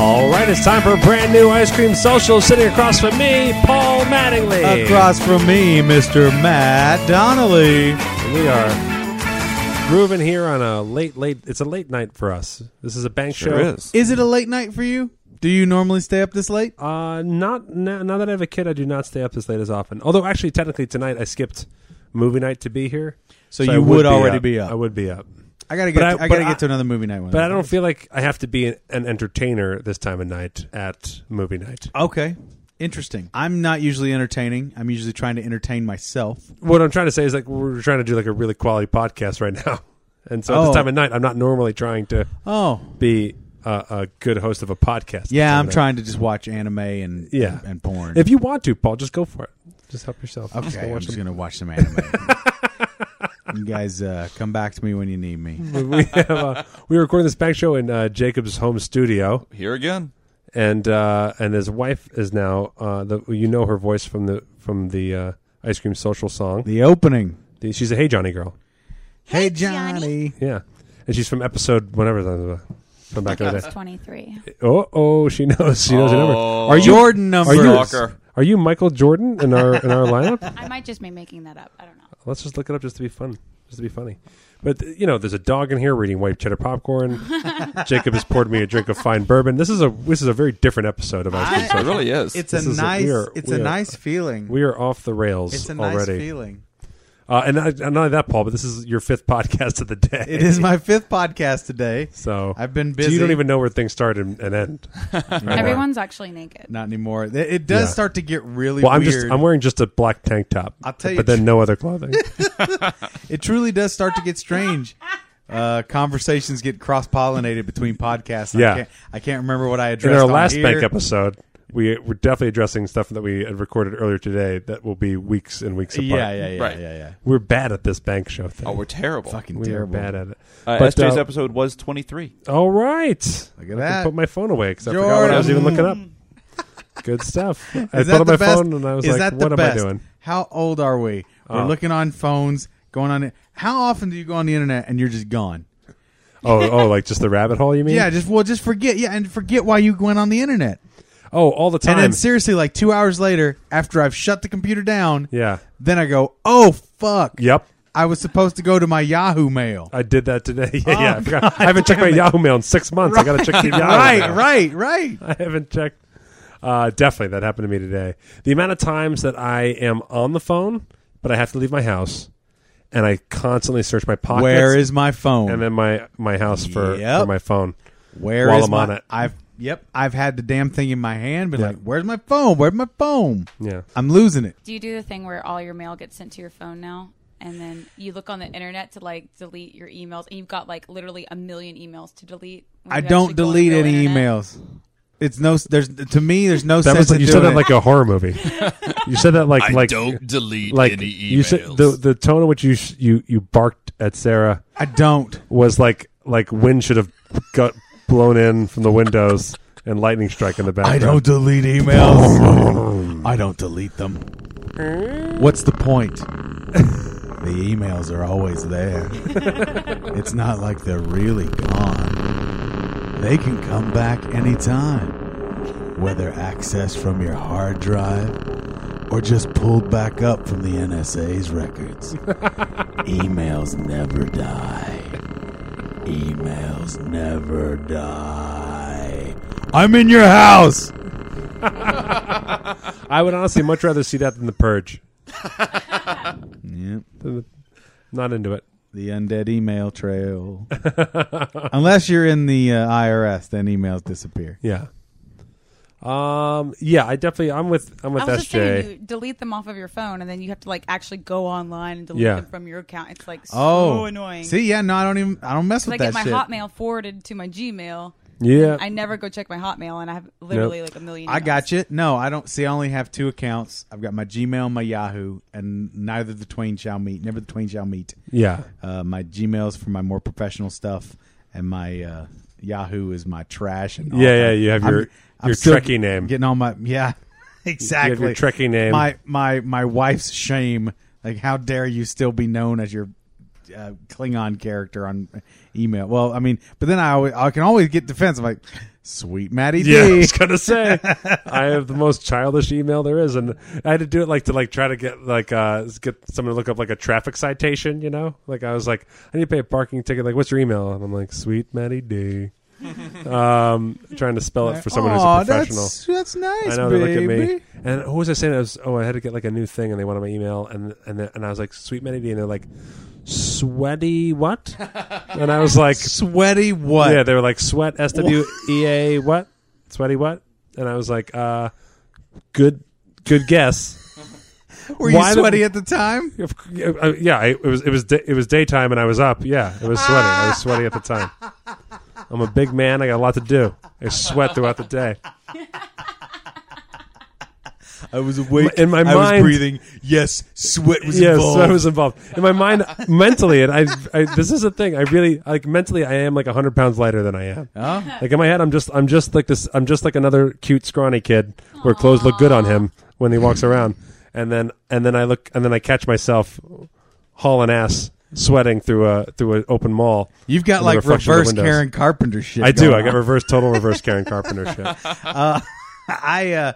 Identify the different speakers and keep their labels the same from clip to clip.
Speaker 1: All right, it's time for a brand new ice cream social. Sitting across from me, Paul Mattingly.
Speaker 2: Across from me, Mr. Matt Donnelly.
Speaker 1: we are grooving here on a late, late. It's a late night for us. This is a bank show.
Speaker 2: Is it a late night for you? Do you normally stay up this late?
Speaker 1: Uh, not now, now that I have a kid, I do not stay up as late as often. Although, actually, technically tonight I skipped movie night to be here,
Speaker 2: So
Speaker 1: I
Speaker 2: you would already be up.
Speaker 1: I would be up,
Speaker 2: I gotta get.
Speaker 1: But I-
Speaker 2: I,
Speaker 1: but
Speaker 2: gotta
Speaker 1: I-
Speaker 2: get to another movie night one.
Speaker 1: but I
Speaker 2: day.
Speaker 1: don't feel like I have to be an, an entertainer this time of night at movie night.
Speaker 2: Okay, interesting. I'm not usually entertaining. I'm usually trying to entertain myself.
Speaker 1: What I'm trying to say is like we're trying to do like a really quality podcast right now, and so at
Speaker 2: Oh.
Speaker 1: this time of night I'm not normally trying to
Speaker 2: Oh,
Speaker 1: be a, a good host of a podcast.
Speaker 2: yeah.
Speaker 1: So
Speaker 2: I'm
Speaker 1: that-
Speaker 2: trying to just watch anime and
Speaker 1: Yeah.
Speaker 2: and porn.
Speaker 1: If you want to, Paul, just go for it. Just help yourself. Just go
Speaker 2: okay, I'm
Speaker 1: watch
Speaker 2: just
Speaker 1: them.
Speaker 2: gonna watch some anime. you guys, uh, come back to me when you need me.
Speaker 1: we have uh, we were recording this back show in uh, Jacob's home studio.
Speaker 3: Here again.
Speaker 1: and uh, and his wife is now uh, the you know her voice from the from the uh, ice cream social song.
Speaker 2: The opening.
Speaker 1: The- She's a Hey Johnny girl,
Speaker 2: Hey,
Speaker 4: Johnny.
Speaker 2: Johnny.
Speaker 1: yeah, and she's from episode whatever that was, from back in the day.
Speaker 5: 23.
Speaker 1: Oh oh, she knows she knows her number.
Speaker 3: Oh.
Speaker 1: Are you
Speaker 2: Jordan
Speaker 1: Are
Speaker 2: numbers.
Speaker 1: you
Speaker 3: Stalker.
Speaker 1: are you Michael Jordan in our in our lineup?
Speaker 5: I might just be making that up. I don't know.
Speaker 1: Let's just look it up just to be fun, just to be funny. But uh, you know, there's a dog in here reading white cheddar popcorn. Jacob has poured me a drink of fine bourbon. This is a this is a very different episode of ice cream.
Speaker 3: So it really is.
Speaker 2: It's
Speaker 1: This
Speaker 2: a
Speaker 1: is a-
Speaker 2: nice.
Speaker 1: we are-
Speaker 2: it's
Speaker 1: we
Speaker 2: a
Speaker 1: are-
Speaker 2: nice feeling.
Speaker 1: We are off the rails
Speaker 2: it's a nice
Speaker 1: already.
Speaker 2: feeling.
Speaker 1: Uh, and, not- and not only that, Paul, but this is your fifth podcast of the day.
Speaker 2: It is my fifth podcast today.
Speaker 1: So
Speaker 2: I've been
Speaker 1: So you
Speaker 2: busy.
Speaker 1: don't even know where things start and, and end. Right.
Speaker 5: Everyone's actually naked.
Speaker 2: Not anymore. It- It does
Speaker 1: Yeah.
Speaker 2: start to get really
Speaker 1: Well, I'm
Speaker 2: weird.
Speaker 1: just I'm wearing just a black tank top.
Speaker 2: I'll tell you
Speaker 1: but
Speaker 2: tr-
Speaker 1: then no other clothing.
Speaker 2: it truly does start to get strange. Uh, conversations get cross pollinated between podcasts.
Speaker 1: Yeah.
Speaker 2: I can't, I can't remember what I
Speaker 1: In
Speaker 2: addressed.
Speaker 1: our
Speaker 2: on
Speaker 1: last
Speaker 2: here.
Speaker 1: bank episode, we were definitely addressing stuff that we had recorded earlier today that will be weeks and weeks apart.
Speaker 2: Yeah, yeah, yeah,
Speaker 3: Right.
Speaker 2: yeah, yeah.
Speaker 1: We're bad at this bank show thing.
Speaker 3: oh, we're terrible.
Speaker 2: Fucking
Speaker 1: we
Speaker 2: terrible.
Speaker 1: are bad at it.
Speaker 3: Uh,
Speaker 1: But,
Speaker 3: SJ's
Speaker 1: uh,
Speaker 3: episode was 23.
Speaker 1: All right. Look
Speaker 2: at that.
Speaker 1: put my phone away because I forgot what I was even looking up. Good stuff. I put
Speaker 2: Is that
Speaker 1: on
Speaker 2: the
Speaker 1: my
Speaker 2: best?
Speaker 1: phone and I was
Speaker 2: Is
Speaker 1: like,
Speaker 2: that the
Speaker 1: "What am
Speaker 2: best?
Speaker 1: I doing?"
Speaker 2: How old are we? We're
Speaker 1: Oh.
Speaker 2: looking on phones, going on. How often do you go on the internet and you're just gone?
Speaker 1: Oh, oh, like just the rabbit hole? You mean?
Speaker 2: Yeah, just well, just forget. Yeah, and forget why you went on the internet.
Speaker 1: Oh, all the time.
Speaker 2: And then seriously, like two hours later, after I've shut the computer down,
Speaker 1: yeah.
Speaker 2: then I go, oh fuck.
Speaker 1: Yep.
Speaker 2: I was supposed to go to my Yahoo mail.
Speaker 1: I did that today. Yeah, yeah. I, forgot. I haven't checked my Yahoo mail in six months. I got to check the Yahoo.
Speaker 2: Oh, right,
Speaker 1: mail.
Speaker 2: right, right.
Speaker 1: I haven't checked. Uh, definitely, that happened to me today. The amount of times that I am on the phone, but I have to leave my house, and I constantly search my pockets.
Speaker 2: Where is my phone?
Speaker 1: and then my my house for,
Speaker 2: Yep.
Speaker 1: for my phone.
Speaker 2: Where
Speaker 1: while
Speaker 2: is
Speaker 1: I'm
Speaker 2: my,
Speaker 1: on it.
Speaker 2: I've yep. I've had the damn thing in my hand, but
Speaker 1: Yeah.
Speaker 2: like, where's my phone? Where's my phone?
Speaker 1: Yeah.
Speaker 2: I'm losing it.
Speaker 5: Do you do the thing where all your mail gets sent to your phone now? And then you look on the internet to like delete your emails, and you've got like literally a million emails to delete. when
Speaker 2: I
Speaker 5: you
Speaker 2: don't
Speaker 5: actually go on
Speaker 2: delete
Speaker 5: the real
Speaker 2: any
Speaker 5: internet?
Speaker 2: emails. It's no. There's to me. There's no
Speaker 1: That
Speaker 2: sense
Speaker 1: was like,
Speaker 2: in
Speaker 1: you said
Speaker 2: doing
Speaker 1: that
Speaker 2: it.
Speaker 1: like a horror movie. you said that like like
Speaker 3: delete
Speaker 1: like you said the the tone in which you sh- you you barked at Sarah
Speaker 2: I don't.
Speaker 1: was like like wind should have got blown in from the windows and lightning strike in the
Speaker 2: I
Speaker 1: background.
Speaker 2: don't delete emails. I don't delete them. What's the point? the emails are always there. it's not like they're really gone. They can come back anytime, whether accessed from your hard drive or just pulled back up from the NSA's records. emails never die. Emails never die. I'm in your house.
Speaker 1: I would honestly much rather see that than the Purge.
Speaker 2: Yep.
Speaker 1: Not into it.
Speaker 2: The undead email trail. Unless you're in the uh, IRS, then emails disappear.
Speaker 1: Yeah. Um. Yeah. I definitely. I'm with. I'm with
Speaker 5: I was
Speaker 1: SJ.
Speaker 5: just saying, you delete them off of your phone, and then you have to like actually go online and delete
Speaker 1: Yeah.
Speaker 5: them from your account. It's like so
Speaker 2: Oh,
Speaker 5: annoying.
Speaker 2: See, yeah, no, I don't even. I don't mess
Speaker 5: 'Cause
Speaker 2: with
Speaker 5: I
Speaker 2: that
Speaker 5: get my
Speaker 2: shit.
Speaker 5: Hotmail forwarded to my Gmail,
Speaker 1: Yeah.
Speaker 5: I never go check my Hotmail, and I have literally like a million.
Speaker 2: I
Speaker 5: emails.
Speaker 2: got you. No, I don't. See, I only have two accounts. I've got my Gmail, my Yahoo, and neither the twain shall meet. Never the twain shall meet.
Speaker 1: yeah.
Speaker 2: Uh, my Gmail's for my more professional stuff, and my uh, Yahoo is my trash. And all
Speaker 1: Yeah, yeah,
Speaker 2: that.
Speaker 1: you have your- your
Speaker 2: still
Speaker 1: Trekkie
Speaker 2: get-
Speaker 1: name.
Speaker 2: Getting all my yeah, exactly.
Speaker 1: your Trekkie name.
Speaker 2: My my my wife's shame. Like, how dare you still be known as your uh, Klingon character on email? Well, I mean, but then I always, I can always get defensive. Like, sweet Matty
Speaker 1: Yeah, I
Speaker 2: D.
Speaker 1: was gonna say I have the most childish email there is, and I had to do it like to like try to get like uh get someone to look up like a traffic citation, you know? Like I was like, I need to pay a parking ticket. Like, what's your email? And I'm like, Sweet Matty D. um, trying to spell it for someone who's
Speaker 2: Aw,
Speaker 1: a professional.
Speaker 2: That's, that's nice,
Speaker 1: I know
Speaker 2: baby.
Speaker 1: they look at me. And who was I saying? I was oh, I had to get like a new thing, and they wanted my email, and and then, and I was like, Sweet Matty D, and they're like, Sweaty what? and I was like,
Speaker 2: Sweaty what?
Speaker 1: yeah, they were like sweat S W E A what? Sweaty what? And I was like, uh good good guess.
Speaker 2: Were you
Speaker 1: why the-
Speaker 2: sweaty at the time?
Speaker 1: If- uh, yeah, it was it was da- it was daytime and I was up. Yeah, it was sweaty. I was sweaty at the time. I'm a big man. I got a lot to do. I sweat throughout the day.
Speaker 2: I was awake.
Speaker 1: In my I was mind-
Speaker 2: breathing. Yes, sweat was
Speaker 1: yes, I was involved. In my mind, mentally, and I, I this is a thing. I really like mentally. I am like hundred pounds lighter than I am. Like in my head, I'm just I'm just like this. I'm just like another cute scrawny kid where clothes look good on him when he walks around, and then and then I look and then I catch myself hauling ass, sweating through a through an open mall.
Speaker 2: You've got
Speaker 1: in the
Speaker 2: like
Speaker 1: reflection of the
Speaker 2: reverse
Speaker 1: windows.
Speaker 2: Karen Carpenter shit.
Speaker 1: I do.
Speaker 2: going
Speaker 1: I got
Speaker 2: on.
Speaker 1: reverse total reverse Karen Carpenter shit.
Speaker 2: I uh,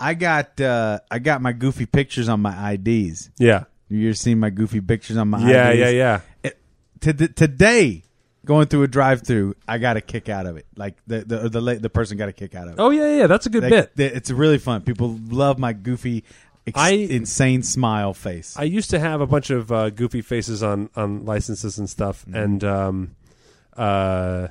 Speaker 2: I got uh, I got my goofy pictures on my IDs.
Speaker 1: Yeah.
Speaker 2: You ever seen my goofy pictures on my
Speaker 1: Yeah,
Speaker 2: IDs?
Speaker 1: yeah, yeah.
Speaker 2: It, to, today, going through a drive-through, I got a kick out of it. Like the the the, la- the person got a kick out of it.
Speaker 1: Oh yeah, yeah. That's a good
Speaker 2: Like,
Speaker 1: bit.
Speaker 2: th- it's really fun. People love my goofy, ex-
Speaker 1: I-
Speaker 2: insane smile face.
Speaker 1: I used to have a bunch of uh, goofy faces on on licenses and stuff,
Speaker 2: Mm-hmm.
Speaker 1: and um, uh,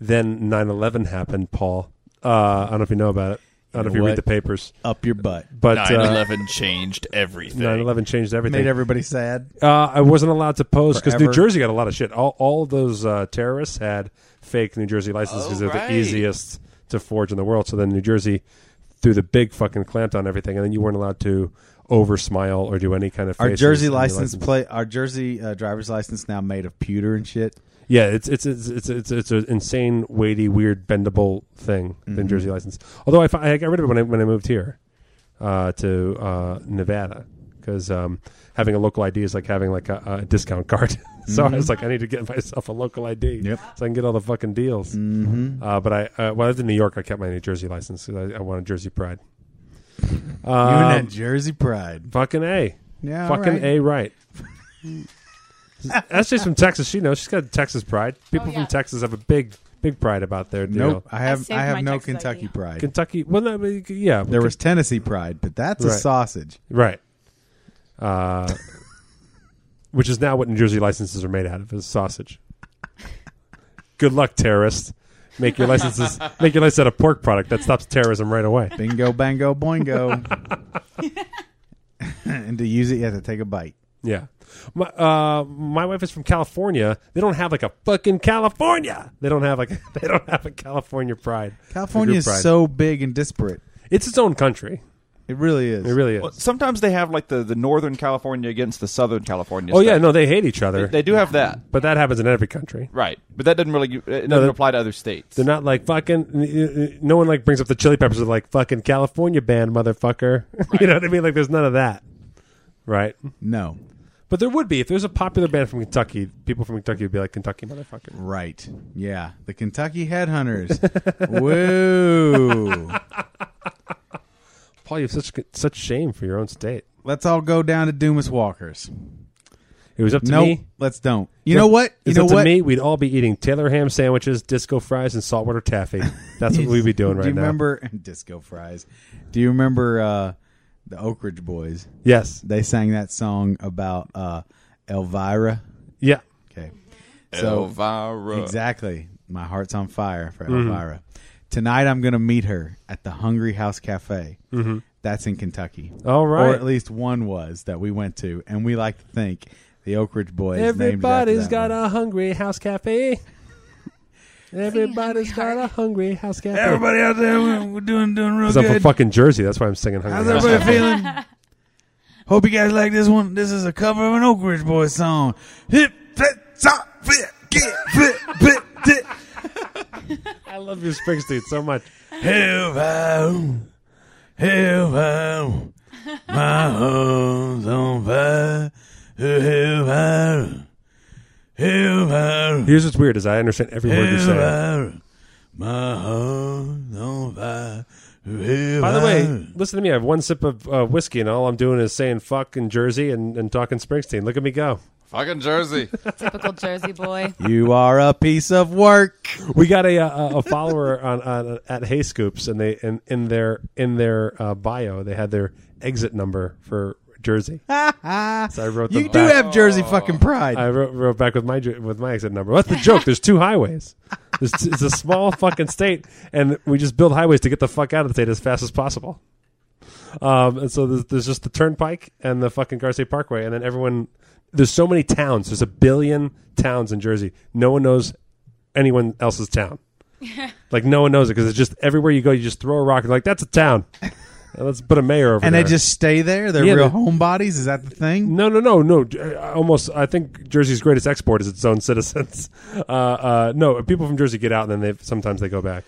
Speaker 1: then 9-11 happened. Paul, uh, I don't know if you know about it. I don't know, if you
Speaker 2: know
Speaker 1: read
Speaker 2: what?
Speaker 1: the papers,
Speaker 2: Up your butt.
Speaker 1: but uh,
Speaker 6: 9/11 changed everything.
Speaker 1: nine eleven changed everything.
Speaker 2: Made everybody sad.
Speaker 1: uh, I wasn't allowed to pose because New
Speaker 2: Forever.
Speaker 1: Jersey got a lot of shit. All all those uh, terrorists had fake New Jersey licenses
Speaker 6: Oh,
Speaker 1: because they're
Speaker 6: right.
Speaker 1: the easiest to forge in the world. So then New Jersey threw the big fucking clamp on everything, and then you weren't allowed to over smile or do any kind of
Speaker 2: Our
Speaker 1: faces
Speaker 2: Jersey
Speaker 1: in your
Speaker 2: license play. Our Jersey uh, driver's license now made of pewter and shit.
Speaker 1: Yeah, it's it's it's it's it's, it's an insane, weighty, weird, bendable thing.
Speaker 2: Mm-hmm.
Speaker 1: The New Jersey license. Although I, fi- I got rid of it when I when I moved here uh, to uh, Nevada because um, having a local ID is like having like a, a discount card. so I was like, I need to get myself a local ID
Speaker 2: Mm-hmm. Yep.
Speaker 1: so I can get all the fucking deals. Mm-hmm. Uh, but I uh, when I lived in New York, I kept my New Jersey license 'cause I, I wanted Jersey pride.
Speaker 2: You and
Speaker 1: Um,
Speaker 2: that Jersey pride.
Speaker 1: fucking a,
Speaker 2: Yeah,
Speaker 1: fucking
Speaker 2: alright.
Speaker 1: a right. SJ's from Texas. She knows she's got Texas pride. People
Speaker 5: yeah.
Speaker 1: from Texas have a big, big pride about their deal.
Speaker 2: Nope, I have
Speaker 5: saved
Speaker 2: I,
Speaker 5: my
Speaker 2: have no
Speaker 5: Texas
Speaker 2: Kentucky
Speaker 5: ID.
Speaker 2: pride.
Speaker 1: Kentucky. Well, no, but yeah,
Speaker 2: there was Tennessee pride, but that's a
Speaker 1: Right.
Speaker 2: sausage.
Speaker 1: right. Uh, which is now what New Jersey licenses are made out of is sausage. Good luck, terrorist. Make your licenses make your license out of pork product that stops terrorism right away.
Speaker 2: Bingo, bango, boingo. and to use it, you have to take a bite.
Speaker 1: Yeah. My, uh, my wife is from California. They don't have like a fucking California. They don't have like they don't have a California pride.
Speaker 2: California
Speaker 1: A good
Speaker 2: is
Speaker 1: pride.
Speaker 2: so big and disparate.
Speaker 1: it's its own country.
Speaker 2: It really is.
Speaker 1: It really is.
Speaker 6: Well, sometimes they have like the, the Northern California against the Southern California.
Speaker 1: oh yeah,
Speaker 6: stuff.
Speaker 1: no, they hate each other,
Speaker 6: they do have that,
Speaker 1: but that happens in every country.
Speaker 6: right? But that doesn't really it doesn't
Speaker 1: they're-
Speaker 6: apply to other states.
Speaker 1: They're not like fucking. No one like brings up the Chili Peppers. They're like fucking California band, motherfucker. you know what I mean? Like there's none of that, right?
Speaker 2: no,
Speaker 1: But there would be if there's a popular band from Kentucky. People from Kentucky would be like Kentucky motherfucker.
Speaker 2: right? Yeah, the Kentucky Headhunters. Woo!
Speaker 1: Paul, you have such such shame for your own state.
Speaker 2: Let's all go down to Dumas Walker's.
Speaker 1: It was up to
Speaker 2: No,
Speaker 1: me.
Speaker 2: let's don't. You know what? You
Speaker 1: It's
Speaker 2: know
Speaker 1: up to
Speaker 2: what?
Speaker 1: me. We'd all be eating Taylor ham sandwiches, disco fries, and saltwater taffy. That's what we'd be doing right
Speaker 2: Do you
Speaker 1: now.
Speaker 2: remember disco fries? Do you remember uh, the Oak Ridge Boys?
Speaker 1: Yes.
Speaker 2: They sang that song about uh, Elvira.
Speaker 1: Yeah.
Speaker 2: Okay,
Speaker 6: Elvira.
Speaker 2: Exactly. My heart's on fire for Elvira. Tonight I'm going to meet her at the Hungry House Cafe. Mm-hmm. That's in Kentucky.
Speaker 1: All
Speaker 2: Or
Speaker 1: right.
Speaker 2: at least one was that we went to, and we like to think the Oak Ridge Boys. named it after
Speaker 1: Everybody's
Speaker 2: that
Speaker 1: got
Speaker 2: one.
Speaker 1: a hungry house cafe. Everybody's got a hungry house cat.
Speaker 2: Everybody out there, we're, we're doing doing real
Speaker 1: Because I'm from
Speaker 2: good.
Speaker 1: fucking Jersey. That's why I'm singing
Speaker 2: How's
Speaker 1: hungry. House Cat.
Speaker 2: everybody feeling? Hope you guys like this one. This is a cover of an Oak Ridge Boys song. Hip, flip, top, flip, get, flip, flip, dip.
Speaker 1: I love your Springsteen so much.
Speaker 2: Hip, hop, hip, hop. My home's on fire. Hip, hop, hip, hop.
Speaker 1: Here's what's weird: is I understand every word you're saying.
Speaker 2: My heart's on fire.
Speaker 1: By the way, listen to me. I have one sip of uh, whiskey, and all I'm doing is saying "fuck" in Jersey and, and talking Springsteen. Look at me go.
Speaker 6: Fucking Jersey.
Speaker 5: Typical Jersey boy.
Speaker 2: you are a piece of work.
Speaker 1: We got a a, a follower on, on at Hay Scoops, and they in, in their in their uh, bio they had their exit number for Jersey. so I wrote them
Speaker 2: You do
Speaker 1: back.
Speaker 2: have Jersey fucking pride.
Speaker 1: I wrote, wrote back with my jer- with my exit number. What's the joke? There's two highways. There's t- it's a small fucking state, and we just build highways to get the fuck out of the state as fast as possible. Um, and so there's, there's just the turnpike and the fucking Garcia Parkway, and then everyone. There's so many towns. There's a billion towns in Jersey. No one knows anyone else's town. like no one knows it because it's just everywhere you go, you just throw a rock and like that's a town. And let's put a mayor over
Speaker 2: and
Speaker 1: there.
Speaker 2: they just stay there. They're
Speaker 1: Yeah,
Speaker 2: real
Speaker 1: they-
Speaker 2: homebodies. Is that the thing?
Speaker 1: No, no, no, no. J- uh, Almost, I think Jersey's greatest export is its own citizens. Uh, uh, no, people from Jersey get out, and then they sometimes they go back.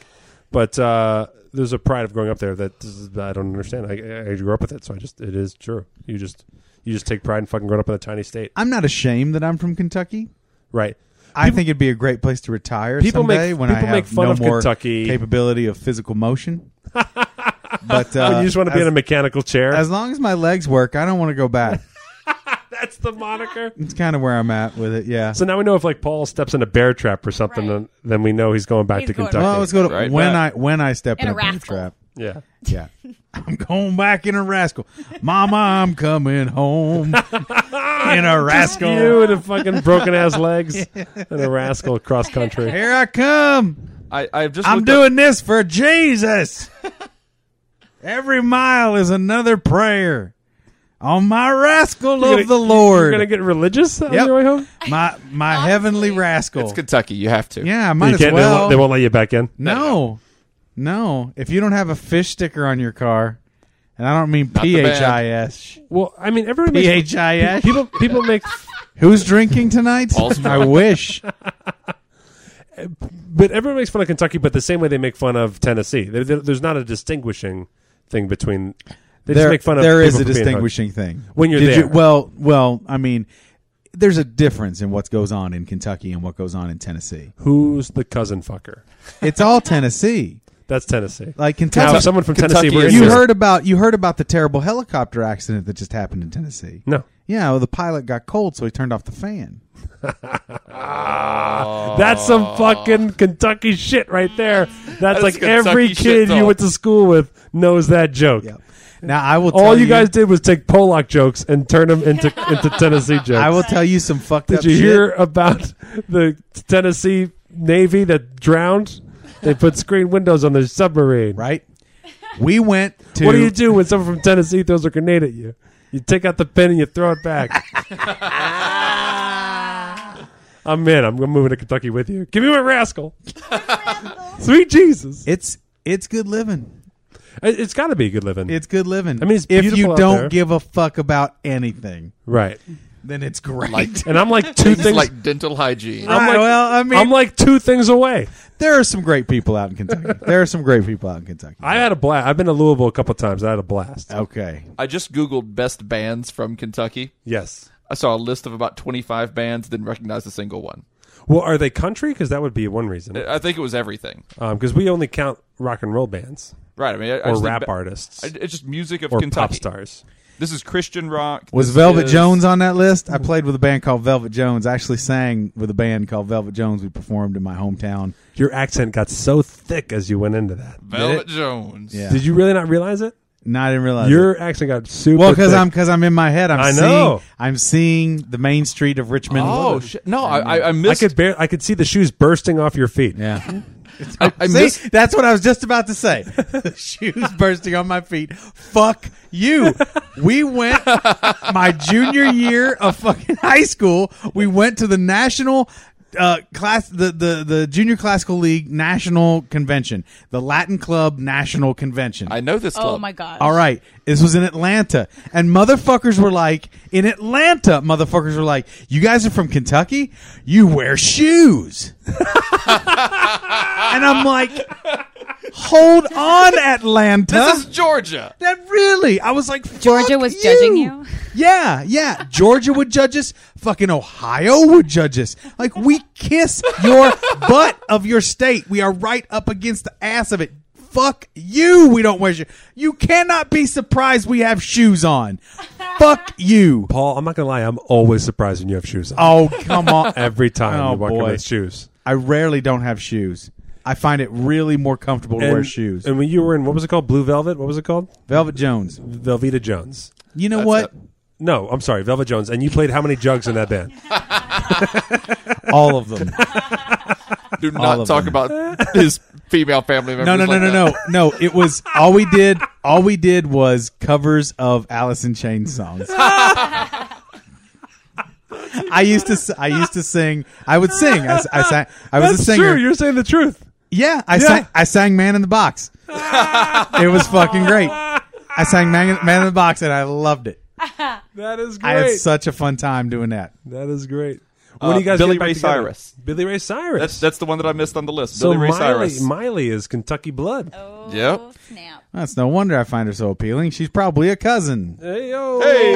Speaker 1: But uh, there's a pride of growing up there that is- that I don't understand. I, I grew up with it, so I just it is true. You just you just take pride in fucking growing up in a tiny state,
Speaker 2: I'm not ashamed that I'm from Kentucky.
Speaker 1: right?
Speaker 2: I think it'd be a great place to retire
Speaker 1: People make-
Speaker 2: someday when I
Speaker 1: people
Speaker 2: have
Speaker 1: make fun
Speaker 2: no
Speaker 1: of
Speaker 2: more
Speaker 1: Kentucky.
Speaker 2: capability of physical motion. but uh,
Speaker 1: Oh, you just want to be
Speaker 2: as,
Speaker 1: in a mechanical chair.
Speaker 2: as long as my legs work, I don't want to go back.
Speaker 1: That's the moniker.
Speaker 2: it's kind of where I'm at with it. Yeah.
Speaker 1: So now we know if like Paul steps in a bear trap or something,
Speaker 5: Right.
Speaker 1: then, then we know he's going back
Speaker 5: He's
Speaker 1: to
Speaker 5: going
Speaker 1: Kentucky.
Speaker 2: well, let's go to
Speaker 6: Right
Speaker 2: when
Speaker 6: back.
Speaker 2: I when I step in,
Speaker 5: In a
Speaker 2: a bear
Speaker 5: rascal.
Speaker 2: trap.
Speaker 1: yeah.
Speaker 2: Yeah. I'm going back in a rascal. Mama, I'm coming home in a rascal.
Speaker 1: You with a fucking broken ass legs and a rascal cross country.
Speaker 2: Here I come.
Speaker 6: I, I've just
Speaker 2: I'm
Speaker 6: looked up-
Speaker 2: doing this for Jesus. Every mile is another prayer. On my rascal
Speaker 1: gonna-
Speaker 2: of the
Speaker 1: You're
Speaker 2: Lord.
Speaker 1: gonna get religious on
Speaker 2: Yep.
Speaker 1: your way home.
Speaker 2: my my heavenly rascal.
Speaker 6: It's Kentucky. You have to.
Speaker 2: Yeah, I might
Speaker 1: you
Speaker 2: as
Speaker 1: can't. they,
Speaker 2: well.
Speaker 1: won't, they won't let you back in.
Speaker 2: No. No. If you don't have a fish sticker on your car, and I don't mean
Speaker 6: Not the
Speaker 2: P
Speaker 6: band.
Speaker 2: H I S.
Speaker 1: Well, I mean, everyone
Speaker 2: P
Speaker 1: makes
Speaker 2: H I S.
Speaker 1: people. People make,
Speaker 2: Who's drinking tonight?
Speaker 6: Paul's drunk.
Speaker 2: I wish.
Speaker 1: but everyone makes fun of Kentucky. But the same way they make fun of Tennessee, there, there- there's not a distinguishing thing between. They just
Speaker 2: There-
Speaker 1: make fun of.
Speaker 2: there
Speaker 1: people
Speaker 2: is a
Speaker 1: for being hood.
Speaker 2: distinguishing thing
Speaker 1: When you're
Speaker 2: Did
Speaker 1: there.
Speaker 2: well, well, I mean, there's a difference in what goes on in Kentucky and what goes on in Tennessee.
Speaker 1: Who's the cousin fucker?
Speaker 2: It's all Tennessee,
Speaker 1: That's Tennessee.
Speaker 2: like
Speaker 1: now,
Speaker 2: Kentucky.
Speaker 1: if someone from
Speaker 6: Kentucky
Speaker 1: Tennessee. were
Speaker 6: is-
Speaker 2: you
Speaker 1: interested-
Speaker 2: heard about you heard about the terrible helicopter accident that just happened in Tennessee.
Speaker 1: No,
Speaker 2: Yeah, well, the pilot got cold, so he turned off the fan.
Speaker 1: that's some fucking Kentucky shit right there. That's
Speaker 6: is
Speaker 1: like
Speaker 6: Kentucky
Speaker 1: every kid
Speaker 6: shit
Speaker 1: you
Speaker 6: talk.
Speaker 1: went to school with knows that joke.
Speaker 2: Yep. Now I will. Tell
Speaker 1: All you guys did was take Pollock jokes and turn them into into Tennessee jokes.
Speaker 2: I will tell you some fucked up.
Speaker 1: Did you
Speaker 2: shit.
Speaker 1: hear about the Tennessee Navy that drowned? They put screen windows on their submarine.
Speaker 2: Right. We went to.
Speaker 1: What do you do when someone from Tennessee throws a grenade at you? You take out the pin and you throw it back. I'm in. I'm moving to Kentucky with you. Give me my rascal. Sweet Jesus.
Speaker 2: It's it's good living.
Speaker 1: It, has got to be good living.
Speaker 2: It's good living.
Speaker 1: I mean, it's
Speaker 2: if
Speaker 1: beautiful
Speaker 2: you
Speaker 1: out
Speaker 2: don't
Speaker 1: there.
Speaker 2: give a fuck about anything,
Speaker 1: right.
Speaker 2: then it's great.
Speaker 1: And I'm like two
Speaker 6: Things
Speaker 1: things.
Speaker 6: like dental hygiene.
Speaker 1: I'm like,
Speaker 2: well, I mean,
Speaker 1: I'm like two things away.
Speaker 2: there are some great people out in Kentucky. there are some great people out in Kentucky.
Speaker 1: I had a blast. I've been to Louisville a couple times. I had a blast.
Speaker 2: okay.
Speaker 6: I just Googled best bands from Kentucky.
Speaker 1: Yes.
Speaker 6: I saw a list of about 25 bands, didn't recognize a single one.
Speaker 1: Well, are they country? Because that would be one reason.
Speaker 6: I think it was everything.
Speaker 1: Because we only count rock and roll bands
Speaker 6: Right. I mean, I, I
Speaker 1: or
Speaker 6: just did
Speaker 1: rap
Speaker 6: ba-
Speaker 1: artists
Speaker 6: I- it's just music of
Speaker 1: or
Speaker 6: Kentucky.
Speaker 1: pop stars.
Speaker 6: This is Christian rock.
Speaker 2: Was
Speaker 6: This
Speaker 2: Velvet
Speaker 6: is-
Speaker 2: Jones on that list?
Speaker 1: Hmm.
Speaker 2: I played with a band called Velvet Jones. I actually sang with a band called Velvet Jones. We performed in my hometown.
Speaker 1: Your accent got so thick as you went into that.
Speaker 6: Velvet Jones.
Speaker 2: Yeah.
Speaker 1: Did you really not realize it?
Speaker 2: No, I didn't realize. it.
Speaker 1: Your accent got super.
Speaker 2: well, because
Speaker 1: thick.
Speaker 2: I'm because I'm in my head. I'm
Speaker 1: I
Speaker 2: seeing,
Speaker 1: know.
Speaker 2: I'm seeing the main street of Richmond.
Speaker 6: Oh shit! No, I I, I
Speaker 1: I
Speaker 6: missed.
Speaker 1: could bear. I could see the shoes bursting off your feet.
Speaker 2: yeah.
Speaker 6: I, I
Speaker 2: See,
Speaker 6: missed.
Speaker 2: that's what I was just about to say. Shoes bursting on my feet. Fuck you. We went my junior year of fucking high school. We went to the national uh, class the, the the Junior Classical League National Convention, the Latin Club National Convention.
Speaker 6: I know this club.
Speaker 5: Oh my gosh.
Speaker 2: All right, this was in Atlanta, and motherfuckers were like, in Atlanta, motherfuckers were like, you guys are from Kentucky, you wear shoes, and I'm like, hold on, Atlanta,
Speaker 6: This is Georgia.
Speaker 2: that really, I was like,
Speaker 5: Georgia
Speaker 2: fuck
Speaker 5: was judging you?
Speaker 2: Yeah, yeah. Georgia would judge us. Fucking Ohio would judge us. Like we kiss your butt of your state. We are right up against the ass of it. Fuck you. We don't wear shoes. You cannot be surprised we have shoes on. Fuck you.
Speaker 1: Paul, I'm not gonna lie. I'm always surprised when you have shoes on.
Speaker 2: Oh come on.
Speaker 1: Every time
Speaker 2: Oh,
Speaker 1: you walk in
Speaker 2: boy.
Speaker 1: with shoes.
Speaker 2: I rarely don't have shoes. I find it really more comfortable to wear shoes.
Speaker 1: And when you were in, what was it called? Blue Velvet. What was it called?
Speaker 2: Velvet Jones.
Speaker 1: Velveeta Jones.
Speaker 2: You know what?
Speaker 1: No, I'm sorry, Velvet Jones. And you played how many jugs in that band?
Speaker 2: All of them.
Speaker 6: Do
Speaker 2: All
Speaker 6: not
Speaker 2: of
Speaker 6: talk
Speaker 2: them.
Speaker 6: about his female family members.
Speaker 2: No, no, no,
Speaker 6: like
Speaker 2: no,
Speaker 6: that.
Speaker 2: no, no. It was all we did. All we did was covers of Alice in Chains songs. I used to, s- I used to sing. I would sing. I, s- I sang. I was a
Speaker 1: That's
Speaker 2: singer.
Speaker 1: true. You're saying the truth.
Speaker 2: yeah, I
Speaker 1: Yeah.
Speaker 2: sang. I sang "Man in the Box." it was fucking great. I sang "Man, Man in the Box" and I loved it.
Speaker 1: That is
Speaker 2: I had
Speaker 1: great.
Speaker 2: such a fun time doing that.
Speaker 1: that is great. When
Speaker 6: Uh,
Speaker 1: do you guys
Speaker 6: Billy
Speaker 1: get back
Speaker 6: Ray
Speaker 1: together?
Speaker 6: Cyrus.
Speaker 1: Billy Ray Cyrus.
Speaker 6: That's that's the one that I missed on the list.
Speaker 1: so
Speaker 6: Billy Ray
Speaker 1: Miley,
Speaker 6: Cyrus.
Speaker 1: Miley is Kentucky blood.
Speaker 5: Oh,
Speaker 6: Yep.
Speaker 5: snap.
Speaker 2: That's no wonder I find her so appealing. She's probably a cousin.
Speaker 1: Hey yo.
Speaker 6: Hey.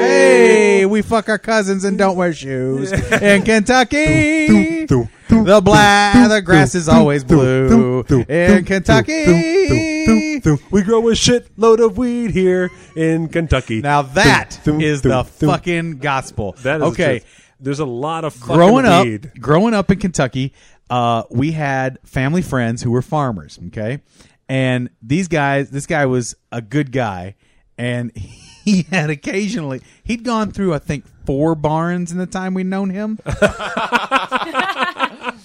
Speaker 2: Hey, we fuck our cousins and don't wear shoes in Kentucky. The black, Ah, the grass is always blue in Kentucky.
Speaker 1: We grow a shitload of weed here in Kentucky.
Speaker 2: Now that
Speaker 1: Doo, doo,
Speaker 2: is
Speaker 1: doo,
Speaker 2: the
Speaker 1: doo.
Speaker 2: fucking gospel.
Speaker 1: That is the
Speaker 2: okay.
Speaker 1: truth. There's a lot of fucking
Speaker 2: Growing up,
Speaker 1: weed.
Speaker 2: growing up in Kentucky, uh, we had family friends who were farmers. Okay, and these guys, this guy was a good guy, and he had occasionally he'd gone through I think four barns in the time we'd known him.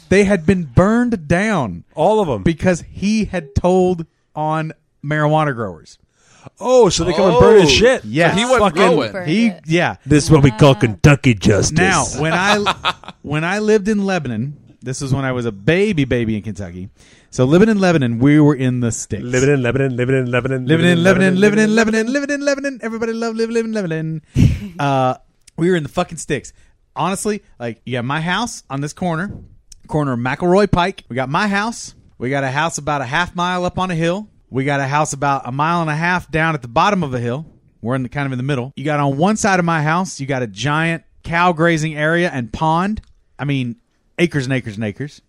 Speaker 2: they had been burned down
Speaker 1: All of them.
Speaker 2: because he had told on marijuana growers.
Speaker 1: oh, so they come and
Speaker 6: Oh.
Speaker 1: burn his shit.
Speaker 2: Yeah,
Speaker 6: He wasn't growing.
Speaker 5: Burn
Speaker 2: He
Speaker 5: it.
Speaker 2: yeah.
Speaker 1: This is what we call Kentucky justice.
Speaker 2: Now, when I when I lived in Lebanon, this was when I was a baby baby in Kentucky. So living in Lebanon, we were in the sticks.
Speaker 1: living in Lebanon, living in Lebanon,
Speaker 2: living in Lebanon, living in Lebanon, living in Lebanon. Everybody love living in Lebanon. uh, we were in the fucking sticks. Honestly, like you got my house on this corner, corner of McElroy Pike. We got my house. We got a house about a half mile up on a hill. We got a house about a mile and a half down at the bottom of a hill. We're in the kind of in the middle. You got on one side of my house, you got a giant cow grazing area and pond. I mean, acres and acres and acres.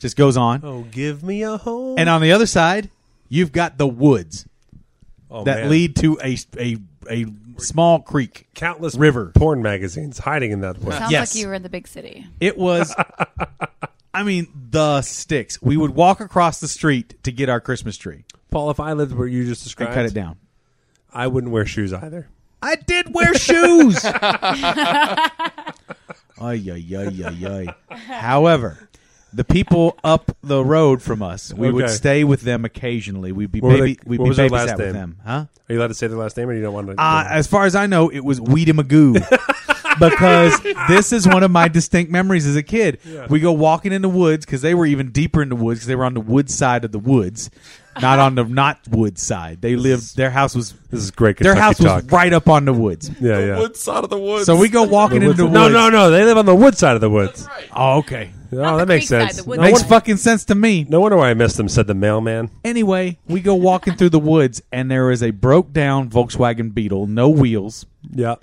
Speaker 2: Just goes on.
Speaker 1: Oh, give me a home.
Speaker 2: And on the other side, you've got the woods
Speaker 1: oh,
Speaker 2: that
Speaker 1: man.
Speaker 2: lead to a a a small creek.
Speaker 1: countless
Speaker 2: river.
Speaker 1: porn magazines hiding in that place.
Speaker 5: Sounds
Speaker 2: Yes.
Speaker 5: like you were in the big city.
Speaker 2: It was I mean the sticks. We would walk across the street to get our Christmas tree
Speaker 1: Paul, if I lived where you just
Speaker 2: and
Speaker 1: described,
Speaker 2: cut it down.
Speaker 1: I wouldn't wear shoes either.
Speaker 2: I did wear shoes. ay, ay, ay, ay, ay. However, the people up the road from us, we would
Speaker 1: Okay.
Speaker 2: stay with them occasionally. We'd be
Speaker 1: What were
Speaker 2: baby,
Speaker 1: they-
Speaker 2: we'd
Speaker 1: what
Speaker 2: be
Speaker 1: was their
Speaker 2: babysat
Speaker 1: last
Speaker 2: with
Speaker 1: name?
Speaker 2: them, huh?
Speaker 1: Are you allowed to say their last name, or you don't want to?
Speaker 2: Uh, as far as I know, it was Weedy Magoo. because this is one of my distinct memories as a kid. We go walking in the woods because they were even deeper in the woods because they were on the wood side of the woods, not on the not wood side. They lived. Their house was
Speaker 1: this is great.
Speaker 2: their
Speaker 1: Kentucky
Speaker 2: house
Speaker 1: talk.
Speaker 2: was right up on the woods.
Speaker 1: Yeah, yeah.
Speaker 6: Wood side of the woods.
Speaker 2: So we go walking into the woods.
Speaker 1: No, no, no. They live on the wood side of the woods.
Speaker 2: Oh, okay,
Speaker 1: Oh,
Speaker 5: the
Speaker 1: that makes
Speaker 5: creek side,
Speaker 1: sense.
Speaker 5: the wood
Speaker 1: no,
Speaker 5: side.
Speaker 2: makes
Speaker 1: wonder,
Speaker 5: wonder-
Speaker 2: fucking sense to me.
Speaker 1: no wonder why I missed them. Said the mailman.
Speaker 2: Anyway, we go walking through the woods and there is a broke down Volkswagen Beetle, no wheels.
Speaker 1: Yeah.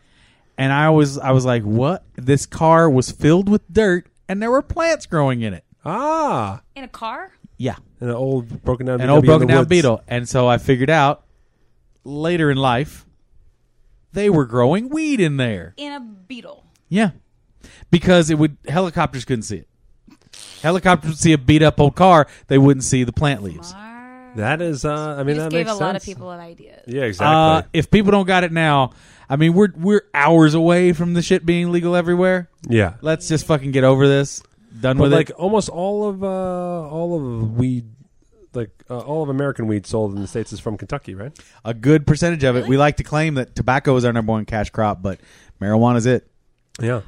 Speaker 2: and I was I was like, "What? This car was filled with dirt, and there were plants growing in it."
Speaker 1: Ah,
Speaker 5: In a car?
Speaker 2: Yeah,
Speaker 1: an old broken down.
Speaker 2: an
Speaker 1: VW
Speaker 2: old
Speaker 1: in
Speaker 2: broken
Speaker 1: the
Speaker 2: down
Speaker 1: woods.
Speaker 2: beetle. And so I figured out later in life they were growing weed in there.
Speaker 5: In a beetle.
Speaker 2: Yeah, because it would helicopters couldn't see it. Helicopters would see a beat up old car; they wouldn't see the plant leaves.
Speaker 1: That is. Uh, I
Speaker 5: You
Speaker 1: mean,
Speaker 5: just
Speaker 1: that
Speaker 5: gave a
Speaker 1: makes
Speaker 5: lot of
Speaker 1: sense.
Speaker 5: people an idea.
Speaker 1: Yeah,
Speaker 2: Uh,
Speaker 1: exactly.
Speaker 2: if people don't got it now, I mean, we're we're hours away from the shit being legal everywhere.
Speaker 1: yeah.
Speaker 2: Let's just fucking get over this. Done
Speaker 1: But
Speaker 2: with
Speaker 1: like
Speaker 2: it.
Speaker 1: almost all of uh, all of weed, like uh, all of American weed sold in the states is from Kentucky, right?
Speaker 2: a good percentage of it. We like to claim that tobacco is our number one cash crop, but marijuana is it.
Speaker 1: Yeah.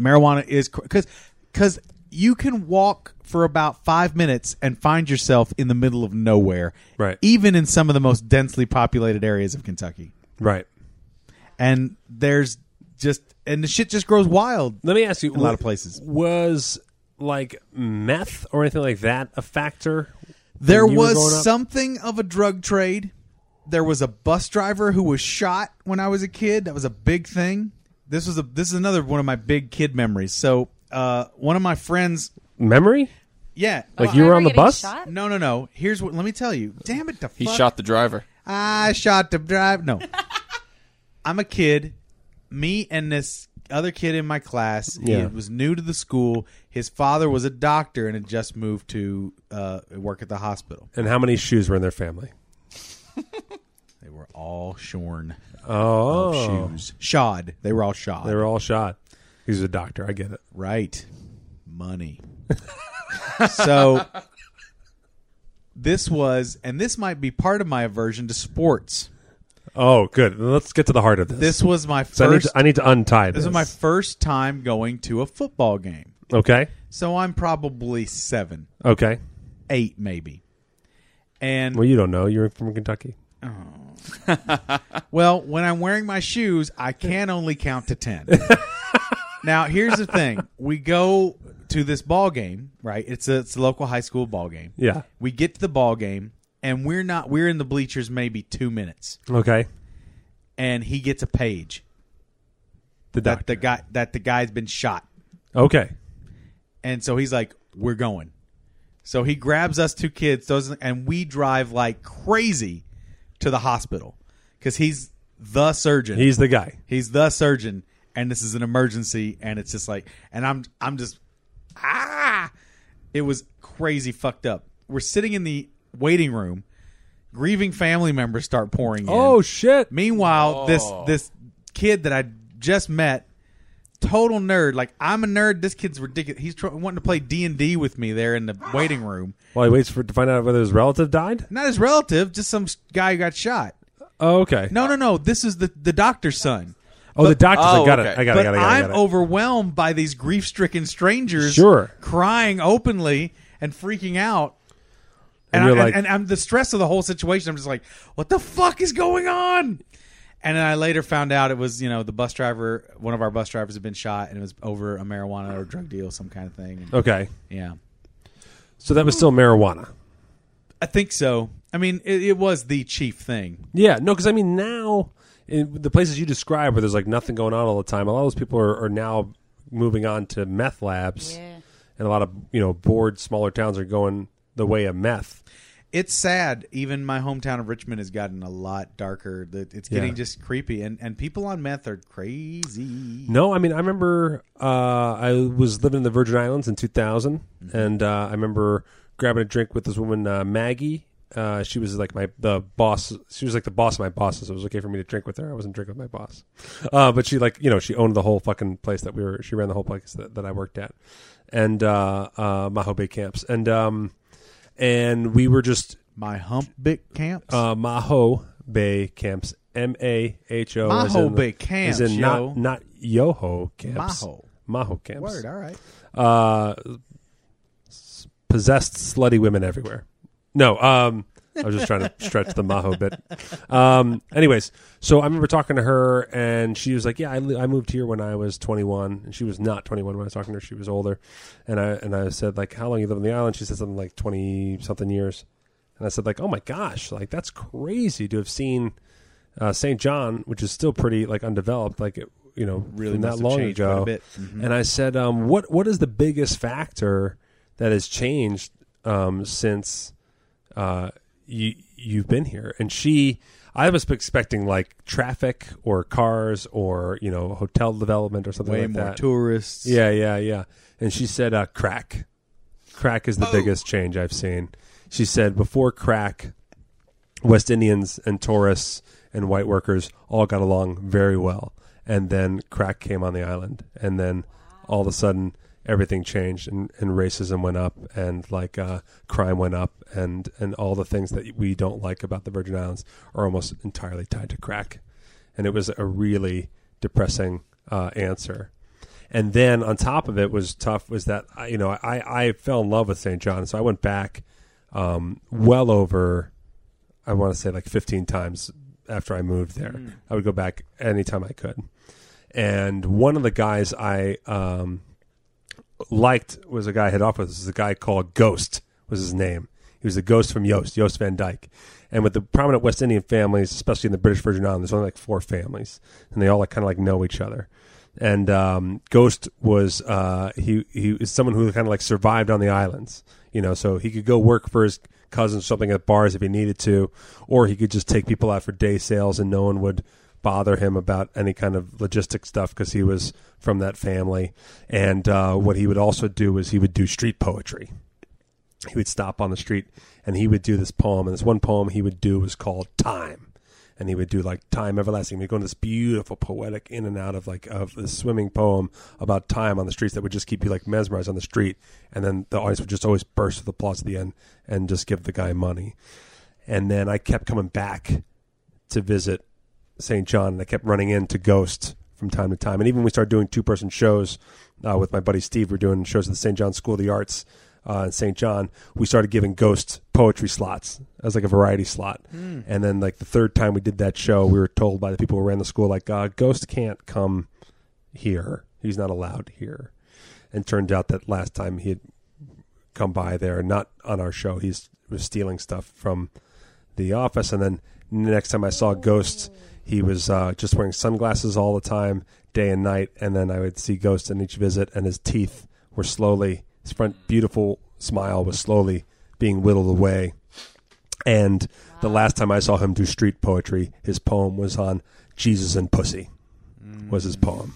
Speaker 2: Marijuana is because because you can walk for about five minutes and find yourself in the middle of nowhere,
Speaker 1: Right.
Speaker 2: Even in some of the most densely populated areas of Kentucky,
Speaker 1: Right.
Speaker 2: and there's just and the shit just grows wild.
Speaker 1: Let me ask you.
Speaker 2: a lot of places.
Speaker 1: was like meth or anything like that a factor?
Speaker 2: There
Speaker 1: when you were growing
Speaker 2: was
Speaker 1: up?
Speaker 2: something of a drug trade. There was a bus driver who was shot when I was a kid. That was a big thing. This was a this is another one of my big kid memories. So uh, one of my friends,
Speaker 1: memory.
Speaker 2: yeah, Uh,
Speaker 1: Like you were on the
Speaker 5: getting
Speaker 1: bus?
Speaker 5: shot?
Speaker 2: no, no, no. Here's what. Let me tell you. Damn it, the
Speaker 3: He
Speaker 2: fuck.
Speaker 3: shot the driver.
Speaker 2: I shot the drive. No, I'm a kid. Me and this other kid in my class.
Speaker 1: Yeah.
Speaker 2: He was new to the school. His father was a doctor and had just moved to uh, work at the hospital.
Speaker 1: And how many shoes were in their family?
Speaker 2: They were all shorn.
Speaker 1: Oh,
Speaker 2: shoes. Shod. They were all shod.
Speaker 1: They were all shot. He's a doctor. I get it.
Speaker 2: right. Money. so this was, and this might be part of my aversion to sports.
Speaker 1: Oh, good. Let's get to the heart of this.
Speaker 2: This was my first.
Speaker 1: so I need, to, I need to untie this.
Speaker 2: this was my first time going to a football game.
Speaker 1: okay.
Speaker 2: So I'm probably seven,
Speaker 1: Okay.
Speaker 2: eight, maybe. And
Speaker 1: Well, you don't know. You're from Kentucky.
Speaker 2: Well, when I'm wearing my shoes, I can only count to 10. now, here's the thing. We go to this ball game, right? It's a, it's a local high school ball game.
Speaker 1: Yeah.
Speaker 2: We get to the ball game and we're not we're in the bleachers maybe 2 minutes
Speaker 1: Okay.
Speaker 2: and he gets a page
Speaker 1: The
Speaker 2: that
Speaker 1: doctor.
Speaker 2: the guy that the guy's been shot.
Speaker 1: okay.
Speaker 2: And so he's like, "We're going." So he grabs us two kids, those, and we drive like crazy to the hospital because he's the surgeon.
Speaker 1: He's the guy.
Speaker 2: He's the surgeon, and this is an emergency, and it's just like, and I'm, I'm just, ah, it was crazy, fucked up. We're sitting in the waiting room, grieving family members start pouring in.
Speaker 1: Oh shit.
Speaker 2: Meanwhile, this this kid that I just met, total nerd. Like I'm a nerd. This kid's ridiculous. He's tr- wanting to play D and D with me there in the waiting room.
Speaker 1: While he waits for to find out whether his relative died.
Speaker 2: Not his relative, just some s- guy who got shot.
Speaker 1: Oh, okay.
Speaker 2: No, no, no. This is the the doctor's son.
Speaker 1: Oh, the doctor's. I
Speaker 3: Oh,
Speaker 1: got it.
Speaker 3: okay.
Speaker 1: I got it.
Speaker 2: but
Speaker 1: I got it. I
Speaker 2: I'm
Speaker 1: got it.
Speaker 2: overwhelmed by these grief stricken strangers
Speaker 1: Sure.
Speaker 2: crying openly and freaking out.
Speaker 1: And
Speaker 2: And, I,
Speaker 1: you're
Speaker 2: and,
Speaker 1: like-
Speaker 2: and I'm the stress of the whole situation. I'm just like, what the fuck is going on? And then I later found out it was, you know, the bus driver, one of our bus drivers had been shot and it was over a marijuana or drug deal, some kind of thing. And-
Speaker 1: Okay.
Speaker 2: Yeah.
Speaker 1: So that was still marijuana.
Speaker 2: I think so. I mean, it, it was the chief thing.
Speaker 1: Yeah, no, because I mean now in the places you describe where there's like nothing going on all the time, a lot of those people are, are now moving on to meth labs,
Speaker 5: Yeah.
Speaker 1: and a lot of you know bored smaller towns are going the way of meth.
Speaker 2: it's sad. Even my hometown of Richmond has gotten a lot darker. The- It's getting
Speaker 1: Yeah.
Speaker 2: just creepy, and and people on meth are crazy.
Speaker 1: No, I mean I remember uh, I was living in the Virgin Islands in 2000, and uh, I remember grabbing a drink with this woman uh, Maggie. Uh, she was like my the boss. She was like the boss of my bosses. So it was okay for me to drink with her. I wasn't drinking with my boss, uh, but she like you know she owned the whole fucking place that we were. She ran the whole place that, that I worked at, and uh, uh, Maho Bay camps, and um, and we were just
Speaker 2: My hump big camps.
Speaker 1: uh, Maho Bay camps. M A H O. as
Speaker 2: Maho
Speaker 1: in-
Speaker 2: Bay camps,
Speaker 1: Is in
Speaker 2: yo.
Speaker 1: not not Yoho camps.
Speaker 2: Maho.
Speaker 1: Maho camps.
Speaker 2: Word. All right.
Speaker 1: Uh, s- possessed slutty women everywhere. No. Um. I was just trying to stretch the Maho bit. Um. Anyways, so I remember talking to her, and she was like, "Yeah, I, li- I moved here when I was 21, and she was not 21 when I was talking to her. She was older." And I and I said, "Like, how long you live on the island?" She said something like 20 something years. And I said, like, oh my gosh, like that's crazy to have seen uh, St. John, which is still pretty like undeveloped, like it, you know,
Speaker 2: Really
Speaker 1: from
Speaker 2: must
Speaker 1: that
Speaker 2: have
Speaker 1: long
Speaker 2: changed
Speaker 1: ago.
Speaker 2: quite a bit. Mm-hmm.
Speaker 1: And I said, um, what what is the biggest factor that has changed um, since uh, you you've been here? And she, I was expecting like traffic or cars or you know hotel development or something
Speaker 2: Way
Speaker 1: like
Speaker 2: more
Speaker 1: that.
Speaker 2: tourists.
Speaker 1: Yeah, yeah, yeah. And she said, uh, crack. Crack is the
Speaker 2: Oh.
Speaker 1: biggest change I've seen. She said, before crack, West Indians and tourists and white workers all got along very well. And then crack came on the island. And then all of a sudden, everything changed and, and racism went up and like uh, crime went up and, and all the things that we don't like about the Virgin Islands are almost entirely tied to crack. And it was a really depressing uh, answer. And then on top of it was tough was that I, you know I I fell in love with St. John, so I went back um, well over I want to say like 15 times after I moved there. I would go back anytime I could. And one of the guys I um, liked was a guy I hit off with. This is a guy called Ghost was his name. He was the ghost from Yost, Yost Van Dyke. And with the prominent West Indian families, especially in the British Virgin Islands, there's only like four families, and they all like kind of like know each other. And um, Ghost was uh, he he is someone who kind of like survived on the islands, you know. So he could go work for his cousins or something at bars if he needed to, or he could just take people out for day sales, and no one would bother him about any kind of logistic stuff because he was from that family. And uh, what he would also do is he would do street poetry. He would stop on the street and he would do this poem. And this one poem he would do was called Time. And he would do like time everlasting. He'd go into this beautiful poetic in and out of like of this swimming poem about time on the streets that would just keep you like mesmerized on the street. And then the audience would just always burst with applause at the end and just give the guy money. And then I kept coming back to visit St. John, and I kept running into Ghost from time to time. And even we started doing two person shows uh, with my buddy Steve. We're doing shows at the St. John School of the Arts uh, in St. John. We started giving Ghost poetry slots as like a variety slot. And then like the third time we did that show, we were told by the people who ran the school like uh, Ghost can't come here. He's not allowed here. And turned out that last time he had come by there, not on our show. He's was stealing stuff from the office, and then the next time I saw Ghost, he was uh, just wearing sunglasses all the time, day and night. And then I would see Ghost in each visit, and his teeth were slowly his front beautiful smile was slowly being whittled away. And the last time I saw him do street poetry, his poem was on Jesus and Pussy, was his poem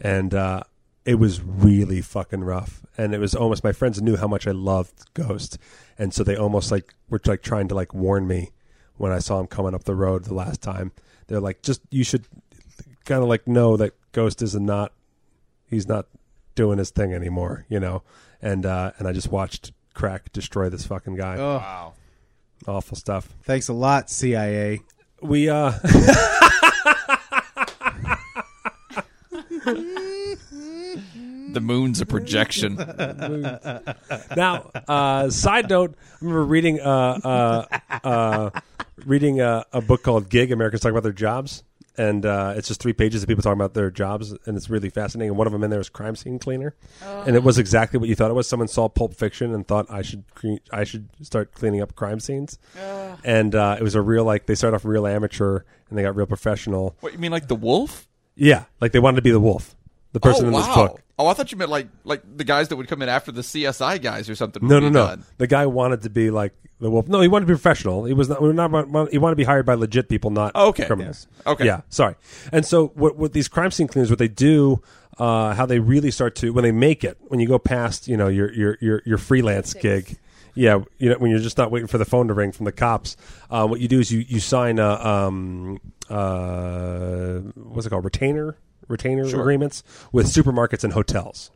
Speaker 1: and uh, it was really fucking rough. And it was almost my friends knew how much I loved Ghost, and so they almost like were like trying to like warn me when I saw him coming up the road the last time. They're like, just you should kind of like know that Ghost is not he's not doing his thing anymore, you know. And uh, and I just watched crack destroy this fucking guy.
Speaker 6: Wow.
Speaker 1: Awful stuff.
Speaker 2: Thanks a lot, CIA.
Speaker 1: We uh
Speaker 3: The moon's a projection.
Speaker 1: now, uh, side note, I remember reading uh, uh, uh, reading a, a book called Gig. Americans talk about their jobs, and uh, it's just three pages of people talking about their jobs, and it's really fascinating. And one of them in there is crime scene cleaner, and it was exactly what you thought it was. Someone saw Pulp Fiction and thought I should cre- I should start cleaning up crime scenes, and uh, it was a real like they started off real amateur and they got real professional.
Speaker 3: What you mean, like the wolf?
Speaker 1: Yeah, like they wanted to be the wolf, the person
Speaker 3: oh,
Speaker 1: in
Speaker 3: wow.
Speaker 1: this book.
Speaker 3: Oh, I thought you meant like like the guys that would come in after the CSI guys or something.
Speaker 1: No,
Speaker 3: would
Speaker 1: no,
Speaker 3: be
Speaker 1: no.
Speaker 3: done.
Speaker 1: The guy wanted to be like the wolf. No, he wanted to be professional. He was not. we We're not. about- He wanted to be hired by legit people, not
Speaker 3: Oh, okay.
Speaker 1: criminals.
Speaker 3: Yeah. Okay.
Speaker 1: Yeah. Sorry. And so, what, what these crime scene cleaners, what they do, uh, how they really start to when they make it, when you go past, you know, your your your, your freelance gig. Yeah, you know, when you're just not waiting for the phone to ring from the cops, uh, what you do is you you sign a um uh what's it called retainer retainer agreements with supermarkets and hotels.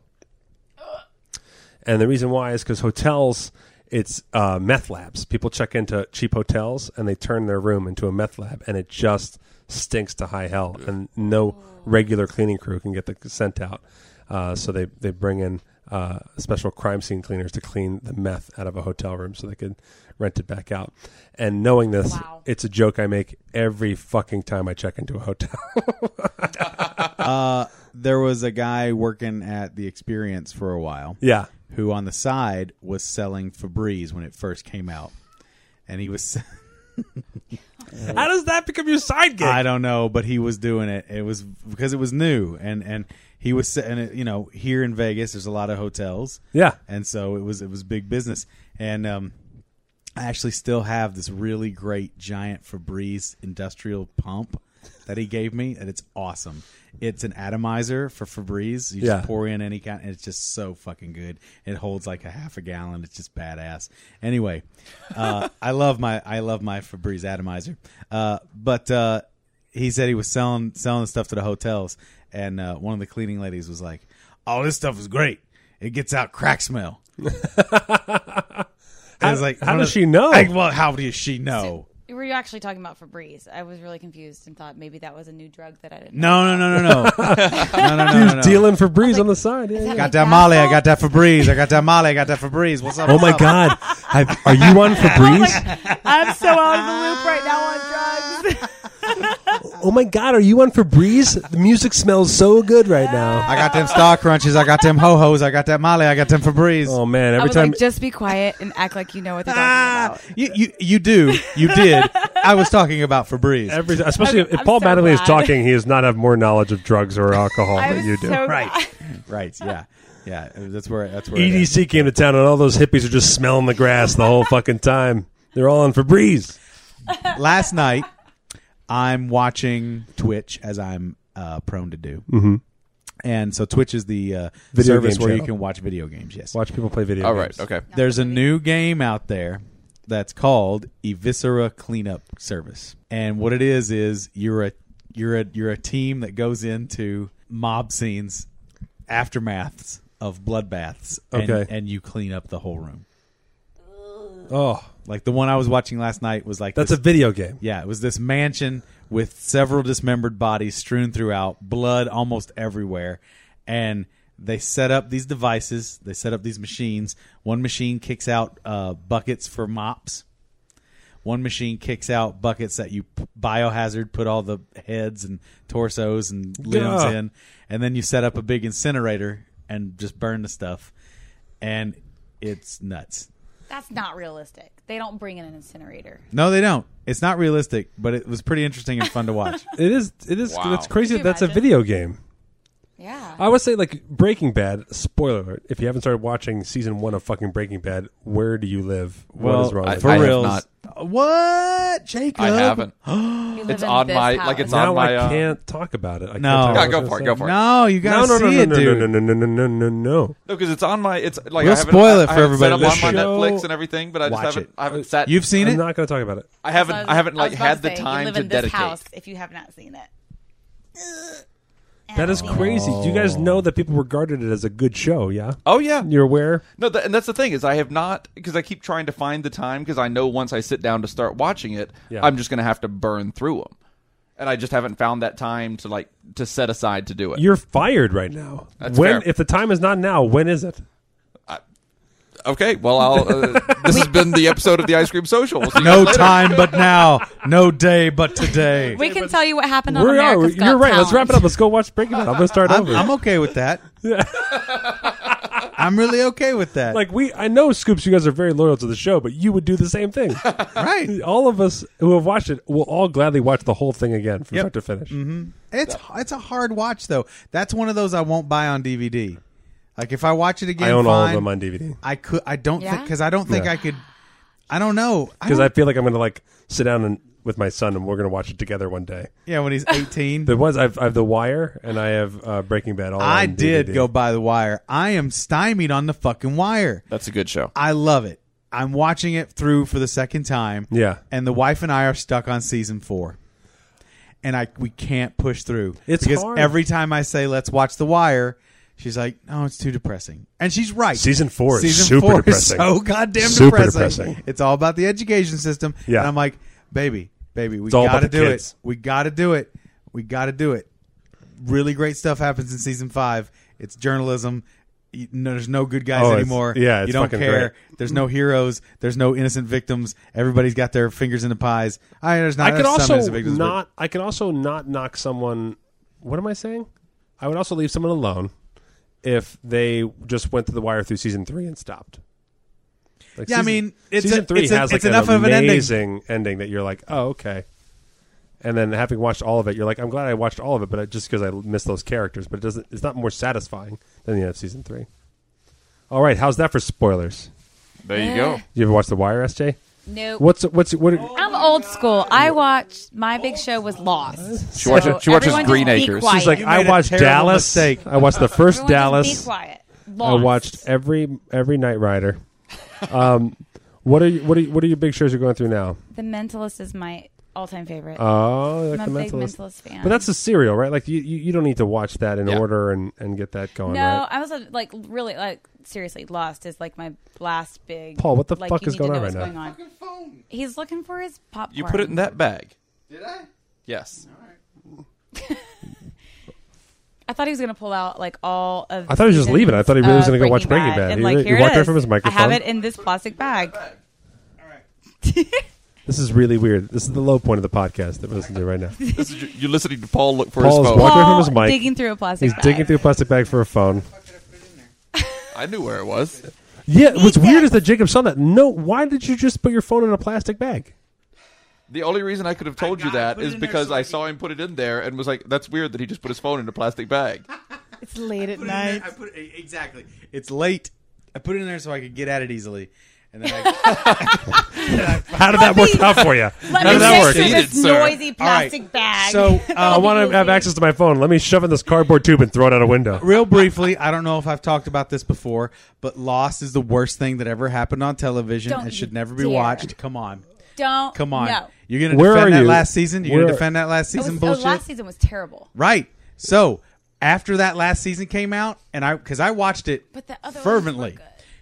Speaker 1: And the reason why is because hotels, it's uh, meth labs. People check into cheap hotels and they turn their room into a meth lab, and it just stinks to high hell. And no regular cleaning crew can get the scent out. Uh, so they, they bring in uh, special crime scene cleaners to clean the meth out of a hotel room so they could rent it back out. And knowing this,
Speaker 5: Wow.
Speaker 1: it's a joke I make every fucking time I check into a hotel.
Speaker 2: There was a guy working at the Experience for a while.
Speaker 1: yeah.
Speaker 2: who on the side was selling Febreze when it first came out. And he was
Speaker 1: How does that become your side gig?
Speaker 2: I don't know, but he was doing it. It was because it was new and and he was se- and it, you know, here in Vegas there's a lot of hotels.
Speaker 1: Yeah.
Speaker 2: And so it was it was big business. And um I actually still have this really great giant Febreze industrial pump that he gave me, and it's awesome. It's an atomizer for Febreze. You
Speaker 1: Yeah.
Speaker 2: just pour in any kind, and it's just so fucking good. It holds like a half a gallon. It's just badass. Anyway, uh, I love my I love my Febreze atomizer. Uh, but uh, he said he was selling selling the stuff to the hotels, and uh, one of the cleaning ladies was like, "All this stuff is great. It gets out crack smell." I was like,
Speaker 1: how
Speaker 2: one
Speaker 1: does
Speaker 2: of-
Speaker 1: she know?
Speaker 2: Like, well, how does she know?
Speaker 5: Were you actually talking about Febreze? I was really confused and thought maybe that was a new drug that I didn't.
Speaker 2: No,
Speaker 5: know.
Speaker 2: no, no, no, no, no, no, no, no, no.
Speaker 1: Dealing for breeze on the side. Yeah, yeah.
Speaker 2: Got that Molly. I got that Febreze. I got that Molly. I got that Febreze. What's up?
Speaker 1: Oh
Speaker 2: what's
Speaker 1: my
Speaker 2: up?
Speaker 1: God! I, are you
Speaker 5: Oh
Speaker 1: on Febreze?
Speaker 5: I'm so out of the loop right now on drugs.
Speaker 1: oh my God! Are you on Febreze? The music smells so good right now.
Speaker 2: I got them Star Crunches. I got them Ho Hos. I got that Molly. I got them Febreze.
Speaker 1: Oh man!
Speaker 5: I
Speaker 1: Every
Speaker 5: was
Speaker 1: time
Speaker 5: like, just be quiet and act like you know what they're talking about.
Speaker 2: Ah, You, you, you do. You did. I was talking about Febreze.
Speaker 1: Every, especially if, if
Speaker 5: I'm
Speaker 1: Paul
Speaker 5: so
Speaker 1: Mattingly is
Speaker 5: glad.
Speaker 1: talking, he does not have more knowledge of drugs or alcohol than
Speaker 5: was
Speaker 1: you do.
Speaker 5: so
Speaker 2: right. right. Yeah. Yeah. That's where. That's where. it is.
Speaker 1: EDC E came to town, and all those hippies are just smelling the grass the whole fucking time. They're all on Febreze.
Speaker 2: Last night, I'm watching Twitch as I'm uh, prone to do. And so Twitch is the uh,
Speaker 1: Mm-hmm. Video
Speaker 2: service
Speaker 1: game
Speaker 2: where you
Speaker 1: channel.
Speaker 2: can watch video games. Yes.
Speaker 1: Watch people play video.
Speaker 3: All
Speaker 1: games.
Speaker 3: right. Okay.
Speaker 2: There's a new game out there that's called Eviscera Cleanup Service, and what it is is you're a you're a you're a team that goes into mob scenes, aftermaths of bloodbaths, and,
Speaker 1: Okay.
Speaker 2: and you clean up the whole room.
Speaker 1: Oh,
Speaker 2: Like the one I was watching last night was like
Speaker 1: that's
Speaker 2: this-
Speaker 1: a video game.
Speaker 2: yeah, it was this mansion with several dismembered bodies strewn throughout, blood almost everywhere. And they set up these devices, they set up these machines. One machine kicks out uh, buckets for mops. One machine kicks out buckets that you p- biohazard put all the heads and torsos and limbs
Speaker 1: Yeah.
Speaker 2: in. And then you set up a big incinerator and just burn the stuff. And it's nuts.
Speaker 5: That's not realistic. They don't bring in an incinerator.
Speaker 2: No, they don't. It's not realistic, but it was pretty interesting and fun to watch.
Speaker 1: It is. It is.
Speaker 3: Wow.
Speaker 1: That's crazy.
Speaker 5: Could
Speaker 1: That
Speaker 5: you
Speaker 1: that's a
Speaker 5: imagine?
Speaker 1: video game.
Speaker 5: Yeah.
Speaker 1: I would say like Breaking Bad. Spoiler alert: If you haven't started watching season one of fucking Breaking Bad, where do you live? what is wrong?
Speaker 3: I-
Speaker 1: with
Speaker 3: for
Speaker 1: you?
Speaker 3: have
Speaker 2: reals. Uh,
Speaker 3: not.
Speaker 2: What, Jacob?
Speaker 3: I haven't.
Speaker 5: You live
Speaker 3: It's
Speaker 5: in
Speaker 3: on
Speaker 5: this
Speaker 3: my- like,
Speaker 5: house.
Speaker 3: it's on
Speaker 1: now
Speaker 3: my,
Speaker 1: I
Speaker 3: uh,
Speaker 1: can't talk about it. I can't
Speaker 2: No.
Speaker 1: talk about what
Speaker 2: Yeah,
Speaker 1: I
Speaker 3: go
Speaker 1: was
Speaker 3: for it,
Speaker 1: gonna
Speaker 3: go
Speaker 1: say.
Speaker 3: for it.
Speaker 2: No, you
Speaker 1: No, no,
Speaker 2: gotta
Speaker 1: no,
Speaker 2: see
Speaker 1: no,
Speaker 2: it,
Speaker 1: no,
Speaker 2: dude.
Speaker 1: no, no, no, no, no, no, no.
Speaker 3: No, because it's on my. It's like
Speaker 2: We'll
Speaker 3: I haven't-
Speaker 2: spoil it
Speaker 3: I
Speaker 2: for
Speaker 3: haven't set
Speaker 2: everybody
Speaker 3: up on my
Speaker 1: listening.
Speaker 3: Netflix
Speaker 1: Show-
Speaker 3: and everything, but I just
Speaker 2: Watch
Speaker 3: haven't.
Speaker 2: it.
Speaker 3: I haven't sat.
Speaker 2: You've seen
Speaker 1: I'm
Speaker 2: it?
Speaker 1: not going to talk about it.
Speaker 3: I
Speaker 5: That's
Speaker 3: haven't.
Speaker 5: what was-
Speaker 3: I haven't
Speaker 5: was
Speaker 3: like
Speaker 5: about
Speaker 3: had
Speaker 5: to
Speaker 3: the
Speaker 5: say. you
Speaker 3: time
Speaker 5: live
Speaker 3: to
Speaker 5: in this
Speaker 3: dedicate.
Speaker 5: house if you have not seen it.
Speaker 1: That is crazy. Do you guys know that people regarded it as a good show? Yeah,
Speaker 3: Oh yeah.
Speaker 1: you're aware.
Speaker 3: No, tha- and that's the thing is I have not because I keep trying to find the time because I know once I sit down to start watching it,
Speaker 1: Yeah.
Speaker 3: I'm just going to have to burn through them, and I just haven't found that time to like to set aside to do it.
Speaker 1: You're fired right now.
Speaker 3: That's
Speaker 1: when
Speaker 3: fair.
Speaker 1: if the time is not now, when is it?
Speaker 3: okay, well, I'll. Uh, this has been the episode of the Ice Cream Social. We'll see you
Speaker 2: No
Speaker 3: guys later.
Speaker 2: time but now. No day but today.
Speaker 5: We can tell you what happened on
Speaker 1: We are.
Speaker 5: America's Got
Speaker 1: You're right. Let's wrap
Speaker 5: Talent.
Speaker 1: it up. Let's go watch Breaking Bad. I'm going to start
Speaker 2: I'm,
Speaker 1: over.
Speaker 2: I'm okay with that. I'm really okay with that.
Speaker 1: like we, I know Scoops. You guys are very loyal to the show, but you would do the same thing.
Speaker 2: right?
Speaker 1: all of us who have watched it will all gladly watch the whole thing again from
Speaker 2: Yep. Mm-hmm.
Speaker 1: start to finish.
Speaker 2: It's it's a hard watch though. That's one of those I won't buy on DVD. Like if I watch it again,
Speaker 1: I own
Speaker 2: fine.
Speaker 1: all of them on DVD
Speaker 2: I could. I don't think
Speaker 5: Yeah?
Speaker 2: because I don't think
Speaker 1: Yeah.
Speaker 2: I could. I don't know. I
Speaker 1: because I
Speaker 2: don't-
Speaker 1: feel like I'm going to like sit down and with my son and we're going to watch it together one day.
Speaker 2: yeah when he's 18.
Speaker 1: The ones I've, I've The Wire and I have uh, Breaking Bad. All
Speaker 2: I
Speaker 1: on
Speaker 2: did
Speaker 1: DVD.
Speaker 2: go by the wire. I am stymied on the fucking wire.
Speaker 3: That's a good show.
Speaker 2: I love it. I'm watching it through for the second time.
Speaker 1: Yeah.
Speaker 2: And the wife and I are stuck on season four. And I we can't push through.
Speaker 1: It's
Speaker 2: because
Speaker 1: hard.
Speaker 2: every time I say let's watch The Wire, she's like, "No, it's too depressing." And she's right.
Speaker 1: Season four is
Speaker 2: season
Speaker 1: super
Speaker 2: four
Speaker 1: depressing.
Speaker 2: Is so goddamn
Speaker 1: Super
Speaker 2: depressing.
Speaker 1: depressing.
Speaker 2: It's all about the education system.
Speaker 1: Yeah.
Speaker 2: And I'm like, baby, baby, we
Speaker 1: It's all about
Speaker 2: gotta
Speaker 1: the
Speaker 2: do
Speaker 1: kids.
Speaker 2: it. We gotta do it. We gotta do it really great stuff happens in season five. It's journalism. You- no, there's no good guys
Speaker 1: Oh, it's-
Speaker 2: anymore.
Speaker 1: yeah, it's
Speaker 2: you don't
Speaker 1: fucking
Speaker 2: care.
Speaker 1: great.
Speaker 2: There's no heroes. There's no innocent victims. Everybody's got their fingers in the pies. I there's not.
Speaker 1: I could
Speaker 2: there's some
Speaker 1: also
Speaker 2: innocent victims, but-
Speaker 1: not. I could also not knock someone. What am I saying? I would also leave someone alone if they just went to the wire through season three and stopped. Like
Speaker 2: Yeah, I mean, it's
Speaker 1: season
Speaker 2: a-
Speaker 1: three
Speaker 2: it's a-
Speaker 1: has like
Speaker 2: it's enough of an ending.
Speaker 1: amazing ending that you're like, oh okay. And then having watched all of it, you're like, I'm glad I watched all of it, but I, just because I missed those characters, but it doesn't. It's not more satisfying than the end of season three. All right, how's that for spoilers?
Speaker 3: There you go.
Speaker 1: You ever watch The Wire, SJ?
Speaker 5: Nope.
Speaker 1: What's what's what?
Speaker 5: I'm old school. I watched my big show was Lost.
Speaker 3: She watches-
Speaker 5: So
Speaker 3: she watches
Speaker 5: everyone
Speaker 3: Green
Speaker 5: just be
Speaker 3: Acres.
Speaker 5: quiet.
Speaker 1: She's like,
Speaker 2: You
Speaker 1: I
Speaker 2: made a
Speaker 1: watched
Speaker 2: terrible
Speaker 1: Dallas.
Speaker 2: mistake.
Speaker 1: I watched the first
Speaker 5: Everyone
Speaker 1: Dallas.
Speaker 5: Just be quiet.
Speaker 1: I
Speaker 5: Lost.
Speaker 1: watched every every Night Rider. Um, what are you, what are you, what are your big shows you're going through now?
Speaker 5: The Mentalist is my all-time favorite.
Speaker 1: Oh, like
Speaker 5: I'm a
Speaker 1: the
Speaker 5: big
Speaker 1: Mentalist.
Speaker 5: Mentalist fan.
Speaker 1: But that's a serial, right? Like you, you, you don't need to watch that in
Speaker 3: Yeah.
Speaker 1: order and, and get that going.
Speaker 5: no,
Speaker 1: right?
Speaker 5: I was uh, like really like seriously, Lost is like my last big.
Speaker 1: Paul, what the
Speaker 5: like,
Speaker 1: fuck
Speaker 5: you
Speaker 1: is
Speaker 5: need
Speaker 1: going
Speaker 5: to
Speaker 1: on
Speaker 5: know
Speaker 1: right
Speaker 5: what's
Speaker 1: now?
Speaker 5: Going on.
Speaker 3: phone.
Speaker 5: He's looking for his popcorn.
Speaker 3: You put it in that bag.
Speaker 6: Did I?
Speaker 3: Yes.
Speaker 5: I thought he was gonna pull out like all of.
Speaker 1: I thought he was just
Speaker 5: seasons
Speaker 1: leaving. I thought he was
Speaker 5: of
Speaker 1: gonna go watch Breaking Bad.
Speaker 5: And
Speaker 1: He-
Speaker 5: like,
Speaker 1: he
Speaker 5: here it
Speaker 1: walked away
Speaker 5: is.
Speaker 1: from his
Speaker 5: I have
Speaker 1: microphone.
Speaker 5: it in this plastic bag.
Speaker 1: This is really weird. This is the low point of the podcast that we're listening to right now.
Speaker 3: This is, you're listening to Paul look for
Speaker 1: Paul's
Speaker 3: his phone.
Speaker 1: walking- away from
Speaker 5: Paul
Speaker 1: his mic.
Speaker 5: digging through a plastic.
Speaker 1: He's
Speaker 5: bag.
Speaker 1: digging through a plastic bag for a phone.
Speaker 3: I knew where it was.
Speaker 1: Yeah, what's weird is that Jacob saw that. No, why did you just put your phone in a plastic bag?
Speaker 3: The only reason I could have told you that is because I saw him put it in there and was like, "That's weird that he just put his phone in a plastic bag."
Speaker 4: It's late at
Speaker 2: put it in there- I put it, exactly. It's late. I put it in there so I could get at it easily, and then I,
Speaker 1: How did that work out for you? Uh,
Speaker 4: Let
Speaker 1: How
Speaker 4: me
Speaker 1: did that
Speaker 4: get
Speaker 1: work?
Speaker 4: to
Speaker 3: Eat
Speaker 4: this
Speaker 3: it, sir.
Speaker 4: noisy plastic
Speaker 2: All right.
Speaker 4: bag.
Speaker 2: so
Speaker 1: I
Speaker 5: Oh,
Speaker 2: um,
Speaker 1: want to have access to my phone. Let me shove in this cardboard tube and throw it out a window.
Speaker 2: real briefly. I don't know if I've talked about this before, but Lost is the worst thing that ever happened on television
Speaker 5: Don't
Speaker 2: and
Speaker 5: you
Speaker 2: should never be
Speaker 5: dare.
Speaker 2: watched. Come on,
Speaker 5: Don't
Speaker 2: come on.
Speaker 5: No.
Speaker 2: You're gonna
Speaker 1: Where
Speaker 2: defend
Speaker 1: are
Speaker 2: that
Speaker 1: you?
Speaker 2: last season. You're
Speaker 1: Where-
Speaker 2: gonna defend that last
Speaker 5: It was-
Speaker 2: season
Speaker 5: oh,
Speaker 2: bullshit.
Speaker 5: last season was terrible.
Speaker 2: Right. So after that last season came out, and I because I watched it
Speaker 5: But the other ones were
Speaker 2: fervently.
Speaker 5: good.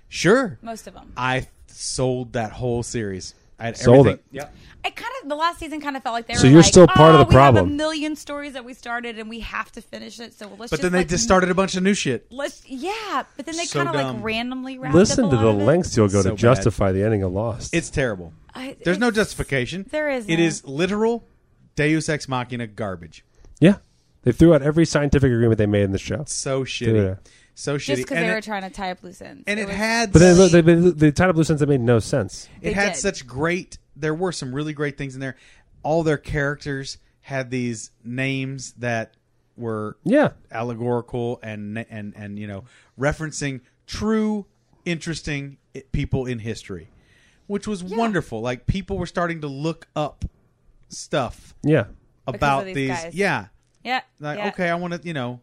Speaker 2: Sure.
Speaker 5: Most of them.
Speaker 2: I sold that whole series. I had
Speaker 1: Sold
Speaker 2: everything.
Speaker 1: it.
Speaker 2: Yep.
Speaker 5: It kind of the last season kind of felt like they
Speaker 1: So
Speaker 5: were
Speaker 1: you're
Speaker 5: like,
Speaker 1: still part of
Speaker 5: "Oh,
Speaker 1: the problem."
Speaker 5: We have a million stories that we started and we have to finish it. So
Speaker 2: But
Speaker 5: let's. just
Speaker 2: then they
Speaker 5: like,
Speaker 2: just started a bunch of new shit.
Speaker 5: Let's yeah, but then they
Speaker 2: So
Speaker 5: kind of
Speaker 2: dumb.
Speaker 5: like randomly wrapped
Speaker 1: Listen
Speaker 5: up
Speaker 1: to
Speaker 5: a lot
Speaker 1: the
Speaker 5: of it.
Speaker 1: lengths you'll go to
Speaker 2: So bad.
Speaker 1: justify the ending of Lost.
Speaker 2: It's terrible.
Speaker 5: I-
Speaker 2: There's no
Speaker 5: it's-
Speaker 2: justification.
Speaker 5: there is
Speaker 2: It
Speaker 5: none.
Speaker 2: is literal Deus Ex Machina garbage.
Speaker 1: yeah, they threw out every scientific agreement they made in the show.
Speaker 2: So
Speaker 1: Yeah.
Speaker 2: shitty. So shitty.
Speaker 5: Just because
Speaker 2: And
Speaker 5: they
Speaker 2: it-
Speaker 5: were trying to tie up loose ends,
Speaker 2: and it
Speaker 5: was-
Speaker 2: had
Speaker 1: But then they, they, they tied up loose ends that made no sense.
Speaker 2: it
Speaker 5: They
Speaker 2: had
Speaker 5: did.
Speaker 2: such great there were some really great things in there all their characters had these names that were
Speaker 1: Yeah.
Speaker 2: allegorical and and and you know referencing true interesting i- people in history which was wonderful like people were starting to look up stuff
Speaker 1: Yeah,
Speaker 2: about
Speaker 5: of
Speaker 2: these,
Speaker 5: these guys.
Speaker 2: yeah
Speaker 5: yeah,
Speaker 2: like
Speaker 5: yeah.
Speaker 2: okay i want to you know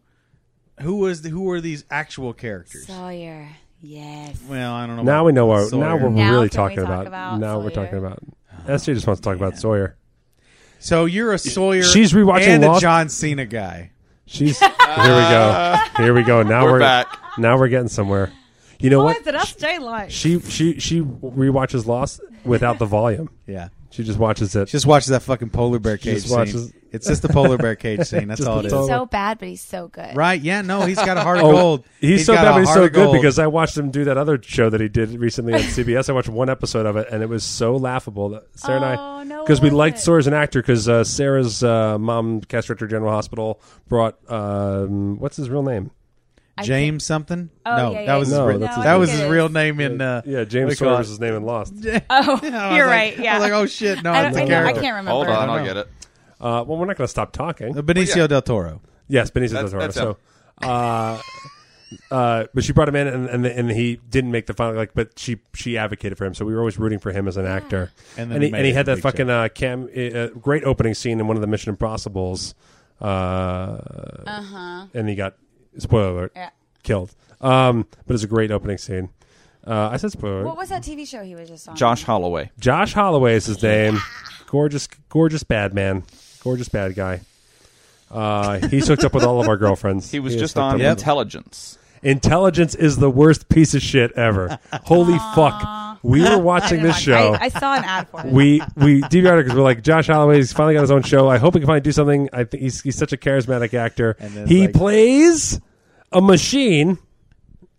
Speaker 2: who was the, who were these actual characters
Speaker 5: Sawyer, yes.
Speaker 2: well i don't know
Speaker 1: now
Speaker 2: about
Speaker 1: we know what.
Speaker 2: Sawyer.
Speaker 1: Now we're
Speaker 5: Now
Speaker 1: really
Speaker 5: can we
Speaker 1: talking
Speaker 5: talk
Speaker 1: about,
Speaker 5: about
Speaker 1: Now we're
Speaker 5: Sawyer?
Speaker 1: talking about. Esther just wants to talk about Sawyer.
Speaker 2: So you're a Sawyer.
Speaker 1: She's rewatching
Speaker 2: and
Speaker 1: Lost.
Speaker 2: a John Cena guy.
Speaker 1: She's here. We go. Here we go. Now we're,
Speaker 3: We're back.
Speaker 1: Now we're getting somewhere. You know
Speaker 5: Boy,
Speaker 1: what?
Speaker 5: did us stay like?
Speaker 1: She she she rewatches Lost without the volume.
Speaker 2: Yeah,
Speaker 1: She just watches it.
Speaker 2: she just watches that fucking polar bear cage
Speaker 1: just watches-
Speaker 2: scene. It's just the polar bear cage scene. That's
Speaker 1: Just
Speaker 2: all
Speaker 1: the
Speaker 2: it is.
Speaker 1: polar-
Speaker 5: He's so bad, but he's so good.
Speaker 2: Right? Yeah. No, he's got a heart of
Speaker 1: Oh,
Speaker 2: gold.
Speaker 1: He's, so
Speaker 2: got
Speaker 1: bad,
Speaker 2: a
Speaker 1: but he's
Speaker 2: heart
Speaker 1: so
Speaker 2: of
Speaker 1: good
Speaker 2: gold.
Speaker 1: because I watched him do that other show that he did recently on CBS. I watched one episode of it, and it was so laughable that Sarah
Speaker 5: Oh,
Speaker 1: and I,
Speaker 5: no,
Speaker 1: because
Speaker 5: what
Speaker 1: we
Speaker 5: was
Speaker 1: liked
Speaker 5: it?
Speaker 1: Sarah as an actor, because uh, Sarah's uh, mom, Cast Director General Hospital, brought um, what's his real name?
Speaker 5: I
Speaker 2: James something.
Speaker 5: Oh,
Speaker 2: no,
Speaker 5: yeah, yeah,
Speaker 2: that was
Speaker 5: yeah.
Speaker 2: his
Speaker 1: No,
Speaker 2: real,
Speaker 1: that's his
Speaker 2: that
Speaker 1: name.
Speaker 2: was his
Speaker 5: Because-
Speaker 2: real name in uh,
Speaker 1: Yeah,
Speaker 2: what do
Speaker 1: James
Speaker 2: you call
Speaker 1: Sawyer
Speaker 2: it?
Speaker 1: was his name in Lost.
Speaker 5: Oh,
Speaker 2: I was
Speaker 5: you're
Speaker 2: like-
Speaker 5: right. Yeah,
Speaker 2: I was like, oh shit, no,
Speaker 5: I,
Speaker 2: it's
Speaker 5: don't,
Speaker 2: a
Speaker 5: I, know, I
Speaker 2: character.
Speaker 5: can't remember.
Speaker 3: Hold on,
Speaker 2: know.
Speaker 3: I'll get it.
Speaker 1: Uh, well, we're not going to stop talking.
Speaker 2: Benicio del Toro.
Speaker 1: Yes, Benicio del
Speaker 3: That's-
Speaker 1: Toro.
Speaker 3: that's
Speaker 1: So, uh, uh, but she brought him in, and and, and he didn't make the final. Like, but she she advocated for him, so we were always rooting for him as an actor. And,
Speaker 2: And then he
Speaker 1: he,
Speaker 2: made
Speaker 1: and he
Speaker 2: it
Speaker 1: had
Speaker 2: a
Speaker 1: that
Speaker 2: big show.
Speaker 1: fucking uh, cam uh, great opening scene in one of the Mission Impossible's. Uh huh. And he got spoiler alert
Speaker 5: Uh-huh. Yeah.
Speaker 1: killed. Um, but it's a great opening scene. Uh, I said spoiler. alert.
Speaker 5: What was that TV show he was just on?
Speaker 3: Josh Holloway.
Speaker 1: Josh Holloway is his name. Gorgeous, gorgeous bad man. Gorgeous bad guy. Uh, he's hooked up with all of our girlfriends.
Speaker 3: He was
Speaker 1: is
Speaker 3: just
Speaker 1: hooked
Speaker 3: on
Speaker 1: up with-
Speaker 3: intelligence.
Speaker 1: Intelligence is the worst piece of shit ever. Holy fuck. We were
Speaker 5: I
Speaker 1: watching
Speaker 5: didn't
Speaker 1: this
Speaker 5: watch-
Speaker 1: show.
Speaker 5: I, I saw an ad for it.
Speaker 1: we we DVR because we're like Josh Holloway's finally got his own show. I hope he can finally do something. I think he's he's such a charismatic actor.
Speaker 2: then it's
Speaker 1: He
Speaker 2: like-
Speaker 1: plays a machine.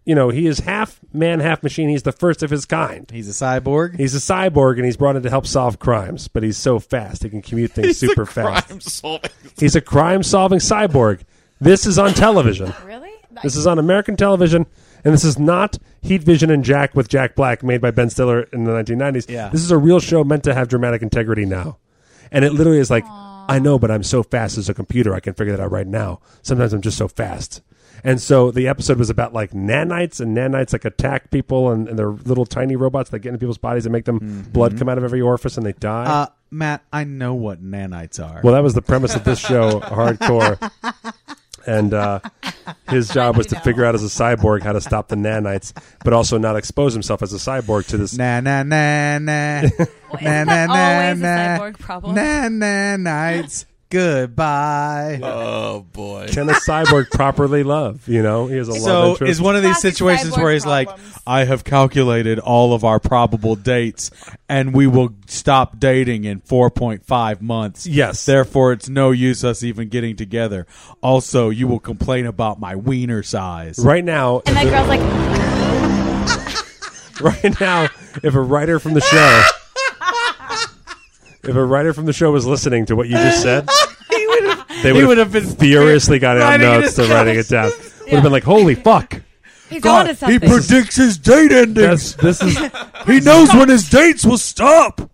Speaker 1: You know, he is half man, half machine. He's the first of his kind.
Speaker 2: He's a cyborg.
Speaker 1: He's a cyborg and he's brought in to help solve crimes, but he's so fast he can commute things super fast.
Speaker 3: Crime solving.
Speaker 1: He's a crime solving cyborg. This is on television.
Speaker 5: really?
Speaker 1: This is on American television, and this is not Heat Vision and Jack with Jack Black, made by Ben Stiller in the 1990s.
Speaker 2: Yeah.
Speaker 1: This is a real show meant to have dramatic integrity now. And it literally is like, I know, but I'm so fast as a computer, I can figure that out right now. Sometimes I'm just so fast. And so the episode was about like nanites, and nanites like attack people, and, and they're little tiny robots that get into people's bodies and make them blood come out of every orifice and they die.
Speaker 2: uh, Matt, I know what nanites are.
Speaker 1: Well, that was the premise of this show, hardcore. And uh, his job was to figure out as a cyborg how to stop the nanites, but also not expose himself as a cyborg to this.
Speaker 2: Na na na na.
Speaker 5: isn't that always a cyborg problem?
Speaker 2: Na na nights. Goodbye.
Speaker 7: Oh boy.
Speaker 1: Can a cyborg properly love? You know, he has a love
Speaker 2: so
Speaker 1: interest.
Speaker 2: is one of these
Speaker 5: Classic
Speaker 2: situations
Speaker 5: cyborg
Speaker 2: where he's
Speaker 5: problems.
Speaker 2: like, I have calculated all of our probable dates, and we will stop dating in 4.5 months.
Speaker 1: Yes.
Speaker 2: Therefore, it's no use us even getting together. Also, you will complain about my wiener size.
Speaker 1: right now,
Speaker 5: And that girl's like,
Speaker 1: right now, if a writer from the show, if a writer from the show was listening to what you just said, they
Speaker 2: He
Speaker 1: would
Speaker 2: would
Speaker 1: have
Speaker 2: have been
Speaker 1: furiously got it on
Speaker 2: writing in
Speaker 1: notes and
Speaker 2: his
Speaker 1: writing it down. Would have been like, "Holy fuck!"
Speaker 5: he's on
Speaker 2: God,
Speaker 5: to
Speaker 2: he
Speaker 5: something.
Speaker 2: predicts his date endings.
Speaker 1: That's, this is
Speaker 2: He knows when his dates will stop.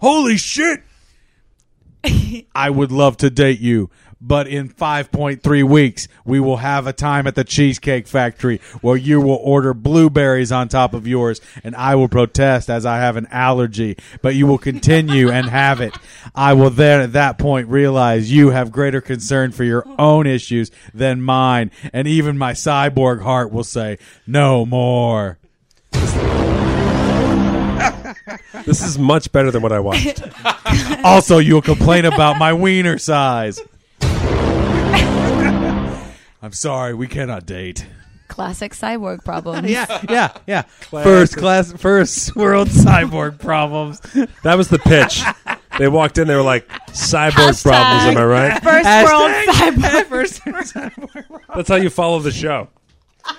Speaker 2: Holy shit. I would love to date you, but in 5.3 weeks, we will have a time at the Cheesecake Factory where you will order blueberries on top of yours, and I will protest as I have an allergy, but you will continue and have it. I will then at that point realize you have greater concern for your own issues than mine, and even my cyborg heart will say, no more.
Speaker 1: this is much better than what I watched.
Speaker 2: Also, you'll complain about my wiener size. I'm sorry, we cannot date.
Speaker 5: Classic cyborg problems.
Speaker 2: Yeah, yeah, yeah. First class, first world cyborg problems.
Speaker 1: That was the pitch. They walked in. They were like, "Cyborg
Speaker 5: Hashtag.
Speaker 1: problems." Am I right?
Speaker 5: First world cyborg.
Speaker 2: First,
Speaker 1: That's how you follow the show.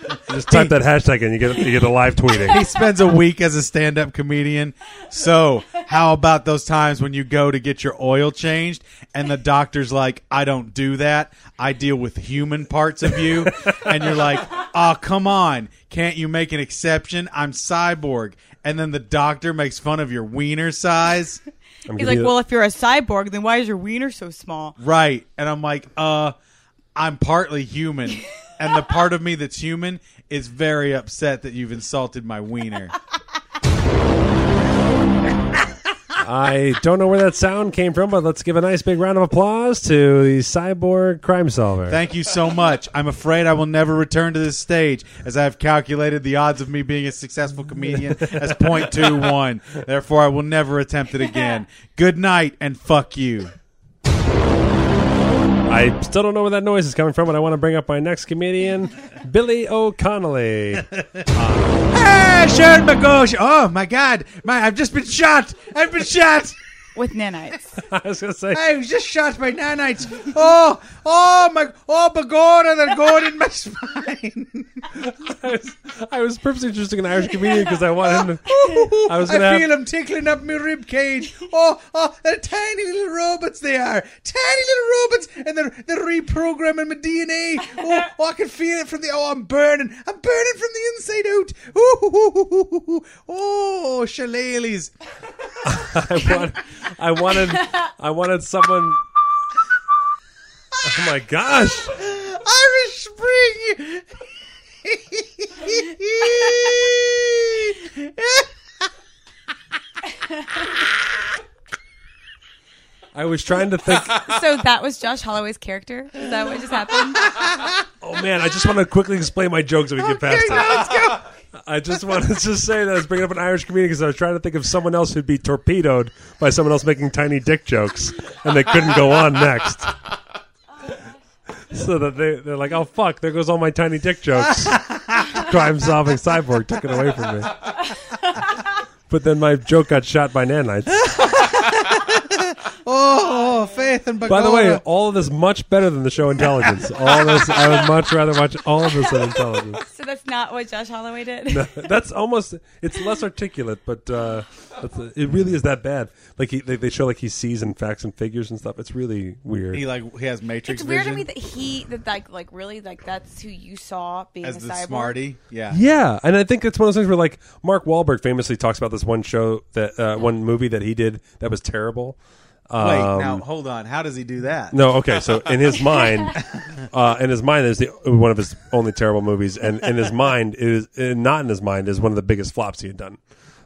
Speaker 1: You just type that hashtag and you get you get a live
Speaker 2: he
Speaker 1: tweeting.
Speaker 2: spends a week as a stand-up comedian. So, how about those times when you go to get your oil changed and the doctor's like, "I don't do that. I deal with human parts of you," and you're like, "Oh, come on, can't you make an exception? I'm cyborg." And then the doctor makes fun of your wiener size,
Speaker 1: I'm
Speaker 8: He's
Speaker 1: gonna
Speaker 8: like,
Speaker 1: be-
Speaker 8: well, if you're a cyborg, then why is your wiener so small?
Speaker 2: right? And I'm like, "Uh, I'm partly human." And the part of me that's human is very upset that you've insulted my wiener.
Speaker 1: I don't know where that sound came from, but let's give a nice big round of applause to the cyborg crime solver.
Speaker 2: Thank you so much. I'm afraid I will never return to this stage as I have calculated the odds of me being a successful comedian as 0.21. Therefore, I will never attempt it again. Good night and fuck you.
Speaker 1: I still don't know where that noise is coming from, but I want to bring up my next comedian, Billy O'Connolly.
Speaker 2: Ah, Sharon McGosh. Oh my God. My, I've just been shot. I've been shot.
Speaker 8: With nanites.
Speaker 1: I was going to say,
Speaker 2: I was just shot by nanites. Oh, oh my, oh Begorra, they're going in my spine.
Speaker 1: I was, I was purposely choosing an Irish comedian because I wanted him to. I
Speaker 2: I,
Speaker 1: was gonna have-
Speaker 2: feel them tickling up my rib cage. Oh, oh, they're tiny little robots. They are tiny little robots, and they're they're reprogramming my DNA. Oh, oh, I can feel it from the. Oh, I'm burning. I'm burning from the inside out. Ooh, ooh, ooh, ooh, ooh, ooh. oh, shillelaghs.
Speaker 1: I, want, I wanted, I wanted someone. Oh my gosh!
Speaker 2: Irish spring.
Speaker 1: I was trying to think.
Speaker 5: So that was Josh Holloway's character. Is that what just happened?
Speaker 1: Oh man, I just want to quickly explain my jokes so we get past it.
Speaker 2: Let's go.
Speaker 1: I just wanted to say that I was bringing up an Irish comedian because I was trying to think of someone else who'd be torpedoed by someone else making tiny dick jokes, and they couldn't go on next. So that they, they're like, oh fuck, there goes all my tiny dick jokes. Crime solving cyborg took it away from me. But then my joke got shot by nanites.
Speaker 2: Oh, faith and
Speaker 1: By the way, all of this much better than the show Intelligence. All this, I would much rather watch all of this than Intelligence.
Speaker 5: So that's not what Josh Holloway did.
Speaker 1: that's almost it's less articulate but uh that's, it really is that bad like he, they, they show like he sees and facts and figures and stuff it's really weird
Speaker 2: like he has Matrix
Speaker 5: It's weird to me that he that like like really like that's who you saw being a cyborg.
Speaker 2: Yeah.
Speaker 1: yeah, and I think it's one of those things where, like, Mark Wahlberg famously talks about this one show that uh, one movie that he did that was terrible. Um,
Speaker 2: Wait, now hold on. How does he do that?
Speaker 1: No, okay. So in his mind, uh, in his mind, there's the one of his only terrible movies, and in his mind it is uh, not in his mind is one of the biggest flops he had done.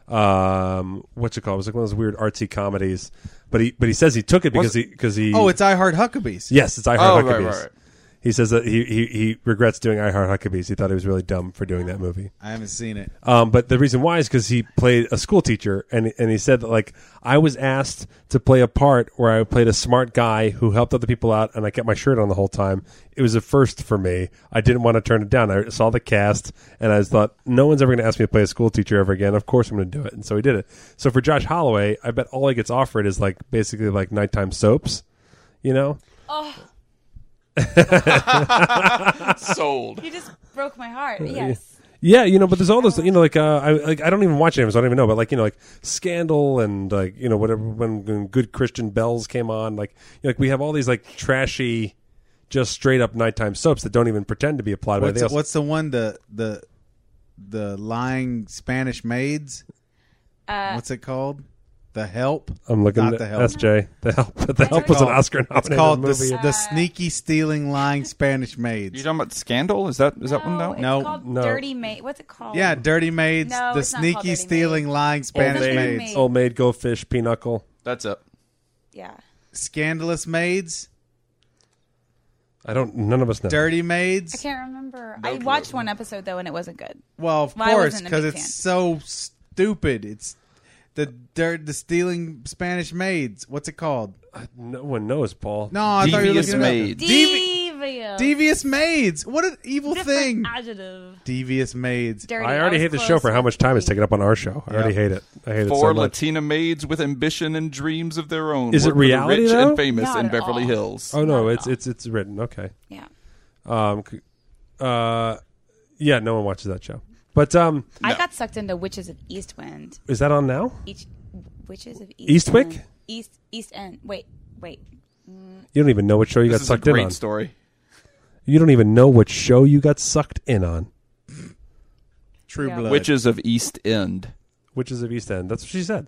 Speaker 1: Um, what's it called? It was like one of those weird artsy comedies, but he but he says he took it because
Speaker 2: Was-
Speaker 1: he because he
Speaker 2: Oh, it's I Heart Huckabees.
Speaker 1: yes, it's I Heart
Speaker 3: Oh,
Speaker 1: Huckabees.
Speaker 3: right, right, right.
Speaker 1: He says that he, he, he regrets doing I Heart Huckabees. He thought he was really dumb for doing that movie.
Speaker 2: I haven't seen it.
Speaker 1: Um, but the reason why is because he played a school teacher, and and he said that like I was asked to play a part where I played a smart guy who helped other people out, and I kept my shirt on the whole time. It was a first for me. I didn't want to turn it down. I saw the cast, and I just thought no one's ever going to ask me to play a school teacher ever again. Of course I'm going to do it, and so he did it. So for Josh Holloway, I bet all he gets offered is like basically like nighttime soaps, you know.
Speaker 3: Sold.
Speaker 5: You just broke my heart. Yes.
Speaker 1: Yeah, you know, but there's all this, you know, like uh, I like I don't even watch Amazon, I don't even know, but like you know, like Scandal and like you know whatever when, when Good Christian Bells came on, like you know, like we have all these like trashy, just straight up nighttime soaps that don't even pretend to be a plot. about
Speaker 2: What's,
Speaker 1: anything else.
Speaker 2: what's the one the the the lying Spanish maids?
Speaker 5: Uh,
Speaker 2: what's it called? The Help.
Speaker 1: I'm looking
Speaker 2: not
Speaker 1: at
Speaker 2: the Help.
Speaker 1: SJ. The help, the help was an Oscar
Speaker 2: It's
Speaker 1: nominated
Speaker 2: called the,
Speaker 1: movie.
Speaker 2: s- the sneaky stealing lying Spanish maids.
Speaker 6: You talking about Scandal? Is that is that one now?
Speaker 5: No, Oh, it's
Speaker 2: No.
Speaker 5: called
Speaker 1: No.
Speaker 5: Dirty Mate. What's it called?
Speaker 2: Yeah, dirty maids.
Speaker 5: No,
Speaker 2: the
Speaker 5: it's not called
Speaker 2: sneaky
Speaker 5: Dirty
Speaker 2: stealing
Speaker 5: Maids.
Speaker 2: lying
Speaker 1: old
Speaker 2: Spanish
Speaker 5: Dirty
Speaker 1: maid,
Speaker 2: maids.
Speaker 1: old maid, go fish, pinochle.
Speaker 3: That's it.
Speaker 5: Yeah.
Speaker 2: Scandalous maids.
Speaker 1: I don't. None of us know.
Speaker 2: Dirty
Speaker 5: I
Speaker 2: maids.
Speaker 5: can't remember. I watched one episode though, and it wasn't good.
Speaker 2: Well, of
Speaker 5: Well, I
Speaker 2: course,
Speaker 5: wasn't a
Speaker 2: because
Speaker 5: big
Speaker 2: it's so stupid. It's the dirt, the stealing Spanish maids. What's it called?
Speaker 1: No one knows, Paul.
Speaker 2: No, I thought you were
Speaker 3: Devious
Speaker 2: looking it up.
Speaker 3: maids.
Speaker 2: Devi-
Speaker 5: Devious.
Speaker 2: devious maids. What an evil
Speaker 5: Different
Speaker 2: thing.
Speaker 5: Adjective.
Speaker 2: Devious maids.
Speaker 5: Dirty.
Speaker 1: I already
Speaker 5: was
Speaker 1: hate the
Speaker 5: close.
Speaker 1: show for how much time it's taken up on our show. I already hate it. I hate it
Speaker 3: Four
Speaker 1: so much.
Speaker 3: Latina maids with ambition and dreams of their own.
Speaker 1: Is it
Speaker 3: work for the
Speaker 1: reality,
Speaker 3: Rich
Speaker 1: though?
Speaker 3: and famous
Speaker 5: Not
Speaker 3: in
Speaker 5: at
Speaker 3: Beverly
Speaker 5: all.
Speaker 3: Hills.
Speaker 1: oh no,
Speaker 5: Not at
Speaker 1: it's
Speaker 5: all.
Speaker 1: it's it's written. Okay.
Speaker 5: Yeah.
Speaker 1: Um, c- uh, yeah, no one watches that show. But um,
Speaker 5: I got sucked into Witches of Eastwind.
Speaker 1: is that on now?
Speaker 5: Each Witches of
Speaker 1: Eastwick?
Speaker 5: Eastwick. East East End. Wait, wait.
Speaker 1: You don't even know what show you
Speaker 3: This
Speaker 1: got
Speaker 3: is a
Speaker 1: sucked in
Speaker 3: great
Speaker 1: on.
Speaker 3: story.
Speaker 1: You don't even know what show you got sucked in on.
Speaker 2: True
Speaker 5: Yeah.
Speaker 2: blood.
Speaker 3: Witches of East End.
Speaker 1: Witches of East End. That's what she said.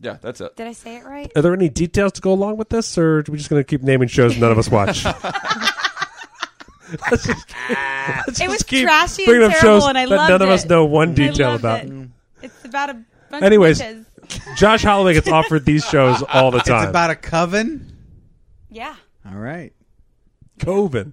Speaker 3: Yeah, that's it.
Speaker 5: Did I say it right?
Speaker 1: Are there any details to go along with this, or are we just going to keep naming shows none of us watch? let's just, let's
Speaker 8: It
Speaker 1: just
Speaker 8: was
Speaker 1: keep
Speaker 8: trashy and
Speaker 1: bringing up
Speaker 8: terrible,
Speaker 1: shows
Speaker 8: and I
Speaker 1: that none
Speaker 8: loved
Speaker 1: of us
Speaker 8: it.
Speaker 1: know one detail
Speaker 8: loved
Speaker 1: about.
Speaker 8: it. It's about a bunch
Speaker 1: Anyways.
Speaker 8: of witches.
Speaker 1: Josh Holloway gets offered these shows all the
Speaker 2: It's
Speaker 1: time.
Speaker 2: about a coven.
Speaker 5: Yeah.
Speaker 2: All right.
Speaker 1: Coven.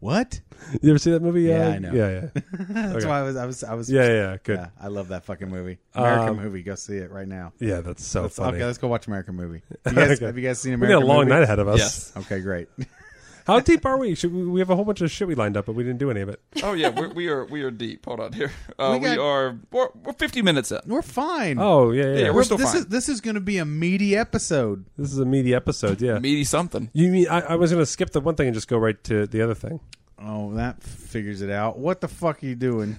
Speaker 2: What?
Speaker 1: You ever see that movie?
Speaker 2: Yeah,
Speaker 1: uh,
Speaker 2: I know.
Speaker 1: Yeah, yeah,
Speaker 2: That's
Speaker 1: Okay.
Speaker 2: why I was. I was. I was.
Speaker 1: yeah, yeah. Good.
Speaker 2: Yeah, I love that fucking movie. American
Speaker 1: Um,
Speaker 2: movie. Go see it right now.
Speaker 1: Yeah, that's so
Speaker 2: Let's-
Speaker 1: funny.
Speaker 2: okay, let's go watch American movie. You guys,
Speaker 1: Okay.
Speaker 2: Have you guys seen
Speaker 1: we
Speaker 2: American?
Speaker 1: got a long
Speaker 2: movie?
Speaker 1: night ahead of us.
Speaker 3: Yes.
Speaker 2: Okay, great.
Speaker 1: How deep are we? Should we? We have a whole bunch of shit we lined up, but we didn't do any of it.
Speaker 3: Oh yeah, we're, we are we are deep. Hold on here. Uh,
Speaker 2: We
Speaker 3: we,
Speaker 2: got-
Speaker 3: are we're, we're fifty minutes in.
Speaker 2: We're fine.
Speaker 1: Oh yeah, yeah. yeah.
Speaker 3: yeah,
Speaker 2: We're-
Speaker 3: we're- still
Speaker 2: this
Speaker 3: fine.
Speaker 2: is this is going to be a meaty episode.
Speaker 1: this is a meaty episode. Yeah.
Speaker 3: Meaty something.
Speaker 1: you mean I, I was going to skip the one thing and just go right to the other thing?
Speaker 2: Oh, that figures it out. What the fuck are you doing?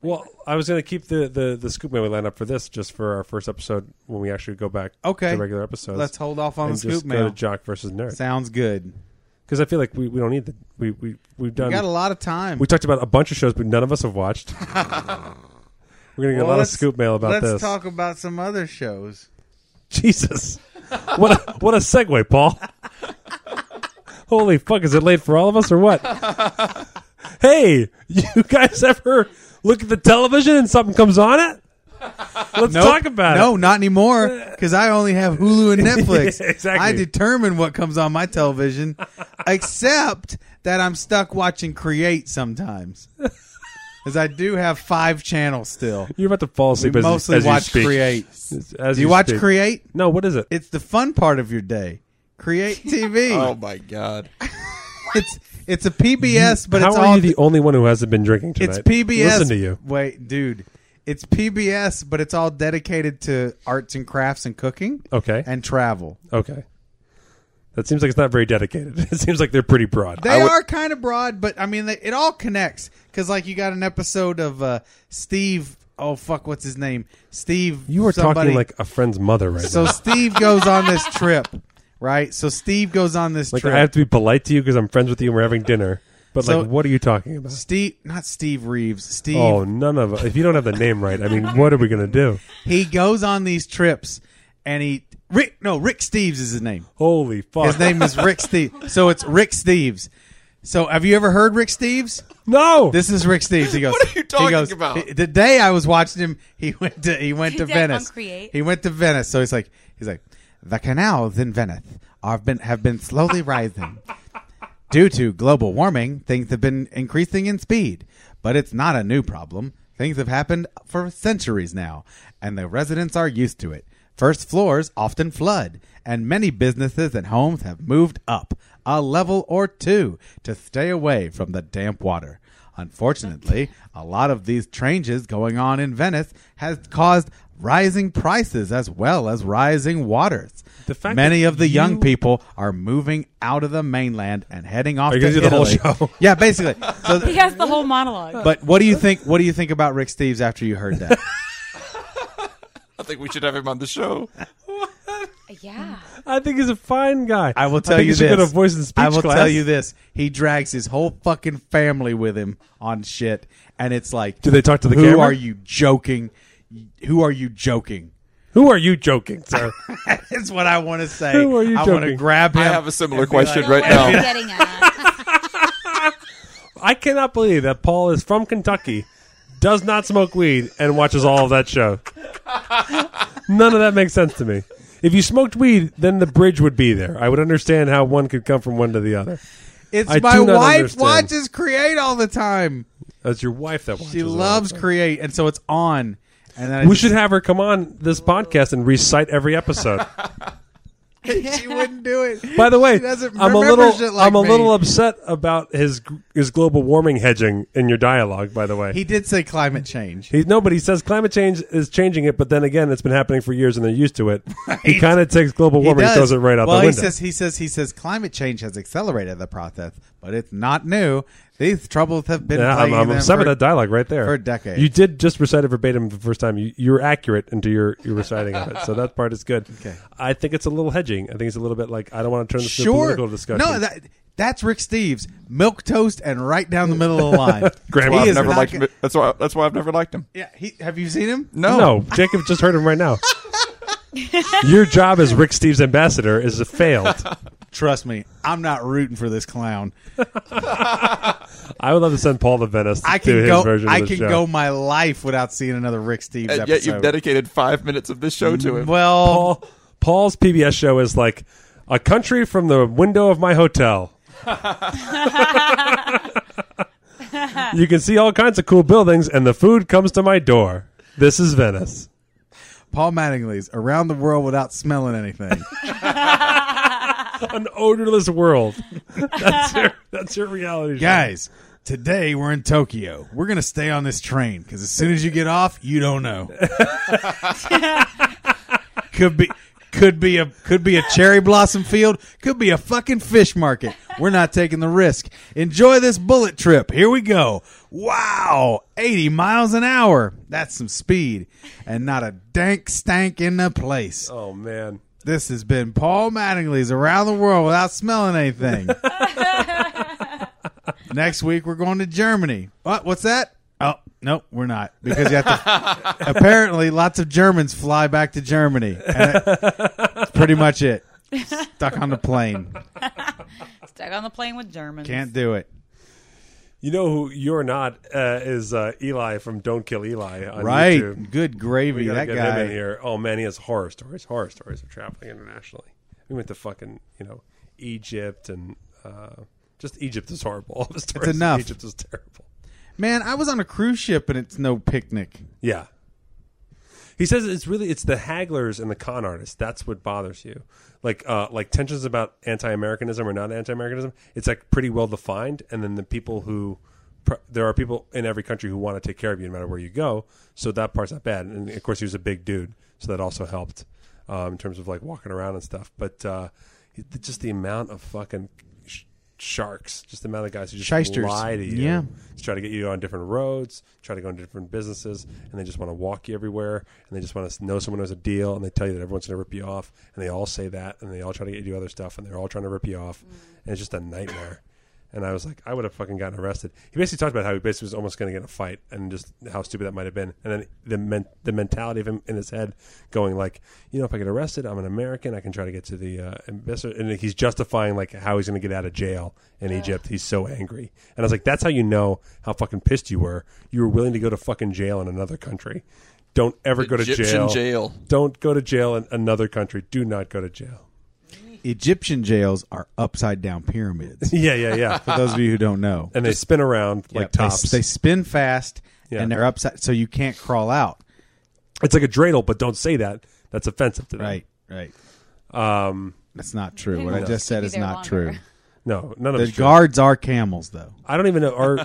Speaker 1: Well, I was going to keep the the the scoop man we lined up for this just for our first episode when we actually go back
Speaker 2: Okay.
Speaker 1: to regular episodes.
Speaker 2: Let's hold off on
Speaker 1: and
Speaker 2: the
Speaker 1: just
Speaker 2: scoop
Speaker 1: go to
Speaker 2: mail.
Speaker 1: jock versus nerd
Speaker 2: Sounds good.
Speaker 1: because I feel like we, we don't need the we we we've
Speaker 2: We
Speaker 1: done
Speaker 2: got a lot of time.
Speaker 1: we talked about a bunch of shows but none of us have watched. We're gonna get a
Speaker 2: Well,
Speaker 1: lot of
Speaker 2: let's-
Speaker 1: scoop mail about
Speaker 2: let's
Speaker 1: this.
Speaker 2: talk about some other shows.
Speaker 1: Jesus. What a, what a segue, Paul. Holy fuck, is it late for all of us or what? hey, you guys ever look at the television and something comes on it? Let's talk about
Speaker 2: no,
Speaker 1: it.
Speaker 2: not anymore. Because I only have Hulu and Netflix.
Speaker 1: Yeah, exactly.
Speaker 2: I determine what comes on my television, except that I'm stuck watching Create sometimes. Because I do have five channels still.
Speaker 1: You're about to fall
Speaker 2: We
Speaker 1: asleep as,
Speaker 2: mostly
Speaker 1: as
Speaker 2: watch
Speaker 1: you speak.
Speaker 2: Create.
Speaker 1: As
Speaker 2: Do you watch
Speaker 1: speak.
Speaker 2: Create?
Speaker 1: No, what is it?
Speaker 2: It's the fun part of your day. Create TV.
Speaker 3: Oh my god.
Speaker 2: It's it's a PBS, but
Speaker 1: How
Speaker 2: it's
Speaker 1: are
Speaker 2: all
Speaker 1: you the only one who hasn't been drinking tonight?
Speaker 2: it's PBS.
Speaker 1: Listen to you.
Speaker 2: Wait, dude. It's PBS, but it's all dedicated to arts and crafts and cooking
Speaker 1: Okay.
Speaker 2: and travel.
Speaker 1: okay. That seems like it's not very dedicated. It seems like they're pretty broad.
Speaker 2: They
Speaker 3: I would-
Speaker 2: are kind of broad, but I mean, they, it all connects because, like, you got an episode of uh, Steve. Oh fuck, what's his name? Steve.
Speaker 1: you are
Speaker 2: somebody.
Speaker 1: talking like a friend's mother right now.
Speaker 2: So Steve goes on this trip, right? So Steve goes on this
Speaker 1: Like
Speaker 2: trip.
Speaker 1: I have to be polite to you because I'm friends with you and we're having dinner. But
Speaker 2: So-
Speaker 1: like, what are you talking about?
Speaker 2: Steve, not Steve Reeves. Steve.
Speaker 1: Oh, none of if you don't have the name right, I mean, what are we gonna do?
Speaker 2: He goes on these trips, and he Rick. No, Rick Steves is his name.
Speaker 1: Holy fuck!
Speaker 2: His name is Rick Steves. So it's Rick Steves. So have you ever heard Rick Steves?
Speaker 1: no.
Speaker 2: This is Rick Steves. He goes.
Speaker 3: What are
Speaker 2: he
Speaker 3: you talking
Speaker 2: goes,
Speaker 3: about?
Speaker 2: he- The day I was watching him, he went to he went to
Speaker 5: Is that on
Speaker 2: Venice.
Speaker 5: Create?
Speaker 2: He went to Venice. So he's like he's like the canals in Venice have been have been slowly rising. Due to global warming, things have been increasing in speed, but it's not a new problem. Things have happened for centuries now, and the residents are used to it. First floors often flood, and many businesses and homes have moved up a level or two to stay away from the damp water. Unfortunately, a lot of these changes going on in Venice has caused rising prices as well as rising waters.
Speaker 1: The fact
Speaker 2: many
Speaker 1: that
Speaker 2: of the young
Speaker 1: you-
Speaker 2: people are moving out of the mainland and heading off
Speaker 1: Are you
Speaker 2: to
Speaker 1: gonna do the whole
Speaker 2: Italy.
Speaker 1: show?
Speaker 2: Yeah, basically. So
Speaker 5: He has the whole monologue.
Speaker 2: but what do you think what do you think about Rick Steves after you heard that?
Speaker 3: I think we should have him on the show.
Speaker 5: yeah.
Speaker 1: I think he's a fine guy.
Speaker 2: I will tell
Speaker 1: think
Speaker 2: you
Speaker 1: he should
Speaker 2: this.
Speaker 1: Go to voice and speech
Speaker 2: I will
Speaker 1: class.
Speaker 2: tell you this. He drags his whole fucking family with him on shit, and it's like,
Speaker 1: Do they talk to the
Speaker 2: Who
Speaker 1: camera?
Speaker 2: are you joking? Who are you joking?
Speaker 1: Who are you joking, sir?
Speaker 2: That's what I want to say.
Speaker 1: Who are you
Speaker 2: I want to
Speaker 1: joking?
Speaker 2: grab him.
Speaker 3: I have a similar
Speaker 2: and be like,
Speaker 3: question
Speaker 4: So
Speaker 3: right
Speaker 4: what are you
Speaker 3: now.
Speaker 4: getting at?
Speaker 1: I cannot believe that Paul is from Kentucky, does not smoke weed, and watches all of that show. None of that makes sense to me. If you smoked weed, then the bridge would be there. I would understand how one could come from one to the other.
Speaker 2: It's
Speaker 1: I
Speaker 2: my
Speaker 1: do not
Speaker 2: wife
Speaker 1: understand.
Speaker 2: watches Create all the time.
Speaker 1: That's your wife that watches.
Speaker 2: She
Speaker 1: all that
Speaker 2: loves
Speaker 1: stuff.
Speaker 2: Create, and so it's on. And then I
Speaker 1: We
Speaker 2: just-
Speaker 1: should have her come on this podcast and recite every episode.
Speaker 2: she wouldn't do it.
Speaker 1: By the way,
Speaker 2: She doesn't
Speaker 1: I'm a
Speaker 2: remember
Speaker 1: little
Speaker 2: shit like
Speaker 1: I'm a
Speaker 2: me.
Speaker 1: little upset about his his global warming hedging in your dialogue. By the way,
Speaker 2: He did say climate change.
Speaker 1: He, no, but he says climate change is changing it, but then again, it's been happening for years and they're used to it. He kind of takes global
Speaker 2: He
Speaker 1: warming and
Speaker 2: does.
Speaker 1: throws it right out
Speaker 2: well,
Speaker 1: the window.
Speaker 2: He says, he says he says climate change has accelerated the process, but it's not new. These troubles have been
Speaker 1: yeah, I'm,
Speaker 2: plaguing
Speaker 1: I'm
Speaker 2: them
Speaker 1: upset
Speaker 2: for-
Speaker 1: with that dialogue right there.
Speaker 2: for decades.
Speaker 1: You did just recite it verbatim the first time. You, you were accurate into your, your reciting of it, so that part is good. Okay. I think it's a little hedging. I think it's a little bit like, I don't want to turn this into a
Speaker 2: sure.
Speaker 1: political discussion.
Speaker 2: No, that, that's Rick Steves, milk toast and right down the middle of the line.
Speaker 1: Grandma,
Speaker 2: He
Speaker 3: I've
Speaker 2: is
Speaker 3: never
Speaker 2: not
Speaker 3: liked.
Speaker 2: gonna-
Speaker 3: him. That's why. That's why I've never liked him.
Speaker 2: Yeah, he, have you seen him?
Speaker 3: No.
Speaker 1: No, Jacob just heard him right now. your job as Rick Steves' ambassador is failed.
Speaker 2: Trust me, I'm not rooting for this clown.
Speaker 1: I would love to send Paul to Venice to
Speaker 2: I
Speaker 1: do
Speaker 2: can
Speaker 1: his
Speaker 2: go.
Speaker 1: version
Speaker 2: I
Speaker 1: of the
Speaker 2: can
Speaker 1: show.
Speaker 2: go my life without seeing another Rick Steves
Speaker 3: And
Speaker 2: episode. Mm,
Speaker 3: yet you've dedicated five minutes of this show to him.
Speaker 2: well,
Speaker 1: Paul Paul's PBS show is like a country from the window of my hotel. you can see all kinds of cool buildings, and the food comes to my door. This is Venice.
Speaker 2: Paul Mattingly's around the world without smelling anything.
Speaker 1: An odorless world. That's your, that's your reality show.
Speaker 2: Guys, today we're in Tokyo. We're going to stay on this train because as soon as you get off, you don't know. could be. Could be a could be a cherry blossom field, could be a fucking fish market. We're not taking the risk. Enjoy this bullet trip. Here we go. Wow, 80 miles an hour. That's some speed and not a dank stank in the place.
Speaker 1: Oh, man.
Speaker 2: This has been Paul Mattingly's Around the World Without Smelling Anything. Next week we're going to Germany. What? What's that? Oh no, we're not because you have to. apparently, lots of Germans fly back to Germany. And that's pretty much it. Stuck on the plane.
Speaker 5: Stuck on the plane with Germans.
Speaker 2: Can't do it.
Speaker 1: You know who you're not uh, is uh, Eli from Don't Kill Eli on
Speaker 2: Right.
Speaker 1: YouTube.
Speaker 2: Good
Speaker 1: We
Speaker 2: gravy.
Speaker 1: gotta
Speaker 2: That
Speaker 1: get
Speaker 2: guy.
Speaker 1: him in here. Oh man, he has horror stories. Horror stories of traveling internationally. We went to fucking you know Egypt and uh, just Egypt is horrible. All the stories. in
Speaker 2: enough.
Speaker 1: Egypt is terrible.
Speaker 2: Man, I was on a cruise ship and it's no picnic.
Speaker 1: Yeah. He says it's really it's the hagglers and the con artists. That's what bothers you. Like uh, like tensions about anti-Americanism or not anti-Americanism. It's like pretty well defined, and then the people who pr- there are people in every country who want to take care of you no matter where you go. So that part's not bad. And of course, he was a big dude, so that also helped um, in terms of like walking around and stuff. But uh, it- just the amount of fucking sh- sharks, just the amount of guys who just
Speaker 2: Shysters.
Speaker 1: lie to you
Speaker 2: Yeah.
Speaker 1: to try to get you on different roads, try to go into different businesses, and they just want to walk you everywhere, and they just want to know someone who has a deal, and they tell you that everyone's going to rip you off, and they all say that, and they all try to get you to do other stuff, and they're all trying to rip you off, and it's just a nightmare. And I was like, I would have fucking gotten arrested. He basically talked about how he basically was almost going to get in a fight, and just how stupid that might have been. And then the men- the mentality of him in his head going like, you know, if I get arrested, I'm an American. I can try to get to the uh, ambassador. And he's justifying like how he's going to get out of jail in Egypt. He's so angry. And I was like, that's how you know how fucking pissed you were. You were willing to go to fucking jail in another country. Don't ever go to
Speaker 3: Egyptian
Speaker 1: jail.
Speaker 3: jail.
Speaker 1: Don't go to jail in another country. Do not go to jail.
Speaker 2: Egyptian jails are upside down pyramids.
Speaker 1: Yeah, yeah, yeah.
Speaker 2: For those of you who don't know,
Speaker 1: and they spin around
Speaker 2: Yep,
Speaker 1: like
Speaker 2: they-
Speaker 1: tops.
Speaker 2: They, spin fast
Speaker 1: Yeah.
Speaker 2: and they're upside, so you can't crawl out.
Speaker 1: it's like a dreidel, but don't say that. That's offensive to them.
Speaker 2: Right, right.
Speaker 1: Um,
Speaker 2: That's not true. What
Speaker 5: Maybe
Speaker 2: I
Speaker 5: we'll
Speaker 2: just said
Speaker 5: be
Speaker 2: is
Speaker 5: there
Speaker 2: not
Speaker 5: longer.
Speaker 2: true.
Speaker 1: no, none of
Speaker 2: The
Speaker 1: it's true.
Speaker 2: guards are camels, though.
Speaker 1: I don't even know. Are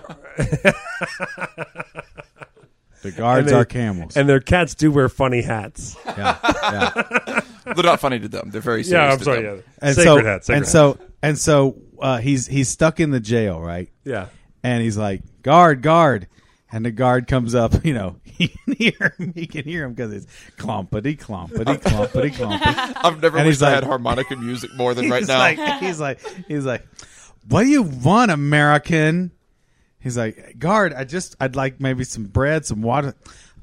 Speaker 2: The guards
Speaker 1: they-
Speaker 2: are camels.
Speaker 1: and their cats do wear funny hats.
Speaker 2: yeah, yeah.
Speaker 3: They're not funny to them. They're very serious.
Speaker 1: yeah, I'm
Speaker 3: to
Speaker 1: sorry.
Speaker 3: them.
Speaker 1: Yeah,
Speaker 2: and
Speaker 1: sacred
Speaker 2: so
Speaker 1: hats. Sacred
Speaker 2: and
Speaker 1: hats.
Speaker 2: so and so uh, he's he's stuck in the jail, right?
Speaker 1: yeah,
Speaker 2: And he's like, guard, guard. And the guard comes up, you know, he can hear him. He can hear him because it's clompity, clompity, clompity, clompity.
Speaker 3: I've never
Speaker 2: And
Speaker 3: wished
Speaker 2: he's
Speaker 3: I
Speaker 2: like-
Speaker 3: had harmonica music more than right
Speaker 2: he's
Speaker 3: now.
Speaker 2: Like, he's like, he's like, what do you want, American? He's like, guard, I just, I'd like maybe some bread, some water.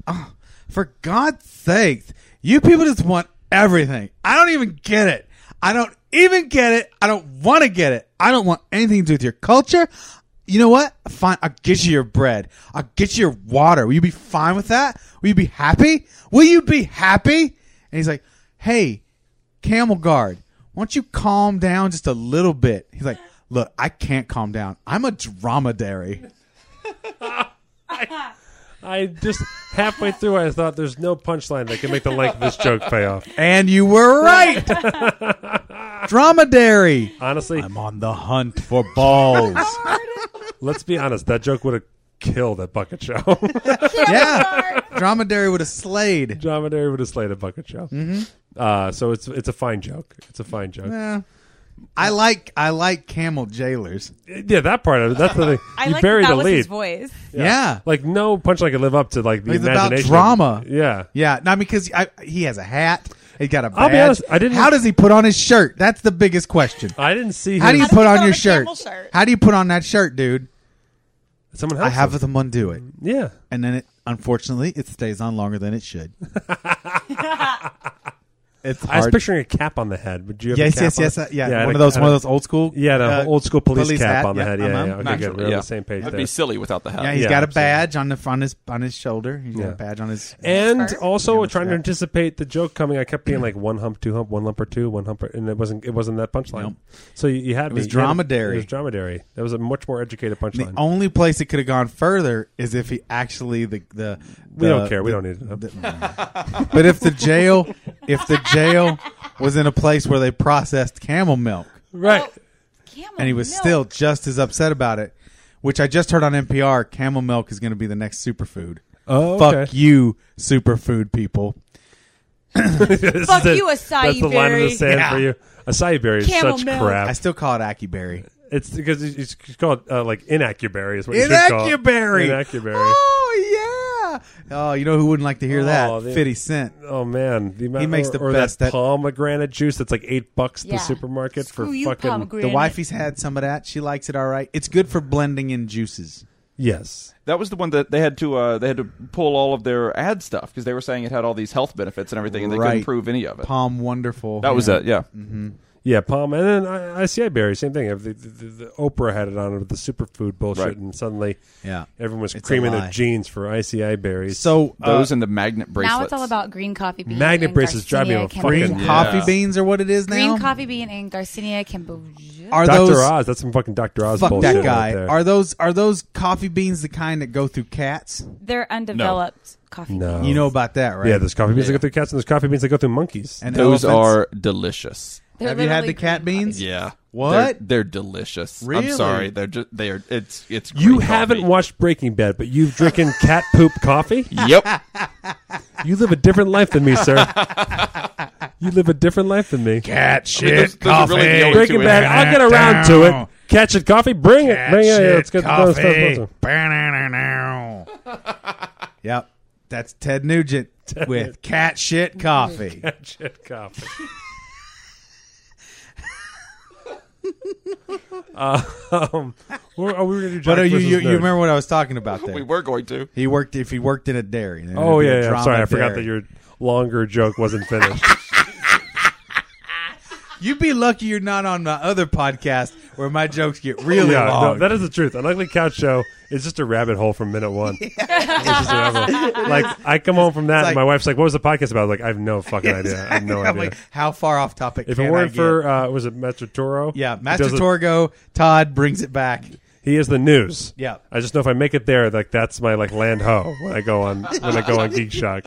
Speaker 2: Oh, for God's sake, you people just want everything. I don't even get it. I don't even get it. I don't want to get it. I don't want anything to do with your culture. You know what? Fine. I'll get you your bread. I'll get you your water. Will you be fine with that? Will you be happy? Will you be happy? And he's like, hey, camel guard, why don't you calm down just a little bit? He's like, look, I can't calm down. I'm a dromedary.
Speaker 1: I just halfway through, I thought there's no punchline that can make the length of this joke pay off.
Speaker 2: And you were right. dromedary.
Speaker 1: Honestly,
Speaker 2: I'm on the hunt for balls.
Speaker 1: let's be honest. That joke would have killed at bucket show.
Speaker 2: yeah. Dromedary would have slayed.
Speaker 1: Dromedary would have slayed at bucket show. Mm-hmm. Uh, so it's it's a fine joke. It's a fine joke.
Speaker 2: Eh. I like I like camel jailers.
Speaker 1: Yeah, that part. of it, That's the thing.
Speaker 5: I
Speaker 1: you
Speaker 5: like
Speaker 1: bury
Speaker 5: that,
Speaker 1: the
Speaker 5: was
Speaker 1: lead.
Speaker 5: his voice.
Speaker 2: Yeah.
Speaker 1: Like no punchline could live up to like the
Speaker 2: It's about
Speaker 1: imagination.
Speaker 2: drama.
Speaker 1: Yeah.
Speaker 2: Yeah, no, because I, he has a hat. He got a badge.
Speaker 1: I'll be honest, I didn't-
Speaker 2: How does he put on his shirt? That's the biggest question.
Speaker 1: I didn't see.
Speaker 2: How do you
Speaker 1: his-
Speaker 2: put on
Speaker 8: put
Speaker 2: your
Speaker 8: on a
Speaker 2: shirt?
Speaker 8: camel shirt?
Speaker 2: How do you put on that shirt, dude?
Speaker 1: Someone
Speaker 2: I
Speaker 1: helps
Speaker 2: have
Speaker 1: him.
Speaker 2: them undo it,
Speaker 1: Yeah.
Speaker 2: and then it unfortunately it stays on longer than it should. it's
Speaker 1: I was
Speaker 2: hard.
Speaker 1: picturing a cap on the head. Would you? Have a
Speaker 2: yes,
Speaker 1: cap
Speaker 2: yes,
Speaker 1: on
Speaker 2: yes,
Speaker 1: it?
Speaker 2: uh, yeah.
Speaker 1: I had
Speaker 2: one
Speaker 1: a-
Speaker 2: of those,
Speaker 1: I had
Speaker 2: one
Speaker 1: a-
Speaker 2: of those old school.
Speaker 1: Yeah, the
Speaker 2: uh,
Speaker 1: old school police, cap
Speaker 2: hat.
Speaker 1: on the
Speaker 2: Yeah, uh-huh.
Speaker 1: head. Yeah,
Speaker 2: I'm-
Speaker 1: yeah. Okay,
Speaker 3: Naturally,
Speaker 1: good. We're on
Speaker 3: yeah.
Speaker 1: the same page
Speaker 3: That'd
Speaker 1: there.
Speaker 3: be silly without the hat.
Speaker 2: Yeah, he's
Speaker 1: Yeah,
Speaker 2: got a
Speaker 1: absolutely.
Speaker 2: badge on the on his on his shoulder. He's got
Speaker 1: Yeah.
Speaker 2: a badge on his.
Speaker 1: And
Speaker 5: Scarf?
Speaker 1: also
Speaker 2: Yeah,
Speaker 1: trying to
Speaker 2: yeah.
Speaker 1: anticipate the joke coming, I kept being like one hump, two hump, one lump or two, one hump, and it wasn't. It wasn't that punchline.
Speaker 2: Nope.
Speaker 1: So you, you had
Speaker 2: It was
Speaker 1: me- you had-
Speaker 2: dromedary.
Speaker 1: It was dromedary. That was a much more educated
Speaker 2: the
Speaker 1: punchline.
Speaker 2: only place it could have gone further is if he actually the the.
Speaker 1: We
Speaker 2: the-
Speaker 1: don't care. We
Speaker 2: the-
Speaker 1: don't need to know.
Speaker 2: the- but if the jail, if the jail was in a place where they processed camel milk,
Speaker 1: right.
Speaker 8: Oh,
Speaker 5: Camel
Speaker 2: and he was
Speaker 5: milk.
Speaker 2: still just as upset about it. Which I just heard on NPR, camel milk is going to be the next superfood.
Speaker 1: Oh,
Speaker 2: fuck
Speaker 1: okay.
Speaker 2: you, superfood people.
Speaker 1: This
Speaker 8: Fuck
Speaker 1: is it.
Speaker 8: you, acai
Speaker 1: That's the line in the
Speaker 8: berry.
Speaker 1: sand
Speaker 2: Yeah.
Speaker 1: for you. Acai berry is
Speaker 8: Camel
Speaker 1: such
Speaker 8: milk.
Speaker 2: I
Speaker 1: crap.
Speaker 2: still call it acuberry.
Speaker 1: It's because it's it's called uh, like inacuberry is what you should call
Speaker 2: Inacuberry.
Speaker 1: Inacuberry.
Speaker 2: Oh yeah. Oh, you know who wouldn't like to hear
Speaker 1: Oh,
Speaker 2: that?
Speaker 1: the-
Speaker 2: Fifty Cent.
Speaker 1: Oh man, the amount,
Speaker 2: He makes
Speaker 1: or-
Speaker 2: the
Speaker 1: or
Speaker 2: best
Speaker 1: that
Speaker 2: at-
Speaker 1: pomegranate juice that's like eight bucks at
Speaker 5: Yeah.
Speaker 1: the supermarket for
Speaker 5: Screw you,
Speaker 1: fucking
Speaker 5: pomegranate.
Speaker 2: The wifey's had some of that. She likes it all right. It's good for blending in juices.
Speaker 1: yes.
Speaker 3: That was the one that they had to uh, they had to pull all of their ad stuff because they were saying it had all these health benefits and everything, and they
Speaker 2: Right.
Speaker 3: couldn't prove any of it.
Speaker 2: Palm wonderful.
Speaker 3: that was
Speaker 2: Yeah.
Speaker 3: it. Yeah,
Speaker 1: Yeah, palm, and then I, ICI berry, same thing. If The, the, the, the Oprah had it on with the superfood bullshit,
Speaker 3: Right.
Speaker 1: and suddenly
Speaker 2: Yeah.
Speaker 1: everyone was
Speaker 2: It's a
Speaker 1: creaming
Speaker 2: lie.
Speaker 1: their jeans for ICI berries.
Speaker 2: So uh,
Speaker 3: those and the magnet bracelets.
Speaker 5: Now it's all about green coffee bean.
Speaker 1: Magnet
Speaker 5: and
Speaker 1: bracelets drive me
Speaker 5: Garcinia
Speaker 1: a
Speaker 5: Cambo-
Speaker 1: fucking-
Speaker 2: green
Speaker 3: Yeah.
Speaker 2: coffee beans are what it is now.
Speaker 5: Green coffee bean and Garcinia Cambogia.
Speaker 2: are
Speaker 1: Dr.
Speaker 2: those
Speaker 1: Oz, that's some fucking Dr. Oz
Speaker 2: fuck
Speaker 1: bullshit
Speaker 2: that guy?
Speaker 1: right there.
Speaker 2: are those are those coffee beans the kind that go through cats?
Speaker 5: They're undeveloped coffee
Speaker 1: no,
Speaker 2: You know about that, right?
Speaker 1: yeah, there's coffee beans that go through cats, and there's coffee beans that go through monkeys.
Speaker 2: and
Speaker 3: those
Speaker 2: elephants.
Speaker 3: are delicious.
Speaker 5: beans.
Speaker 2: Have you had the cat beans?
Speaker 3: Yeah.
Speaker 2: What?
Speaker 3: They're, they're delicious.
Speaker 2: Really?
Speaker 3: I'm sorry. They're just they are. It's it's.
Speaker 1: You
Speaker 3: great
Speaker 1: haven't
Speaker 3: coffee.
Speaker 1: watched Breaking Bad, but you've drinking cat poop coffee.
Speaker 3: Yep.
Speaker 1: You live a different life than me, sir. You live a different life than me.
Speaker 2: cat shit
Speaker 3: those- those are really the only two
Speaker 1: Breaking Bad. I'll get around to it. Catch it, coffee. Bring it. Bring it. Let's get those stuff.
Speaker 2: yep, that's Ted Nugent with cat shit coffee.
Speaker 1: Catch it, coffee. Uh, um, what are we going to do? Jack
Speaker 2: But are you,
Speaker 1: versus
Speaker 2: you you
Speaker 1: Nerd?
Speaker 2: remember what I was talking about there?
Speaker 3: we were going to.
Speaker 2: He worked if he worked in a dairy. then
Speaker 1: Oh
Speaker 2: it'd be
Speaker 1: yeah,
Speaker 2: a
Speaker 1: yeah. I'm sorry, I forgot that
Speaker 2: dromedary.
Speaker 1: your longer joke wasn't finished.
Speaker 2: You'd be lucky you're not on my other podcast where my jokes get really
Speaker 1: yeah, no,
Speaker 2: long.
Speaker 1: that is the truth. An ugly couch show It's just a rabbit hole from minute one. It's just a rabbit hole. Like I come home from that,
Speaker 2: It's
Speaker 1: and my
Speaker 2: like-
Speaker 1: wife's like, "What was the podcast about?" I was like, I have no fucking idea. I have no
Speaker 2: I'm
Speaker 1: idea.
Speaker 2: like, how far off topic?
Speaker 1: if
Speaker 2: can
Speaker 1: it
Speaker 2: I
Speaker 1: weren't
Speaker 2: get?
Speaker 1: for uh, was it Master Toro?
Speaker 2: yeah,
Speaker 1: He
Speaker 2: Master
Speaker 1: does it-
Speaker 2: Torgo, Todd brings it back.
Speaker 1: He is the news.
Speaker 2: Yeah.
Speaker 1: I just know if I make it there, like that's my like land ho when I go on when I go on Geek Shock.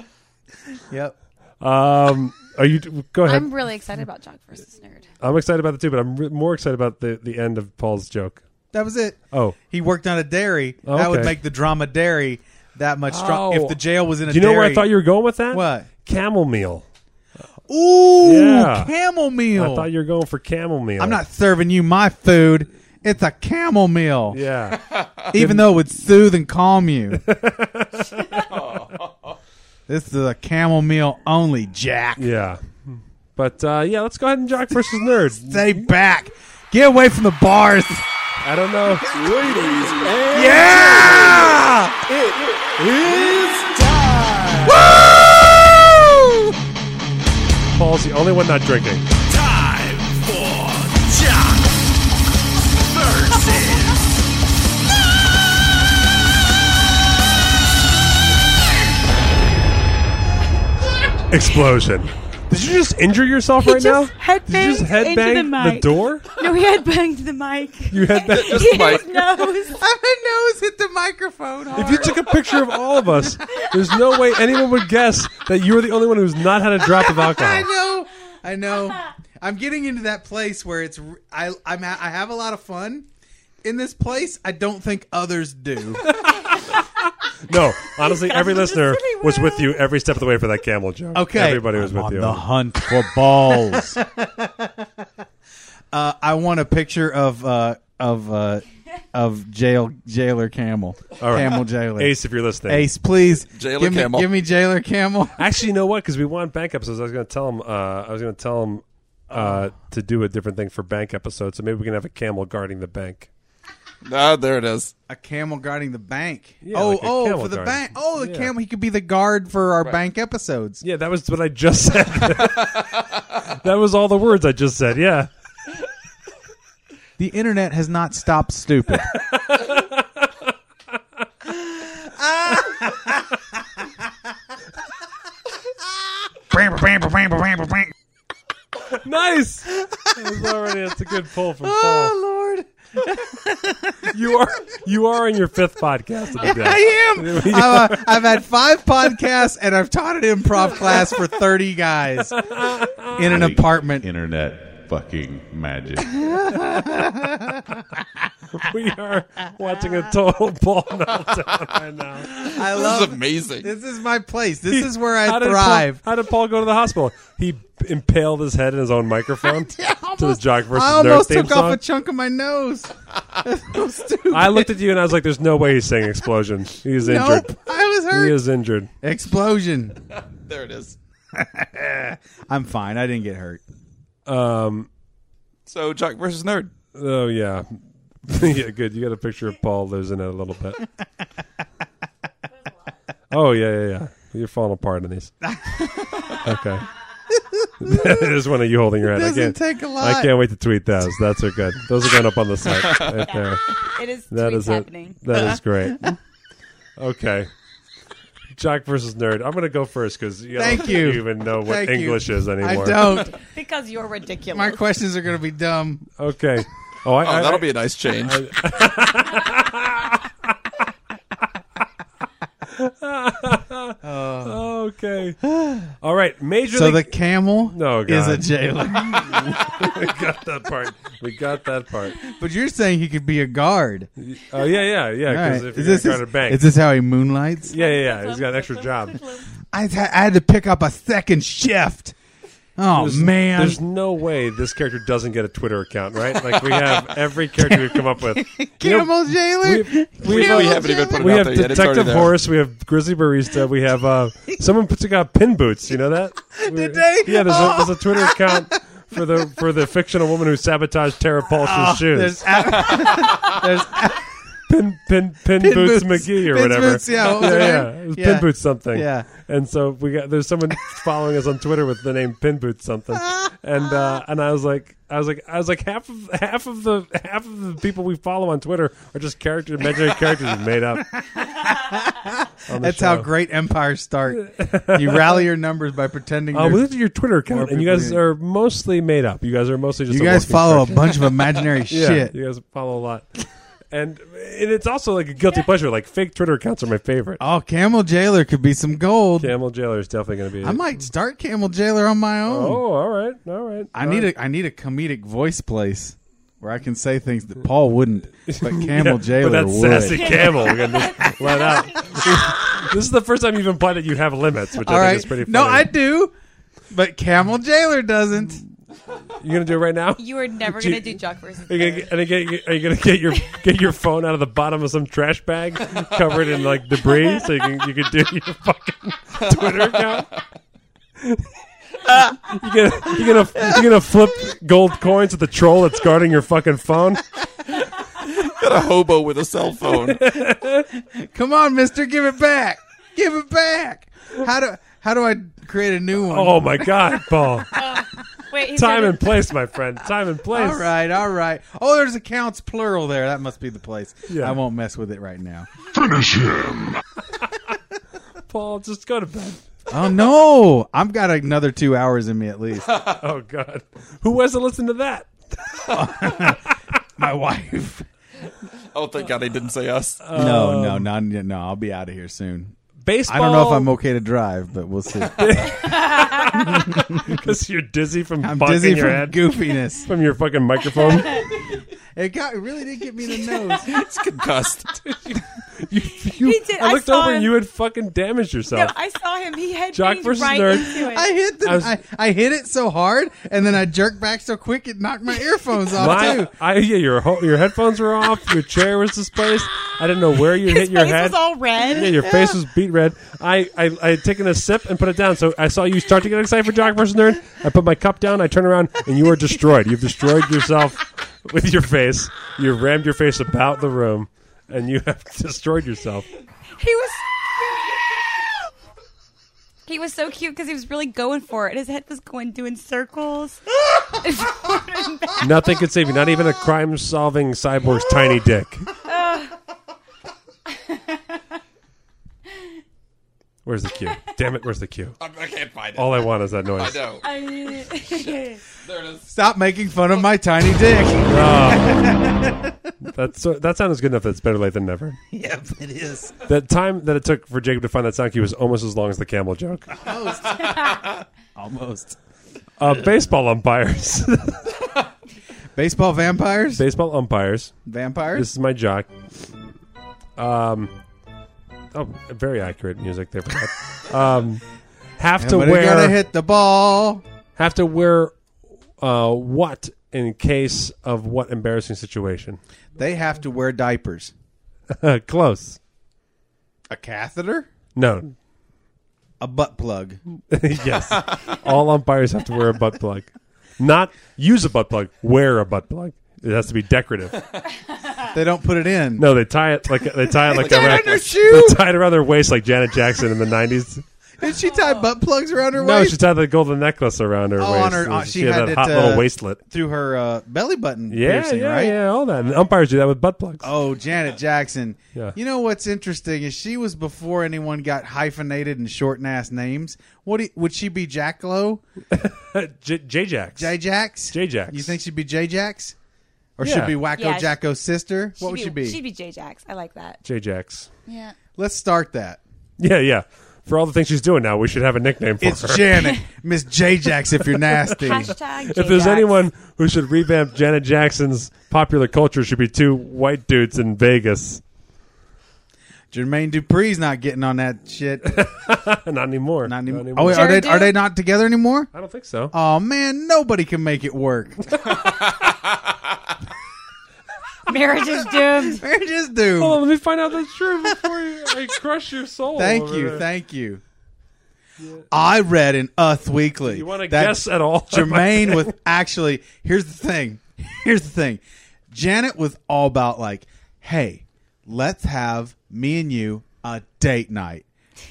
Speaker 2: Yep.
Speaker 1: Um, are you? Go ahead.
Speaker 5: I'm
Speaker 1: I'm,
Speaker 5: really excited about Jock versus Nerd.
Speaker 1: excited about the two, but I'm re- more excited about the the end of Paul's joke.
Speaker 2: That was it.
Speaker 1: Oh.
Speaker 2: He worked on a dairy.
Speaker 1: Oh,
Speaker 2: That would
Speaker 1: okay.
Speaker 2: make the drama dairy that much
Speaker 1: Oh.
Speaker 2: strong. If the jail was in a
Speaker 1: Do you know
Speaker 2: dairy.
Speaker 1: where I thought you were going with that?
Speaker 2: What?
Speaker 1: Camel meal.
Speaker 2: Ooh,
Speaker 1: Yeah.
Speaker 2: camel
Speaker 1: I
Speaker 2: meal.
Speaker 1: thought you were going for camel meal.
Speaker 2: I'm not serving you my food. It's a camel meal.
Speaker 1: Yeah.
Speaker 2: Even though it would soothe and calm you. this is a camel meal only, Jack.
Speaker 1: yeah. But uh, yeah, let's go ahead and Jock versus Nerd.
Speaker 2: Stay back. Get away from the bars.
Speaker 1: I don't know.
Speaker 7: Ladies and
Speaker 2: Yeah!
Speaker 7: it is time.
Speaker 2: Woo!
Speaker 1: Paul's the only one not drinking.
Speaker 7: Time for Jock versus.
Speaker 1: Explosion. Did you just injure yourself right
Speaker 8: just
Speaker 1: now? Did you just
Speaker 8: headbanged into
Speaker 1: headbang
Speaker 8: the mic.
Speaker 1: door?
Speaker 8: No, he had banged the mic.
Speaker 1: You headbang.
Speaker 3: Just the mic.
Speaker 8: Nose.
Speaker 2: My nose hit the microphone. hard.
Speaker 1: If you took a picture of all of us, there's no way anyone would guess that you were the only one who's not had a drop of
Speaker 2: I
Speaker 1: alcohol.
Speaker 2: know. I know. I'm getting into that place where it's r- I I'm ha- I have a lot of fun in this place. I don't think others do.
Speaker 1: No, honestly, every
Speaker 8: Just
Speaker 1: listener
Speaker 8: silly
Speaker 1: was
Speaker 8: world.
Speaker 1: with you every step of the way for that camel joke.
Speaker 2: Okay.
Speaker 1: everybody was with you.
Speaker 2: hunt for balls. uh, I want a picture of uh, of uh, of jail jailer camel.
Speaker 1: All right.
Speaker 2: Camel jailer.
Speaker 1: Ace, if you're listening,
Speaker 2: Ace, please.
Speaker 3: Jailer
Speaker 2: give me,
Speaker 3: camel.
Speaker 2: Give me jailer camel.
Speaker 1: Actually, you know what? Because we want bank episodes, I was going to tell him. Uh, I was going to tell him uh,
Speaker 2: Oh.
Speaker 1: to do a different thing for bank episodes. So maybe we can have a camel guarding the bank.
Speaker 3: Ah, there it is.
Speaker 2: A camel guarding the bank.
Speaker 1: Yeah,
Speaker 2: oh,
Speaker 1: like a
Speaker 2: oh,
Speaker 1: camel
Speaker 2: for the
Speaker 1: guarding.
Speaker 2: bank. Oh, the
Speaker 1: Yeah.
Speaker 2: camel. He could be the guard for our bank episodes.
Speaker 1: Yeah, that was what I just said. that was all the words I just said. Yeah,
Speaker 2: The internet has not stopped stupid.
Speaker 1: nice. That was already that's a good pull from Paul.
Speaker 2: oh Lord,
Speaker 1: You are you are on your fifth podcast of the day.
Speaker 2: I am. I've, uh, I've had five podcasts and I've taught an improv class for thirty guys in an apartment.
Speaker 9: Internet fucking magic.
Speaker 1: We are watching a total ball meltdown right now.
Speaker 2: I
Speaker 3: This is
Speaker 2: love.
Speaker 3: amazing.
Speaker 2: Uh, This is my place. This is where
Speaker 1: How
Speaker 2: I
Speaker 1: did Paul-
Speaker 2: thrive.
Speaker 1: how did Paul go to the hospital? He impaled his head in his own microphone to the Jock versus
Speaker 2: I almost
Speaker 1: Nerd theme
Speaker 2: took off
Speaker 1: song.
Speaker 2: a chunk of my nose. That's so stupid.
Speaker 1: I looked at you and I was like, "There's no way he's saying explosion. He's injured.
Speaker 2: nope. I was hurt.
Speaker 1: He is injured."
Speaker 2: Explosion.
Speaker 3: There it is.
Speaker 2: I'm fine. I didn't get hurt.
Speaker 1: Um.
Speaker 3: So Jock versus Nerd.
Speaker 1: Oh yeah. yeah. Good. You got a picture of Paul losing it a little bit. oh yeah, yeah, yeah. You're falling apart in these. Okay. There's one of you holding your head. I
Speaker 2: Doesn't
Speaker 1: can't.
Speaker 2: take a lot.
Speaker 1: I can't wait to tweet those. That's are good. Those are going up on the site. Right there.
Speaker 5: It is
Speaker 1: That
Speaker 5: tweets
Speaker 1: is
Speaker 5: happening.
Speaker 1: it. That is great. Okay. Jock versus nerd. I'm going to go first because you,
Speaker 2: Thank
Speaker 1: don't
Speaker 2: you.
Speaker 1: even know what
Speaker 2: Thank you.
Speaker 1: English is anymore.
Speaker 2: I don't.
Speaker 5: Because you're ridiculous.
Speaker 2: My questions are going to be dumb.
Speaker 1: Okay. Oh, I,
Speaker 3: Oh,
Speaker 1: I,
Speaker 3: that'll be a nice change.
Speaker 1: Okay. All right. Major
Speaker 2: So the
Speaker 1: League.
Speaker 2: camel
Speaker 1: Oh,
Speaker 2: is a
Speaker 1: God.
Speaker 2: jailer,
Speaker 1: we got that part. We got that part.
Speaker 2: but you're saying he could be a guard.
Speaker 1: Oh yeah, yeah, yeah.
Speaker 2: All
Speaker 1: Because
Speaker 2: right.
Speaker 1: if
Speaker 2: Is
Speaker 1: you're
Speaker 2: this
Speaker 1: this a
Speaker 2: his-
Speaker 1: bank,
Speaker 2: is this how he moonlights?
Speaker 1: yeah, yeah, yeah. He's got an extra job.
Speaker 2: I, had- I had to pick up a second shift. Oh
Speaker 1: There's-
Speaker 2: man,
Speaker 1: there's no way this character doesn't get a Twitter account, right? Like we have every character we've come up with. You know,
Speaker 2: camel jailer.
Speaker 1: we've-
Speaker 3: We
Speaker 1: we've,
Speaker 2: Camel
Speaker 1: uh,
Speaker 3: haven't even put it
Speaker 1: we
Speaker 3: out
Speaker 1: have
Speaker 3: there yet. It's already
Speaker 1: Detective
Speaker 3: there.
Speaker 1: Horse. We have Grizzly Barista. We have uh, someone put together pin boots. You know that? Did
Speaker 2: they?
Speaker 1: Yeah. There's,
Speaker 2: Oh.
Speaker 1: a, there's a Twitter account for the
Speaker 2: Oh,
Speaker 1: for the fictional woman who sabotaged Tara Paulson's shoes.
Speaker 2: There's, a- there's a-
Speaker 1: Pin Pin Pin,
Speaker 2: Pin
Speaker 1: Boots,
Speaker 2: Boots.
Speaker 1: McGee or
Speaker 2: Pin
Speaker 1: whatever.
Speaker 2: Boots, yeah, what was
Speaker 1: yeah,
Speaker 2: her
Speaker 1: yeah.
Speaker 2: name?
Speaker 1: It was
Speaker 2: Yeah.
Speaker 1: Pin Boots something.
Speaker 2: Yeah.
Speaker 1: And so we got there's someone following us on Twitter with the name Pin Boots something, and uh, and I was like. I was like, I was like, half of half of the half of the people we follow on Twitter are just character imaginary characters we made up. on the
Speaker 2: That's how
Speaker 1: show.
Speaker 2: great empires start. You rally your numbers by pretending.
Speaker 1: Uh,
Speaker 2: you're-
Speaker 1: we looked at your Twitter
Speaker 2: More
Speaker 1: account, and you
Speaker 2: people
Speaker 1: guys
Speaker 2: than-
Speaker 1: are mostly made up. You guys are mostly just
Speaker 2: you
Speaker 1: a
Speaker 2: guys
Speaker 1: walking
Speaker 2: follow a
Speaker 1: cartoon.
Speaker 2: bunch of imaginary shit.
Speaker 1: Yeah, you guys follow a lot, and and it's also like a guilty pleasure. Like fake Twitter accounts are my favorite.
Speaker 2: Oh, Camel Jailer could be some gold.
Speaker 1: Camel Jailer is definitely going to be.
Speaker 2: I might start Camel Jailer on my own.
Speaker 1: Oh, all right, all right.
Speaker 2: I need a I need a comedic voice place where I can say things that Paul wouldn't, but Camel Jailer
Speaker 1: but that's
Speaker 2: would.
Speaker 1: sassy camel. We're going to just let out. this is the first time you've implied that you have limits, which
Speaker 2: All
Speaker 1: I think
Speaker 2: right.
Speaker 1: is pretty. Funny.
Speaker 2: No, I do, but Camel Jailer doesn't.
Speaker 1: You're going to do it right now.
Speaker 5: You are never
Speaker 1: Do-
Speaker 5: going to do Jock versus
Speaker 1: Are you
Speaker 5: Bear.
Speaker 1: gonna get, are you gonna- are you gonna get your get your phone out of the bottom of some trash bag covered in like debris so you can you can do your fucking Twitter account? you gonna you gonna you gonna flip gold coins at the troll that's guarding your fucking phone?
Speaker 3: Got a hobo with a cell phone.
Speaker 2: Come on, Mister, give it back. Give it back. How do how do I create a new one?
Speaker 1: Oh my god, Paul!
Speaker 5: Wait, he's
Speaker 1: Time
Speaker 5: got
Speaker 1: and place, my friend. Time and place.
Speaker 2: All right, all right. Oh, there's accounts plural there. That must be the place.
Speaker 1: Yeah.
Speaker 2: I won't mess with it right now.
Speaker 1: Paul, just go to bed.
Speaker 2: Oh no, I've got another two hours in me at least.
Speaker 1: Oh god, who wants to listen to that?
Speaker 2: My wife.
Speaker 3: oh, thank God they didn't say us.
Speaker 1: Oh.
Speaker 2: no, no, not yet. No, I'll be out of here soon.
Speaker 1: Baseball.
Speaker 2: I don't know if I'm okay to drive, but we'll see.
Speaker 1: because you're dizzy from
Speaker 2: I'm
Speaker 1: bonking
Speaker 2: dizzy
Speaker 1: your
Speaker 2: from
Speaker 1: head
Speaker 2: goofiness.
Speaker 1: from your fucking microphone.
Speaker 2: It got it really did get me in the nose.
Speaker 3: It's concussed.
Speaker 1: You, you,
Speaker 5: He did.
Speaker 1: I
Speaker 5: I
Speaker 1: looked
Speaker 5: saw
Speaker 1: over
Speaker 5: him.
Speaker 1: and you had fucking damaged
Speaker 5: No,
Speaker 1: yourself.
Speaker 5: I saw him. He had
Speaker 1: Jock
Speaker 5: me
Speaker 1: versus
Speaker 5: right
Speaker 1: nerd.
Speaker 5: into it.
Speaker 2: I hit the
Speaker 1: I was-
Speaker 2: I, I hit it so hard, and then I jerked back so quick it knocked my earphones off
Speaker 1: My,
Speaker 2: too.
Speaker 1: I, yeah, your ho- your headphones were off. Your chair was displaced. I didn't know where you hit your
Speaker 5: face
Speaker 1: head.
Speaker 5: was all
Speaker 1: yeah,
Speaker 5: red.
Speaker 1: your face was beat red. I, I I had taken a sip and put it down. So I saw you start to get excited for Jock versus Nerd. I put my cup down. I turn around and you are destroyed. You've destroyed yourself with your face. You rammed your face about the room, and you have destroyed yourself.
Speaker 5: He was. He was so cute because he was really going for it. His head was going doing circles.
Speaker 1: Nothing could save you. Not even a crime-solving cyborg's tiny dick. Where's the cue? Damn it! Where's the cue?
Speaker 3: I can't find it.
Speaker 1: All I want is that
Speaker 3: I
Speaker 1: noise.
Speaker 3: know.
Speaker 5: I mean,
Speaker 3: There it is.
Speaker 2: Stop making fun of my tiny dick.
Speaker 1: That's that sound is good enough. That's better late than never.
Speaker 2: yep, it is.
Speaker 1: That time that it took for Jacob to find that sound cue was almost as long as the camel joke.
Speaker 2: Almost.
Speaker 1: Uh, baseball umpires.
Speaker 2: Baseball vampires.
Speaker 1: baseball umpires.
Speaker 2: vampires.
Speaker 1: This is my jock. Um, oh, very accurate music there. for that. Um, have to
Speaker 2: Somebody
Speaker 1: wear.
Speaker 2: gotta hit the ball.
Speaker 1: have to wear uh, what in case of what embarrassing situation?
Speaker 2: They have to wear diapers.
Speaker 1: Close.
Speaker 2: A catheter.
Speaker 1: No.
Speaker 2: A butt plug.
Speaker 1: yes. All umpires have to wear a butt plug. Not use a butt plug. Wear a butt plug. It has to be decorative.
Speaker 2: They don't put it in.
Speaker 1: No, they tie it like they tie it like
Speaker 2: Tie it
Speaker 1: around
Speaker 2: on their shoe?
Speaker 1: They tie it around their waist like Janet Jackson in the nineties.
Speaker 2: Did she tie butt plugs around her
Speaker 1: No,
Speaker 2: waist?
Speaker 1: she tied the golden necklace around her
Speaker 2: Oh,
Speaker 1: waist.
Speaker 2: on her- oh,
Speaker 1: she,
Speaker 2: she
Speaker 1: had,
Speaker 2: had
Speaker 1: that
Speaker 2: it,
Speaker 1: hot
Speaker 2: uh,
Speaker 1: little waistlet.
Speaker 2: through her uh, belly button
Speaker 1: Yeah,
Speaker 2: piercing,
Speaker 1: yeah,
Speaker 2: right?
Speaker 1: yeah, all that. And umpires do that with butt plugs.
Speaker 2: Oh, Janet Jackson.
Speaker 1: Yeah.
Speaker 2: You know what's interesting is she was before anyone got hyphenated and short ass names. What do you- would she be? Jack Lowe,
Speaker 1: J J Jax.
Speaker 2: J Jax,
Speaker 1: J Jax.
Speaker 2: You think she'd be J Jax, or
Speaker 1: Yeah.
Speaker 2: she'd be Wacko
Speaker 5: Yeah, she-
Speaker 2: Jacko's sister? What would she be?
Speaker 5: She'd be J Jax. I like that.
Speaker 1: J Jax.
Speaker 5: Yeah.
Speaker 2: Let's start that.
Speaker 1: Yeah, yeah. For all the things she's doing now, we should have a nickname for
Speaker 2: It's
Speaker 1: her.
Speaker 2: Janet, Miss J Jax. If you're nasty,
Speaker 5: Hashtag
Speaker 1: if there's anyone who should revamp Janet Jackson's popular culture, it should be two white dudes in Vegas.
Speaker 2: Jermaine Dupree's not getting on that shit.
Speaker 1: Not anymore.
Speaker 2: Not anymore. Oh, wait, are
Speaker 5: Jared
Speaker 2: they are
Speaker 5: Duke?
Speaker 2: they not together anymore?
Speaker 1: I don't think so.
Speaker 2: Oh man, nobody can make it work.
Speaker 5: marriage is doomed.
Speaker 2: They're just doomed.
Speaker 1: Hold on, let me find out that's true before you, I crush your soul.
Speaker 2: Thank
Speaker 1: over
Speaker 2: you,
Speaker 1: there.
Speaker 2: thank you. I read in Uth Weekly.
Speaker 1: you want to
Speaker 2: that
Speaker 1: guess at all?
Speaker 2: Jermaine was actually. Here's the thing. Here's the thing. Janet was all about like, hey, let's have me and you a date night.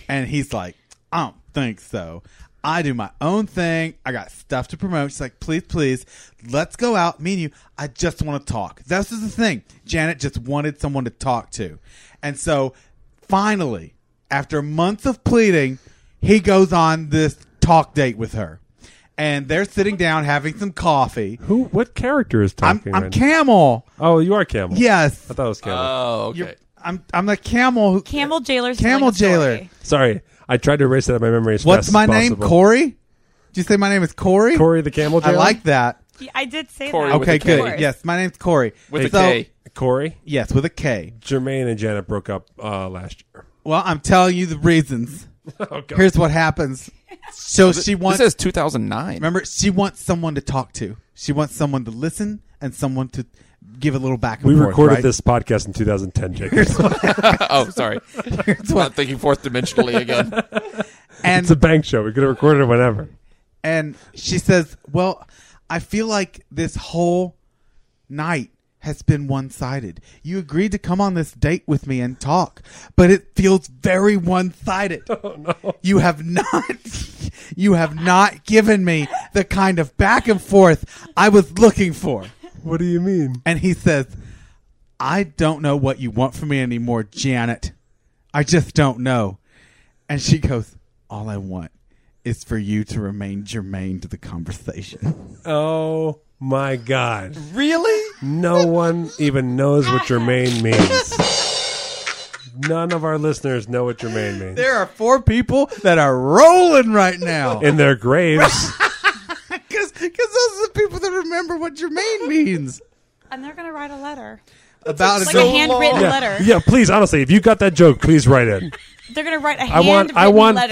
Speaker 2: And he's like, I don't think so. I do my own thing. I got stuff to promote. She's like, please, please, let's go out, me and you. I just want to talk. This is the thing. Janet just wanted someone to talk to. And so finally, after months of pleading, he goes on this talk date with her. And they're sitting down having some coffee.
Speaker 1: Who? What character is
Speaker 2: I'm,
Speaker 1: talking?
Speaker 2: I'm
Speaker 1: right
Speaker 2: Camel.
Speaker 1: now? Oh, you are Camel.
Speaker 2: Yes.
Speaker 1: I thought it was Camel.
Speaker 3: Oh, okay.
Speaker 2: You're- I'm I'm the camel who
Speaker 5: Camel jailer.
Speaker 2: Camel jailer.
Speaker 1: Sorry, I tried to erase that out of my memory. As
Speaker 2: What's
Speaker 1: fast
Speaker 2: my
Speaker 1: as
Speaker 2: name?
Speaker 1: possible.
Speaker 2: Corey? Did you say my name is Corey?
Speaker 1: Corey the Camel.
Speaker 2: I
Speaker 1: Jailer?
Speaker 2: like that.
Speaker 8: I did say
Speaker 3: Corey
Speaker 8: that.
Speaker 3: with a
Speaker 2: Okay,
Speaker 3: K.
Speaker 2: good.
Speaker 5: Corey.
Speaker 2: Yes, my name's Corey.
Speaker 3: With a
Speaker 2: So-
Speaker 3: K.
Speaker 1: Corey.
Speaker 2: Yes, with a K.
Speaker 1: Jermaine and Janet broke up uh, last year.
Speaker 2: Well, I'm telling you the reasons.
Speaker 1: Oh God.
Speaker 2: Here's what happens. So she wants
Speaker 3: This is 2009.
Speaker 2: remember she wants someone to talk to. She wants someone to listen and someone to give a little back and
Speaker 1: we
Speaker 2: forth,
Speaker 1: recorded
Speaker 2: right?
Speaker 1: this podcast in 2010, Jacob.
Speaker 3: oh, sorry. Not thinking fourth dimensionally again.
Speaker 2: and
Speaker 1: it's a bank show. We could have recorded it whenever.
Speaker 2: and she says, "Well, I feel like this whole night has been one-sided. You agreed to come on this date with me and talk, but it feels very one-sided. Oh, no. You have not you have not given me the kind of back and forth I was looking for."
Speaker 1: What do you mean?
Speaker 2: And he says, I don't know what you want from me anymore, Janet. I just don't know. And she goes, All I want is for you to remain germane to the conversation.
Speaker 1: Oh my God! Really? No one even knows what Jermaine means. None of our listeners know what Jermaine means.
Speaker 2: There are four people that are rolling right now.
Speaker 1: in their graves.
Speaker 2: Because those are the people that remember what germane means.
Speaker 5: And they're gonna write a letter,
Speaker 2: About
Speaker 5: like
Speaker 2: so
Speaker 5: a handwritten letter.
Speaker 1: yeah, please, honestly, if you got that joke, please write in.
Speaker 5: They're gonna write a
Speaker 1: I
Speaker 5: handwritten
Speaker 1: want
Speaker 5: letter.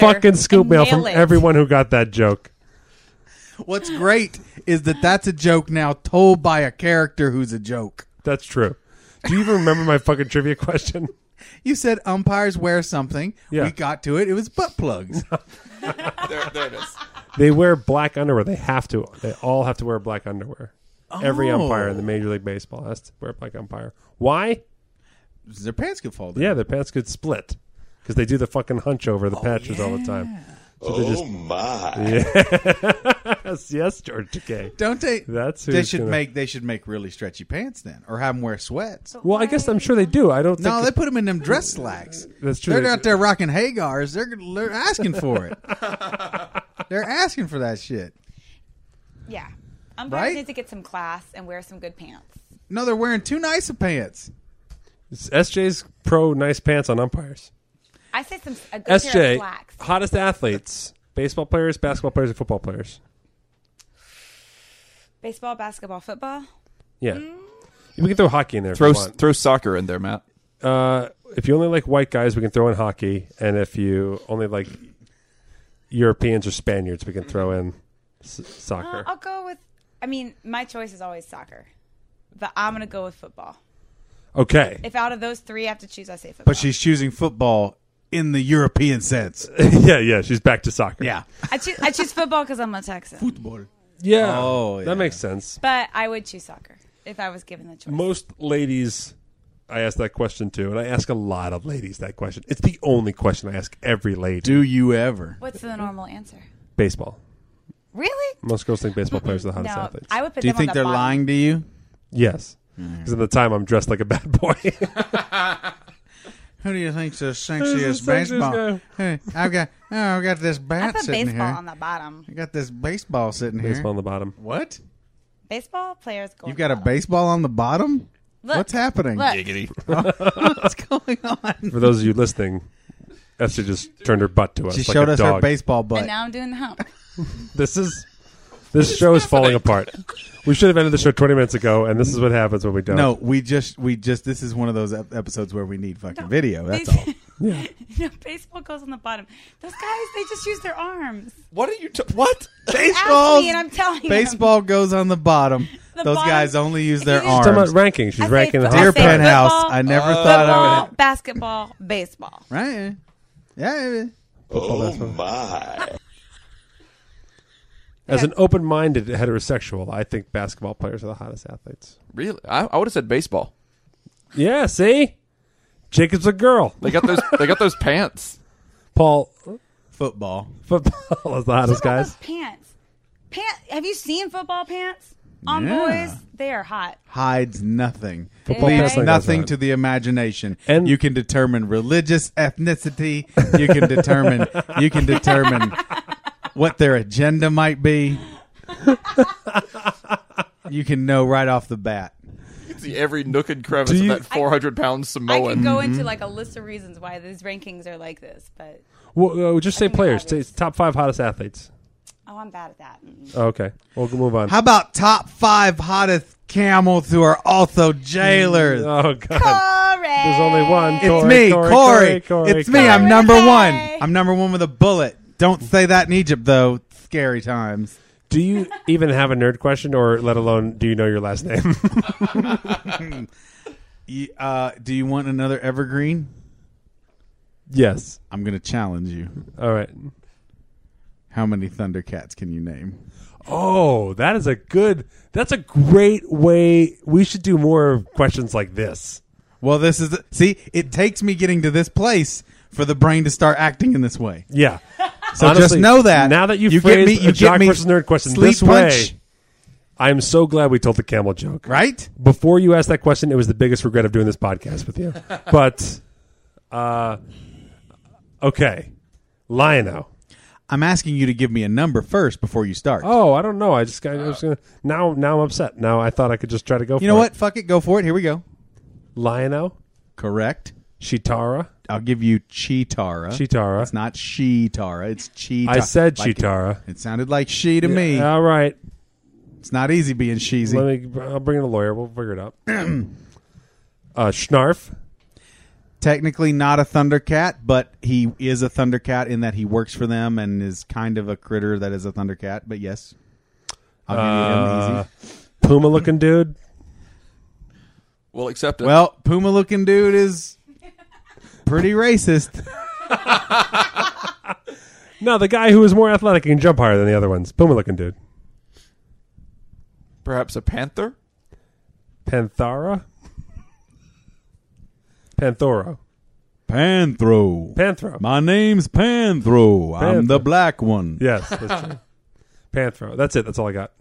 Speaker 1: I want fucking scoop
Speaker 5: and
Speaker 1: mail
Speaker 5: mail
Speaker 1: from
Speaker 5: it.
Speaker 1: everyone who got that joke.
Speaker 2: What's great is that that's a joke now told by a character who's a joke.
Speaker 1: That's true. Do you even remember my fucking trivia question?
Speaker 2: You said umpires wear something.
Speaker 1: Yeah.
Speaker 2: We got to it. It was butt plugs.
Speaker 3: There, there it is.
Speaker 1: They wear black underwear. They have to. They all have to wear black underwear. Every umpire in the Major League Baseball has to wear black umpire. Why?
Speaker 2: Their pants could fall down.
Speaker 1: Yeah, their pants could split because they do the fucking hunch over the patches all the time. So they just,
Speaker 9: my.
Speaker 1: yes, yes, George Takei.
Speaker 2: Don't they?
Speaker 1: That's
Speaker 2: they
Speaker 1: who's
Speaker 2: should
Speaker 1: gonna-
Speaker 2: make. They should make really stretchy pants then, or have them wear sweats.
Speaker 5: Oh.
Speaker 1: Well, I guess I'm sure they do. I don't
Speaker 2: No,
Speaker 1: think
Speaker 2: they put them in them dress slacks.
Speaker 1: That's true.
Speaker 2: They're
Speaker 1: They-
Speaker 2: out there rocking Hagars. They're they're asking for it. they're asking for that shit.
Speaker 5: Yeah, I'm
Speaker 2: Right?
Speaker 5: going to get some class and wear some good pants.
Speaker 2: No, they're wearing too nice of pants.
Speaker 1: SJ's pro nice pants on umpires.
Speaker 5: I say some a good pair of
Speaker 1: SJ,
Speaker 5: slacks.
Speaker 1: hottest athletes, baseball players, basketball players, and football players.
Speaker 5: Baseball, basketball, football.
Speaker 1: Yeah. We can throw hockey in there.
Speaker 3: Throw,
Speaker 1: if, you want.
Speaker 3: throw soccer in there, Matt.
Speaker 1: Uh, if you only like white guys, we can throw in hockey. And if you only like Europeans or Spaniards, we can throw in s-
Speaker 5: Uh,
Speaker 1: soccer.
Speaker 5: I'll go with. I mean, my choice is always soccer, but I'm going to go with football.
Speaker 1: Okay.
Speaker 5: If out of those three I have to choose, I say football.
Speaker 2: But she's choosing football in the European sense.
Speaker 1: yeah, yeah. She's back to soccer.
Speaker 2: Yeah.
Speaker 5: I choose I choose football because I'm a Texan.
Speaker 1: Yeah.
Speaker 2: Oh, yeah.
Speaker 1: That makes sense.
Speaker 5: But I would choose soccer if I was given the choice.
Speaker 1: Most ladies I ask that question to, and I ask a lot of ladies that question. It's the only question I ask every lady.
Speaker 2: Do you ever?
Speaker 5: What's the normal answer?
Speaker 1: Baseball.
Speaker 5: Really?
Speaker 1: Most girls think baseball players are the hottest
Speaker 5: No,
Speaker 1: athletes.
Speaker 5: I would put.
Speaker 2: Do you
Speaker 5: them
Speaker 2: think
Speaker 5: on the
Speaker 2: they're
Speaker 5: bottom.
Speaker 2: lying to you?
Speaker 1: Yes.
Speaker 2: Mm.
Speaker 1: Because at the time I'm dressed like a bad boy.
Speaker 2: Who do you think's the
Speaker 1: Who's
Speaker 2: sexiest
Speaker 1: the sexiest
Speaker 2: baseball?
Speaker 1: guy?
Speaker 2: Hey, I've got oh, I've got this
Speaker 5: I
Speaker 2: bat
Speaker 5: put
Speaker 2: sitting
Speaker 5: baseball
Speaker 2: here.
Speaker 5: on the bottom.
Speaker 2: I got this baseball sitting here.
Speaker 1: baseball on the bottom.
Speaker 2: What?
Speaker 5: Baseball players go. on
Speaker 2: You've
Speaker 5: the
Speaker 2: got a
Speaker 5: bottom.
Speaker 2: baseball on the bottom?
Speaker 5: Look,
Speaker 2: What's happening?
Speaker 5: Look,
Speaker 3: Giggity.
Speaker 2: What's going on?
Speaker 1: For those of you listening, Esther just turned her butt to us.
Speaker 2: She
Speaker 1: like
Speaker 2: showed
Speaker 1: a
Speaker 2: us
Speaker 1: dog.
Speaker 2: her baseball butt.
Speaker 5: and now I'm doing the hump.
Speaker 1: This is this show is falling apart. We should have ended the show 20 minutes ago, and this is what happens when we don't.
Speaker 2: no, we just we just this is one of those ep- episodes where we need fucking video. That's all.
Speaker 5: no, baseball goes on the bottom. Those guys, they just use their arms.
Speaker 3: What are you? T- what?
Speaker 2: Baseball.
Speaker 5: Ask me and I'm telling you.
Speaker 2: Baseball goes on the bottom.
Speaker 5: The
Speaker 2: those
Speaker 5: bottom-
Speaker 2: guys only use their
Speaker 5: She's
Speaker 1: She's talking about
Speaker 2: arms.
Speaker 1: ranking. She's
Speaker 5: I say
Speaker 1: ranking the
Speaker 5: football.
Speaker 2: Dear
Speaker 1: hot
Speaker 5: I
Speaker 1: dogs.
Speaker 5: say
Speaker 2: penthouse,
Speaker 5: football,
Speaker 2: I never
Speaker 3: uh,
Speaker 2: thought I
Speaker 5: Football,
Speaker 2: would.
Speaker 5: basketball, baseball.
Speaker 2: Right? Yeah. yeah.
Speaker 9: Oh, my.
Speaker 1: As an open-minded heterosexual, I think basketball players are the hottest athletes.
Speaker 3: Really? I, I would have said baseball.
Speaker 1: Yeah, see? Jacob's a girl.
Speaker 3: They got those. they got those pants.
Speaker 1: Paul
Speaker 2: Football.
Speaker 1: football is the hottest
Speaker 5: Talk about
Speaker 1: guys.
Speaker 5: those pants. Pant. Have you seen football pants on
Speaker 2: Yeah.
Speaker 5: boys? They are hot.
Speaker 2: hides nothing,
Speaker 5: Football
Speaker 2: leaves
Speaker 5: wrestling
Speaker 2: nothing
Speaker 1: does that.
Speaker 2: to the imagination.
Speaker 1: And-
Speaker 2: you can determine religious ethnicity. You can determine. you can determine what their agenda might be. you can know right off the bat.
Speaker 3: See every nook and crevice
Speaker 1: you-
Speaker 3: of that 400 pound
Speaker 1: Oh,
Speaker 5: I
Speaker 3: Samoan.
Speaker 5: could go into
Speaker 2: mm-hmm.
Speaker 5: like a list of reasons why these rankings are like this, but
Speaker 1: Well, uh, just say
Speaker 5: think we're
Speaker 1: players. Say
Speaker 5: obvious.
Speaker 1: top five hottest athletes.
Speaker 5: oh, I'm bad at that. Mm-mm.
Speaker 1: Oh, okay, we'll move on.
Speaker 2: How about top five hottest camels who are also jailers?
Speaker 1: oh God,
Speaker 5: Correct.
Speaker 1: there's only one.
Speaker 2: It's
Speaker 1: Corey, Corey,
Speaker 2: me, Corey.
Speaker 1: Corey, Corey,
Speaker 2: it's
Speaker 1: Corey.
Speaker 2: me. I'm number
Speaker 5: Corey.
Speaker 2: one. I'm number one with a bullet. Don't say that in Egypt, though. Scary times.
Speaker 1: Do you even have a nerd question, or let alone do you know your last name?
Speaker 2: Y- Uh, do you want another evergreen?
Speaker 1: yes.
Speaker 2: I'm going to challenge you.
Speaker 1: All right.
Speaker 2: How many Thundercats can you name?
Speaker 1: Oh, that is a good. That's a great way. We should do more of questions like this.
Speaker 2: Well, this is see. It takes me getting to this place for the brain to start acting in this way.
Speaker 1: Yeah.
Speaker 2: So just
Speaker 1: Honestly,
Speaker 2: know that
Speaker 1: now that you've phrased a jock versus nerd question
Speaker 2: sleep
Speaker 1: this way- I'm so glad we told the camel joke.
Speaker 2: right?
Speaker 1: Before you asked that question, it was the biggest regret of doing this podcast with you. But, uh, okay, Liono.
Speaker 2: I'm asking you to give me a number first before you start.
Speaker 1: Oh, I don't know. I just got. I was gonna. Now, now I'm upset. Now I thought I could just try to go.
Speaker 2: you know what? Fuck it. Go for it. Here we go.
Speaker 1: Liono,
Speaker 2: Correct.
Speaker 1: Shitara.
Speaker 2: I'll give you Chitara.
Speaker 1: Chitara.
Speaker 2: It's not Shitara. It's Chitara.
Speaker 1: I said
Speaker 2: Like it-
Speaker 1: Chitara.
Speaker 2: It, sounded like she to me.
Speaker 1: All right.
Speaker 2: it's not easy being sheezy.
Speaker 1: Let me. I'll bring in a lawyer. We'll figure it out. uh, Schnarf.
Speaker 2: technically not a Thundercat, but he is a Thundercat in that he works for them and is kind of a critter that is a Thundercat. But yes, I'll give you him
Speaker 1: Uh,
Speaker 2: easy.
Speaker 1: Puma looking dude.
Speaker 3: We'll accept it.
Speaker 2: Well, Puma looking dude is pretty racist.
Speaker 1: No, the guy who is more athletic and can jump higher than the other ones. Puma looking dude.
Speaker 3: Perhaps a panther.
Speaker 1: Panthara. Panthoro.
Speaker 2: Panthro.
Speaker 1: Panthro.
Speaker 2: My name's Panthro.
Speaker 1: I'm
Speaker 2: I'm
Speaker 1: the
Speaker 2: the black one.
Speaker 1: Yes, that's true. Panthro. That's it. That's all I got.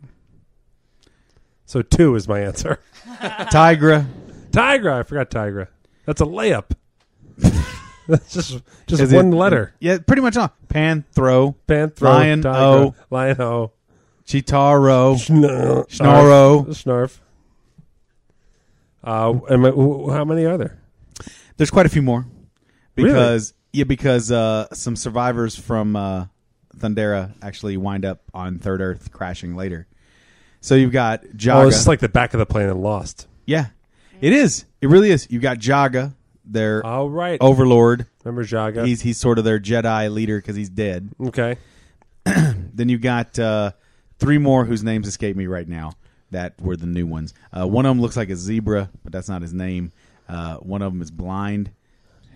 Speaker 1: So two is my answer.
Speaker 2: Tigra.
Speaker 1: Tigra. I forgot Tigra. That's a layup. that's just just
Speaker 2: Is it-
Speaker 1: one letter.
Speaker 2: Yeah, pretty much all. Panthro.
Speaker 1: Panthro.
Speaker 2: Lion
Speaker 1: Tigra,
Speaker 2: O.
Speaker 1: Lion O.
Speaker 2: Chitaro.
Speaker 1: Schnarf.
Speaker 2: Snarro.
Speaker 1: Snarf. Uh, am I- wh- how many are there?
Speaker 2: There's quite a few more.
Speaker 1: Really?
Speaker 2: Because yeah, because uh, some survivors from uh, Thundera actually wind up on Third Earth crashing later. So you've got Jaga.
Speaker 1: Oh, it's just like the back of the plane and lost.
Speaker 2: yeah. It is. It really is. You've got Jaga, their
Speaker 1: All right.
Speaker 2: overlord.
Speaker 1: Remember Jaga?
Speaker 2: Oh, He's he's sort of their Jedi leader cuz he's dead.
Speaker 1: okay.
Speaker 2: Then you got uh, three more whose names escape me right now that were the new ones. Uh, one of them looks like a zebra, but that's not his name. Uh, one of them is blind,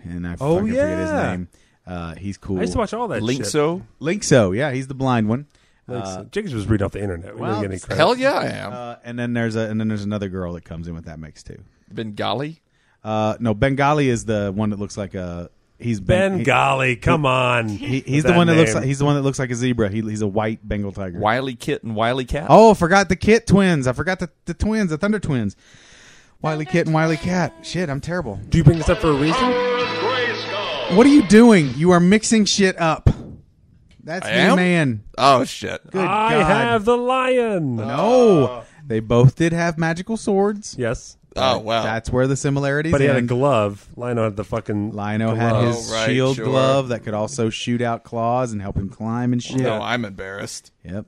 Speaker 2: and I
Speaker 1: Oh,
Speaker 2: fucking forget his
Speaker 1: yeah.
Speaker 2: name. Uh, he's cool.
Speaker 1: I used to watch all that shit.
Speaker 3: Linkso.
Speaker 2: Linkso, yeah, he's the blind one.
Speaker 1: Like,
Speaker 2: Uh,
Speaker 1: so- Jacobs was read off the internet. We
Speaker 2: well,
Speaker 1: didn't get any credit.
Speaker 3: Hell yeah, I am.
Speaker 2: Uh, and then there's a and then there's another girl that comes in with that mix too.
Speaker 3: Bengali.
Speaker 2: Uh, no, Bengali is the one that looks like a he's Ben- he-
Speaker 1: Bengali, come on.
Speaker 2: He, he's
Speaker 1: With
Speaker 2: the one that looks
Speaker 1: name.
Speaker 2: like he's the one that looks like a zebra. He, he's a white Bengal tiger.
Speaker 3: Wiley Kit and Wiley Cat.
Speaker 2: Oh, forgot the Kit twins. I forgot the, the twins, the Thunder twins. Wiley Kit and Wiley Cat. Shit, I'm terrible.
Speaker 1: Do you bring this up for a
Speaker 2: Oh,
Speaker 1: reason?
Speaker 2: What are you doing? You are mixing shit up. That's
Speaker 3: I
Speaker 2: me,
Speaker 3: am?
Speaker 2: man.
Speaker 3: Oh, shit.
Speaker 2: Good
Speaker 1: I
Speaker 2: God.
Speaker 1: have the lion.
Speaker 2: Uh, no. They both did have magical swords.
Speaker 1: Yes,
Speaker 3: Oh, wow.
Speaker 2: That's where the similarities.
Speaker 1: but he had a
Speaker 2: end.
Speaker 1: glove. Lion had the fucking.
Speaker 2: Lino had
Speaker 3: glove.
Speaker 2: his
Speaker 3: Oh, right,
Speaker 2: shield
Speaker 3: sure.
Speaker 2: glove that could also shoot out claws and help him climb and shit.
Speaker 3: No, I'm embarrassed.
Speaker 2: yep.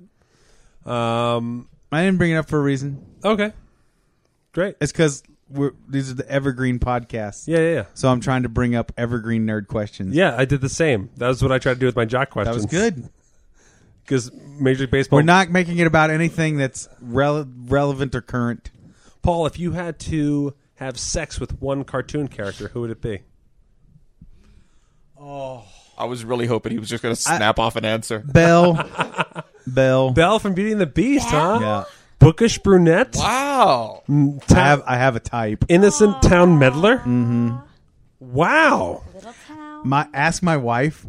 Speaker 1: Um.
Speaker 2: I didn't bring it up for a reason.
Speaker 1: Okay. Great.
Speaker 2: It's because we're these are the evergreen podcasts.
Speaker 1: Yeah, yeah, yeah.
Speaker 2: So I'm trying to bring up evergreen nerd questions.
Speaker 1: Yeah, I did the same. That was what I tried to do with my jock
Speaker 2: That
Speaker 1: questions.
Speaker 2: was good.
Speaker 1: because Major League Baseball.
Speaker 2: We're not making it about anything that's rele- relevant or current.
Speaker 1: Paul, if you had to have sex with one cartoon character, who would it be?
Speaker 3: I was really hoping he was just going to snap off an answer.
Speaker 2: Bell. Bell.
Speaker 1: Belle from Beauty and the Beast, huh?
Speaker 2: Yeah.
Speaker 1: Bookish brunette,
Speaker 3: Wow.
Speaker 2: I have I have a type.
Speaker 5: Oh.
Speaker 1: Mm-hmm. innocent town meddler. Wow.
Speaker 4: Little town.
Speaker 2: My ask my wife.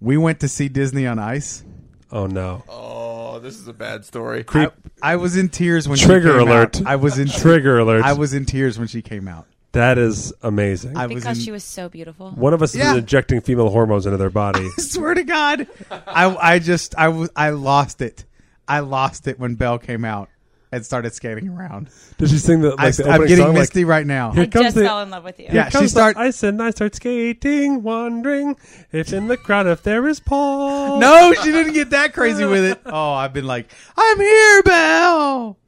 Speaker 2: We went to see Disney on Ice.
Speaker 1: Oh no.
Speaker 3: Oh, this is a bad story.
Speaker 2: I, I was in tears when
Speaker 1: Trigger
Speaker 2: she came
Speaker 1: alert.
Speaker 2: Out. I was in
Speaker 1: Trigger alert.
Speaker 2: I was in tears when she came out.
Speaker 1: that is amazing.
Speaker 2: I was
Speaker 5: because
Speaker 2: in-
Speaker 5: she was so beautiful.
Speaker 1: One of us
Speaker 2: Yeah.
Speaker 1: is injecting female hormones into their body.
Speaker 2: I swear to God, I I just I was I lost it. I lost it when Belle came out and started skating around.
Speaker 1: Did she sing the like
Speaker 2: I,
Speaker 1: the
Speaker 2: am
Speaker 1: opening
Speaker 2: getting
Speaker 1: song? like,
Speaker 2: misty right now.
Speaker 1: Here
Speaker 5: I
Speaker 1: comes
Speaker 5: just
Speaker 1: the-
Speaker 5: fell in love with you.
Speaker 2: Yeah,
Speaker 1: Here
Speaker 2: she
Speaker 1: comes the
Speaker 2: start-
Speaker 1: ice and I start skating, wondering if in the crowd if there is Paul.
Speaker 2: No, she didn't get that crazy with it. Oh, I've been like, I'm here, Belle.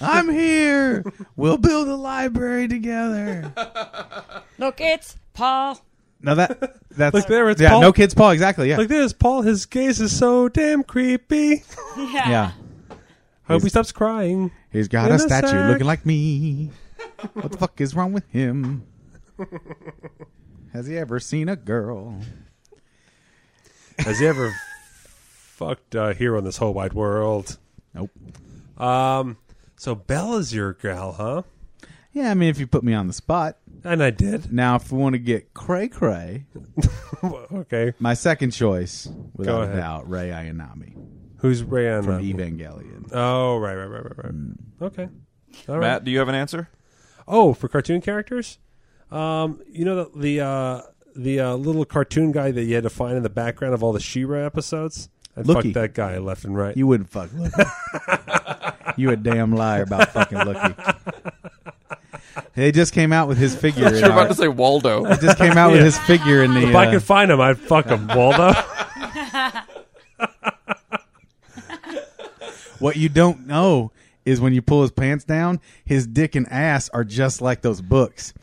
Speaker 2: I'm here. We'll build a library together.
Speaker 5: Look, it's Paul.
Speaker 2: No, that that's
Speaker 1: Look there, it's
Speaker 2: yeah.
Speaker 1: Paul.
Speaker 2: No kids, Paul. Exactly. Yeah.
Speaker 1: Like this, Paul. His gaze is so damn creepy.
Speaker 5: Yeah.
Speaker 2: yeah.
Speaker 1: I hope he stops crying.
Speaker 2: He's
Speaker 1: Ah.
Speaker 2: got
Speaker 1: In
Speaker 2: a
Speaker 1: a
Speaker 2: statue
Speaker 1: sack.
Speaker 2: looking like me. What the fuck is wrong with him? Has he ever seen a girl?
Speaker 1: Has he ever fucked a hero in this whole wide world?
Speaker 2: Nope.
Speaker 1: Um. So Belle is your gal, huh?
Speaker 2: Yeah, I mean, if you put me on the spot.
Speaker 1: And I did.
Speaker 2: Now, if we want to get cray cray,
Speaker 1: okay.
Speaker 2: my second choice, without a
Speaker 1: ahead.
Speaker 2: douut, Ray Ayanami
Speaker 1: Who's Ryan?
Speaker 2: from Mm. Evangelion.
Speaker 1: Oh, right, right, right, right, right. Okay. All right.
Speaker 6: Matt, do you have an answer?
Speaker 1: Oh, for cartoon characters, um, you know the the, uh, the uh, little cartoon guy that you had to find in the background of all the She-Ra episodes. I
Speaker 2: Lookie.
Speaker 1: fucked that guy left and right.
Speaker 2: You wouldn't fuck Lucky. you a damn liar about fucking Lucky. They just came out with his figure. in
Speaker 3: You're about
Speaker 2: our-
Speaker 3: to say Waldo.
Speaker 2: they just came out with
Speaker 1: Yeah.
Speaker 2: his figure in the.
Speaker 1: if I
Speaker 2: uh,
Speaker 1: could find him, I'd fuck him, Waldo.
Speaker 2: What you don't know is when you pull his pants down, his dick and ass are just like those books.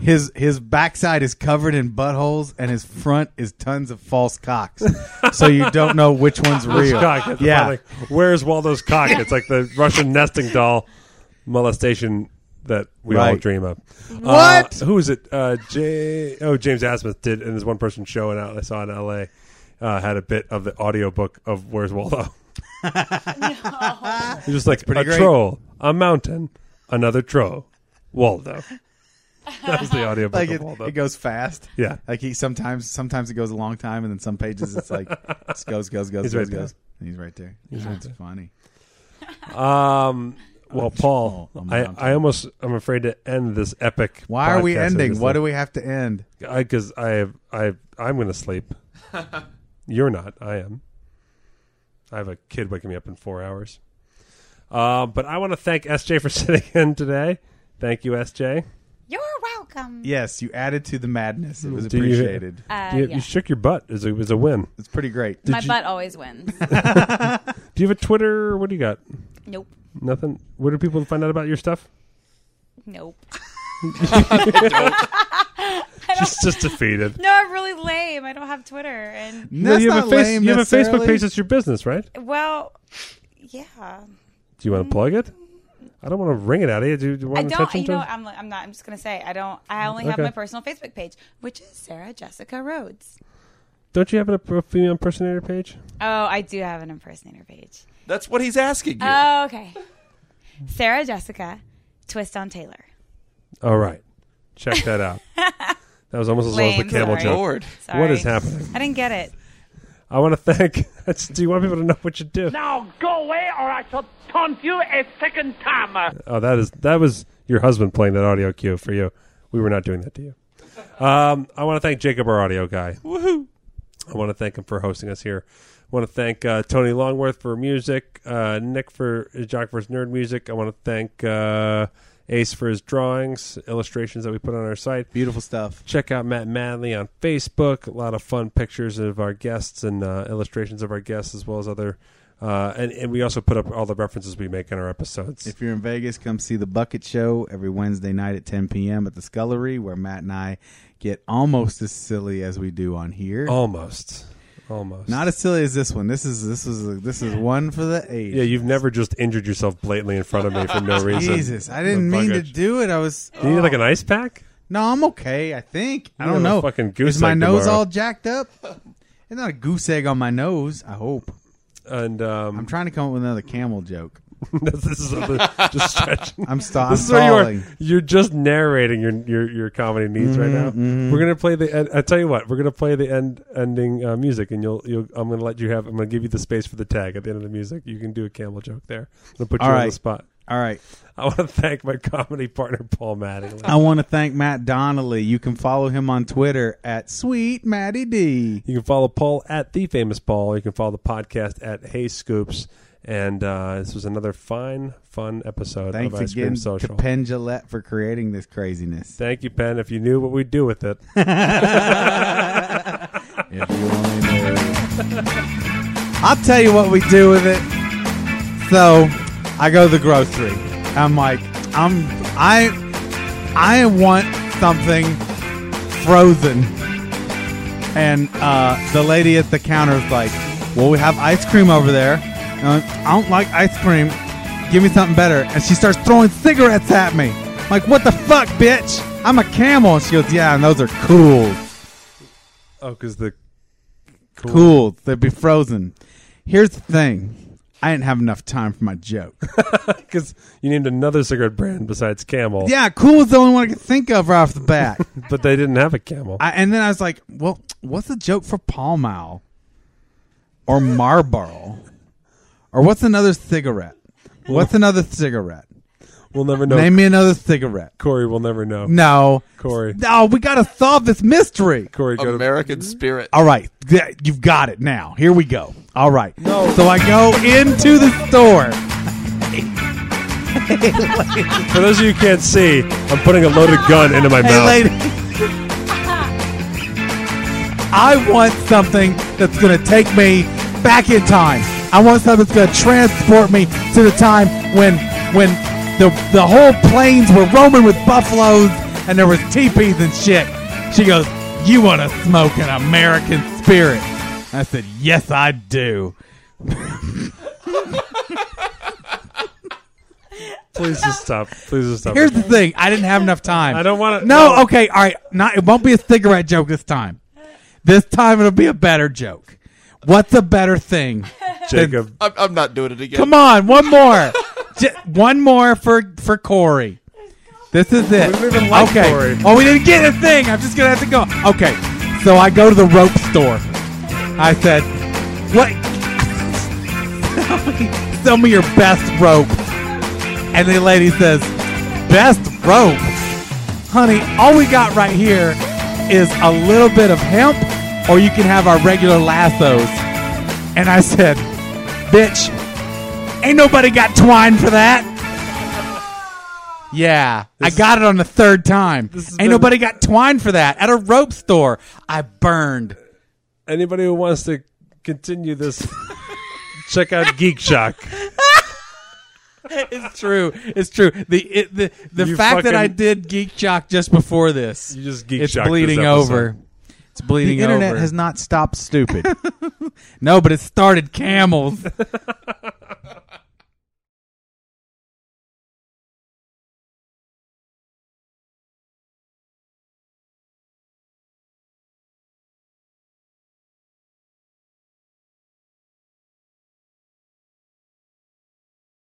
Speaker 2: his his backside is covered in buttholes, and his front is tons of false cocks. so you don't know which one's real.
Speaker 1: cock. It's
Speaker 2: Yeah.
Speaker 1: like, where's Waldo's cock? It's like the Russian nesting doll molestation that we all
Speaker 2: Right.
Speaker 1: dream of.
Speaker 2: What?
Speaker 1: Uh, who is it? Uh, J- oh, James Asmuth did, and there's one person showing out I saw in L.A. Uh, had a bit of the audiobook of Where's Waldo. It's just like
Speaker 2: pretty
Speaker 1: a
Speaker 2: great.
Speaker 1: troll, a mountain, another troll, Waldo. That was the audiobook
Speaker 2: Like
Speaker 1: of
Speaker 2: it,
Speaker 1: Waldo.
Speaker 2: it goes fast.
Speaker 1: Yeah.
Speaker 2: Like he sometimes sometimes it goes a long time, and then some pages it's like just goes goes goes
Speaker 1: He's
Speaker 2: goes
Speaker 1: right there.
Speaker 2: goes. And he's right there. That's funny.
Speaker 1: um, well, Paul,
Speaker 2: troll, Oh, a
Speaker 1: I,
Speaker 2: mountain.
Speaker 1: I almost I'm afraid to end this epic.
Speaker 2: Why are we
Speaker 1: podcast. I
Speaker 2: ending?
Speaker 1: just
Speaker 2: What
Speaker 1: think-
Speaker 2: do we have to end?
Speaker 1: because I, have I I'm gonna sleep. You're not. I am. I have a kid waking me up in four hours. Um, but I want to thank SJ for sitting in today. Thank you, SJ.
Speaker 4: You're welcome.
Speaker 2: Yes, you added to the madness. It was
Speaker 1: Do you-
Speaker 2: appreciated.
Speaker 5: Uh,
Speaker 1: you,
Speaker 5: yeah.
Speaker 1: you shook your butt. It was a, it was a win.
Speaker 2: It's pretty great.
Speaker 5: My butt always wins.
Speaker 1: Do you have a Twitter? What do you got?
Speaker 5: nope.
Speaker 1: Nothing. Where do people find out about your stuff?
Speaker 5: Nope.
Speaker 1: She's just defeated.
Speaker 5: No, I'm really lame. I don't have Twitter. And,
Speaker 2: That's
Speaker 1: you have a
Speaker 2: not
Speaker 1: face-
Speaker 2: lame
Speaker 1: you have a Facebook
Speaker 2: necessarily.
Speaker 1: page that's your business, right?
Speaker 5: well, yeah.
Speaker 1: Do you want to plug it? I don't want to wring it out of you. Do, do you
Speaker 5: Mm. I
Speaker 1: want
Speaker 5: don't,
Speaker 1: attention
Speaker 5: you know,
Speaker 1: to
Speaker 5: I'm, I'm not, I'm just going to say, I don't, I only have
Speaker 1: Okay.
Speaker 5: my personal Facebook page, which is Sarah Jessica Rhodes.
Speaker 1: Don't you have a, a female impersonator page?
Speaker 5: Oh, I do have an impersonator page.
Speaker 3: That's what he's asking you.
Speaker 5: Oh, okay. Sarah Jessica, Twist on Taylor.
Speaker 1: All right. Check that out. that was almost as long as the
Speaker 5: Lame,
Speaker 1: camel
Speaker 5: sorry.
Speaker 1: joke.
Speaker 3: Lord.
Speaker 5: Sorry.
Speaker 1: What is happening?
Speaker 5: I didn't get it.
Speaker 1: I want to thank. that's- do you want people to know what you do?
Speaker 10: Now go away, or I shall taunt you a second time.
Speaker 1: Oh, that is that was your husband playing that audio cue for you. We were not doing that to you. Um, I want to thank Jacob, our audio guy. Woohoo! I want to thank him for hosting us here. I want to thank uh, Tony Longworth for music, uh, Nick for uh, Jock for his nerd music. I want to thank uh, Ace for his drawings, illustrations that we put on our site.
Speaker 2: Beautiful stuff.
Speaker 1: check out Matt Madley on Facebook. A lot of fun pictures of our guests and uh, illustrations of our guests, as well as other. Uh, and, and we also put up all the references we make in our episodes.
Speaker 2: If you're in Vegas, come see the Bucket Show every Wednesday night at 10 p.m. at the Scullery, where Matt and I get almost as silly as we do on here.
Speaker 1: Oh. almost, almost.
Speaker 2: Not as silly as this one. This is this was this is one for the age.
Speaker 1: yeah, you've never just injured yourself blatantly in front of me for no reason.
Speaker 2: Jesus, Oh. I didn't
Speaker 1: The
Speaker 2: mean to
Speaker 1: buggage.
Speaker 2: do it. I was.
Speaker 1: Do you need like an ice pack?
Speaker 2: No, I'm okay. I think I
Speaker 1: You
Speaker 2: don't
Speaker 1: have a
Speaker 2: know.
Speaker 1: fucking goose
Speaker 2: is my
Speaker 1: egg
Speaker 2: nose
Speaker 1: tomorrow.
Speaker 2: all jacked up? It's not a goose egg on my nose. I hope.
Speaker 1: And
Speaker 2: I'm
Speaker 1: um,
Speaker 2: trying to come up with another camel joke.
Speaker 1: this is something just stretching.
Speaker 2: I'm sta-
Speaker 1: This
Speaker 2: I'm
Speaker 1: is where you
Speaker 2: stalling.
Speaker 1: are. You're just narrating your your, your comedy needs right now.
Speaker 2: Mhm, mhm.
Speaker 1: We're gonna play the. End, I tell you what, we're gonna play the end ending uh, music, and you'll you'll. I'm gonna let you have. I'm gonna give you the space for the tag at the end of the music. You can do a camel joke there. I'm gonna put you
Speaker 2: All
Speaker 1: on the
Speaker 2: right.
Speaker 1: spot.
Speaker 2: All right.
Speaker 1: I want to thank my comedy partner Paul Mattingly.
Speaker 2: I want to thank Matt Donnelly. You can follow him on Twitter at Sweet Matty D.
Speaker 1: You can follow Paul at the famous Paul. You can follow the podcast at Hey Scoops. And uh, this was another fine, fun episode
Speaker 2: Thanks
Speaker 1: of Ice
Speaker 2: again
Speaker 1: Cream
Speaker 2: to
Speaker 1: Social.
Speaker 2: Penn Gillette for creating this craziness.
Speaker 1: Thank you, Penn. If you knew what we'd do with it.
Speaker 2: If you only knew. I'll tell you what we do with it. So, I go to the grocery. I'm like, I'm I I want something frozen. And uh, the lady at the counter is like, "Well, we have ice cream over there." And I'm like, I don't like ice cream. Give me something better. And she starts throwing cigarettes at me. I'm like, what the fuck, bitch? I'm a camel. And she goes, "Yeah, and those are cool."
Speaker 1: oh, because the
Speaker 2: Cool. They'd be frozen. Here's the thing. I didn't have enough time for my joke.
Speaker 1: because you named another cigarette brand besides Camel.
Speaker 2: yeah, cool was the only one I could think of right off the bat.
Speaker 1: but they didn't have a Camel.
Speaker 2: I, and then I was like, well, what's a joke for Pall Mall or Marlboro? Or what's another cigarette? What's another cigarette?
Speaker 1: We'll never know.
Speaker 2: Name me another cigarette.
Speaker 1: Corey will never know.
Speaker 2: No.
Speaker 1: Corey.
Speaker 2: No, we got to solve this mystery.
Speaker 1: Corey, go to
Speaker 3: American spirit.
Speaker 2: All right. Yeah, You've got it now. Here we go. All right. So I go into the store.
Speaker 1: For those of you who can't see, I'm putting a loaded gun into my
Speaker 2: Hey,
Speaker 1: mouth.
Speaker 2: lady. I want something that's going to take me back in time. I want something that's going to transport me to the time when when the the whole plains were roaming with buffaloes and there was teepees and shit. She goes, "You want to smoke an American spirit?" I said, "Yes, I do."
Speaker 1: Please just stop. Please just stop.
Speaker 2: Here's the thing: I didn't have enough time.
Speaker 1: I don't want to.
Speaker 2: No, okay, all right. Not it won't be a cigarette joke this time. This time it'll be a better joke. What's a better thing?
Speaker 1: Jacob.
Speaker 3: I'm, I'm not doing it again.
Speaker 2: Come on, one more. J- one more for for Corey. This is it.
Speaker 1: We don't even like
Speaker 2: okay.
Speaker 1: Corey.
Speaker 2: Oh, we didn't get a thing. I'm just gonna have to go. Okay. So I go to the rope store. I said, "What? Sell me your best rope." And the lady says, "Best rope, honey. All we got right here is a little bit of hemp, or you can have our regular lassos." And I said, "Bitch, ain't nobody got twine for that." Yeah, I got it on the third time.
Speaker 1: This has
Speaker 2: Ain't
Speaker 1: been-
Speaker 2: nobody got twine for that at a rope store. I burned.
Speaker 1: anybody who wants to continue this, check out Geek Shock.
Speaker 2: It's true. It's true. The it, the the
Speaker 1: You
Speaker 2: fact that I
Speaker 1: fucking-
Speaker 2: did geek jock just before this,
Speaker 1: You just geek
Speaker 2: it's
Speaker 1: shocked this
Speaker 2: bleeding
Speaker 1: episode.
Speaker 2: over. It's bleeding
Speaker 1: The internet
Speaker 2: over.
Speaker 1: has
Speaker 2: not stopped stupid. no, but it started camels.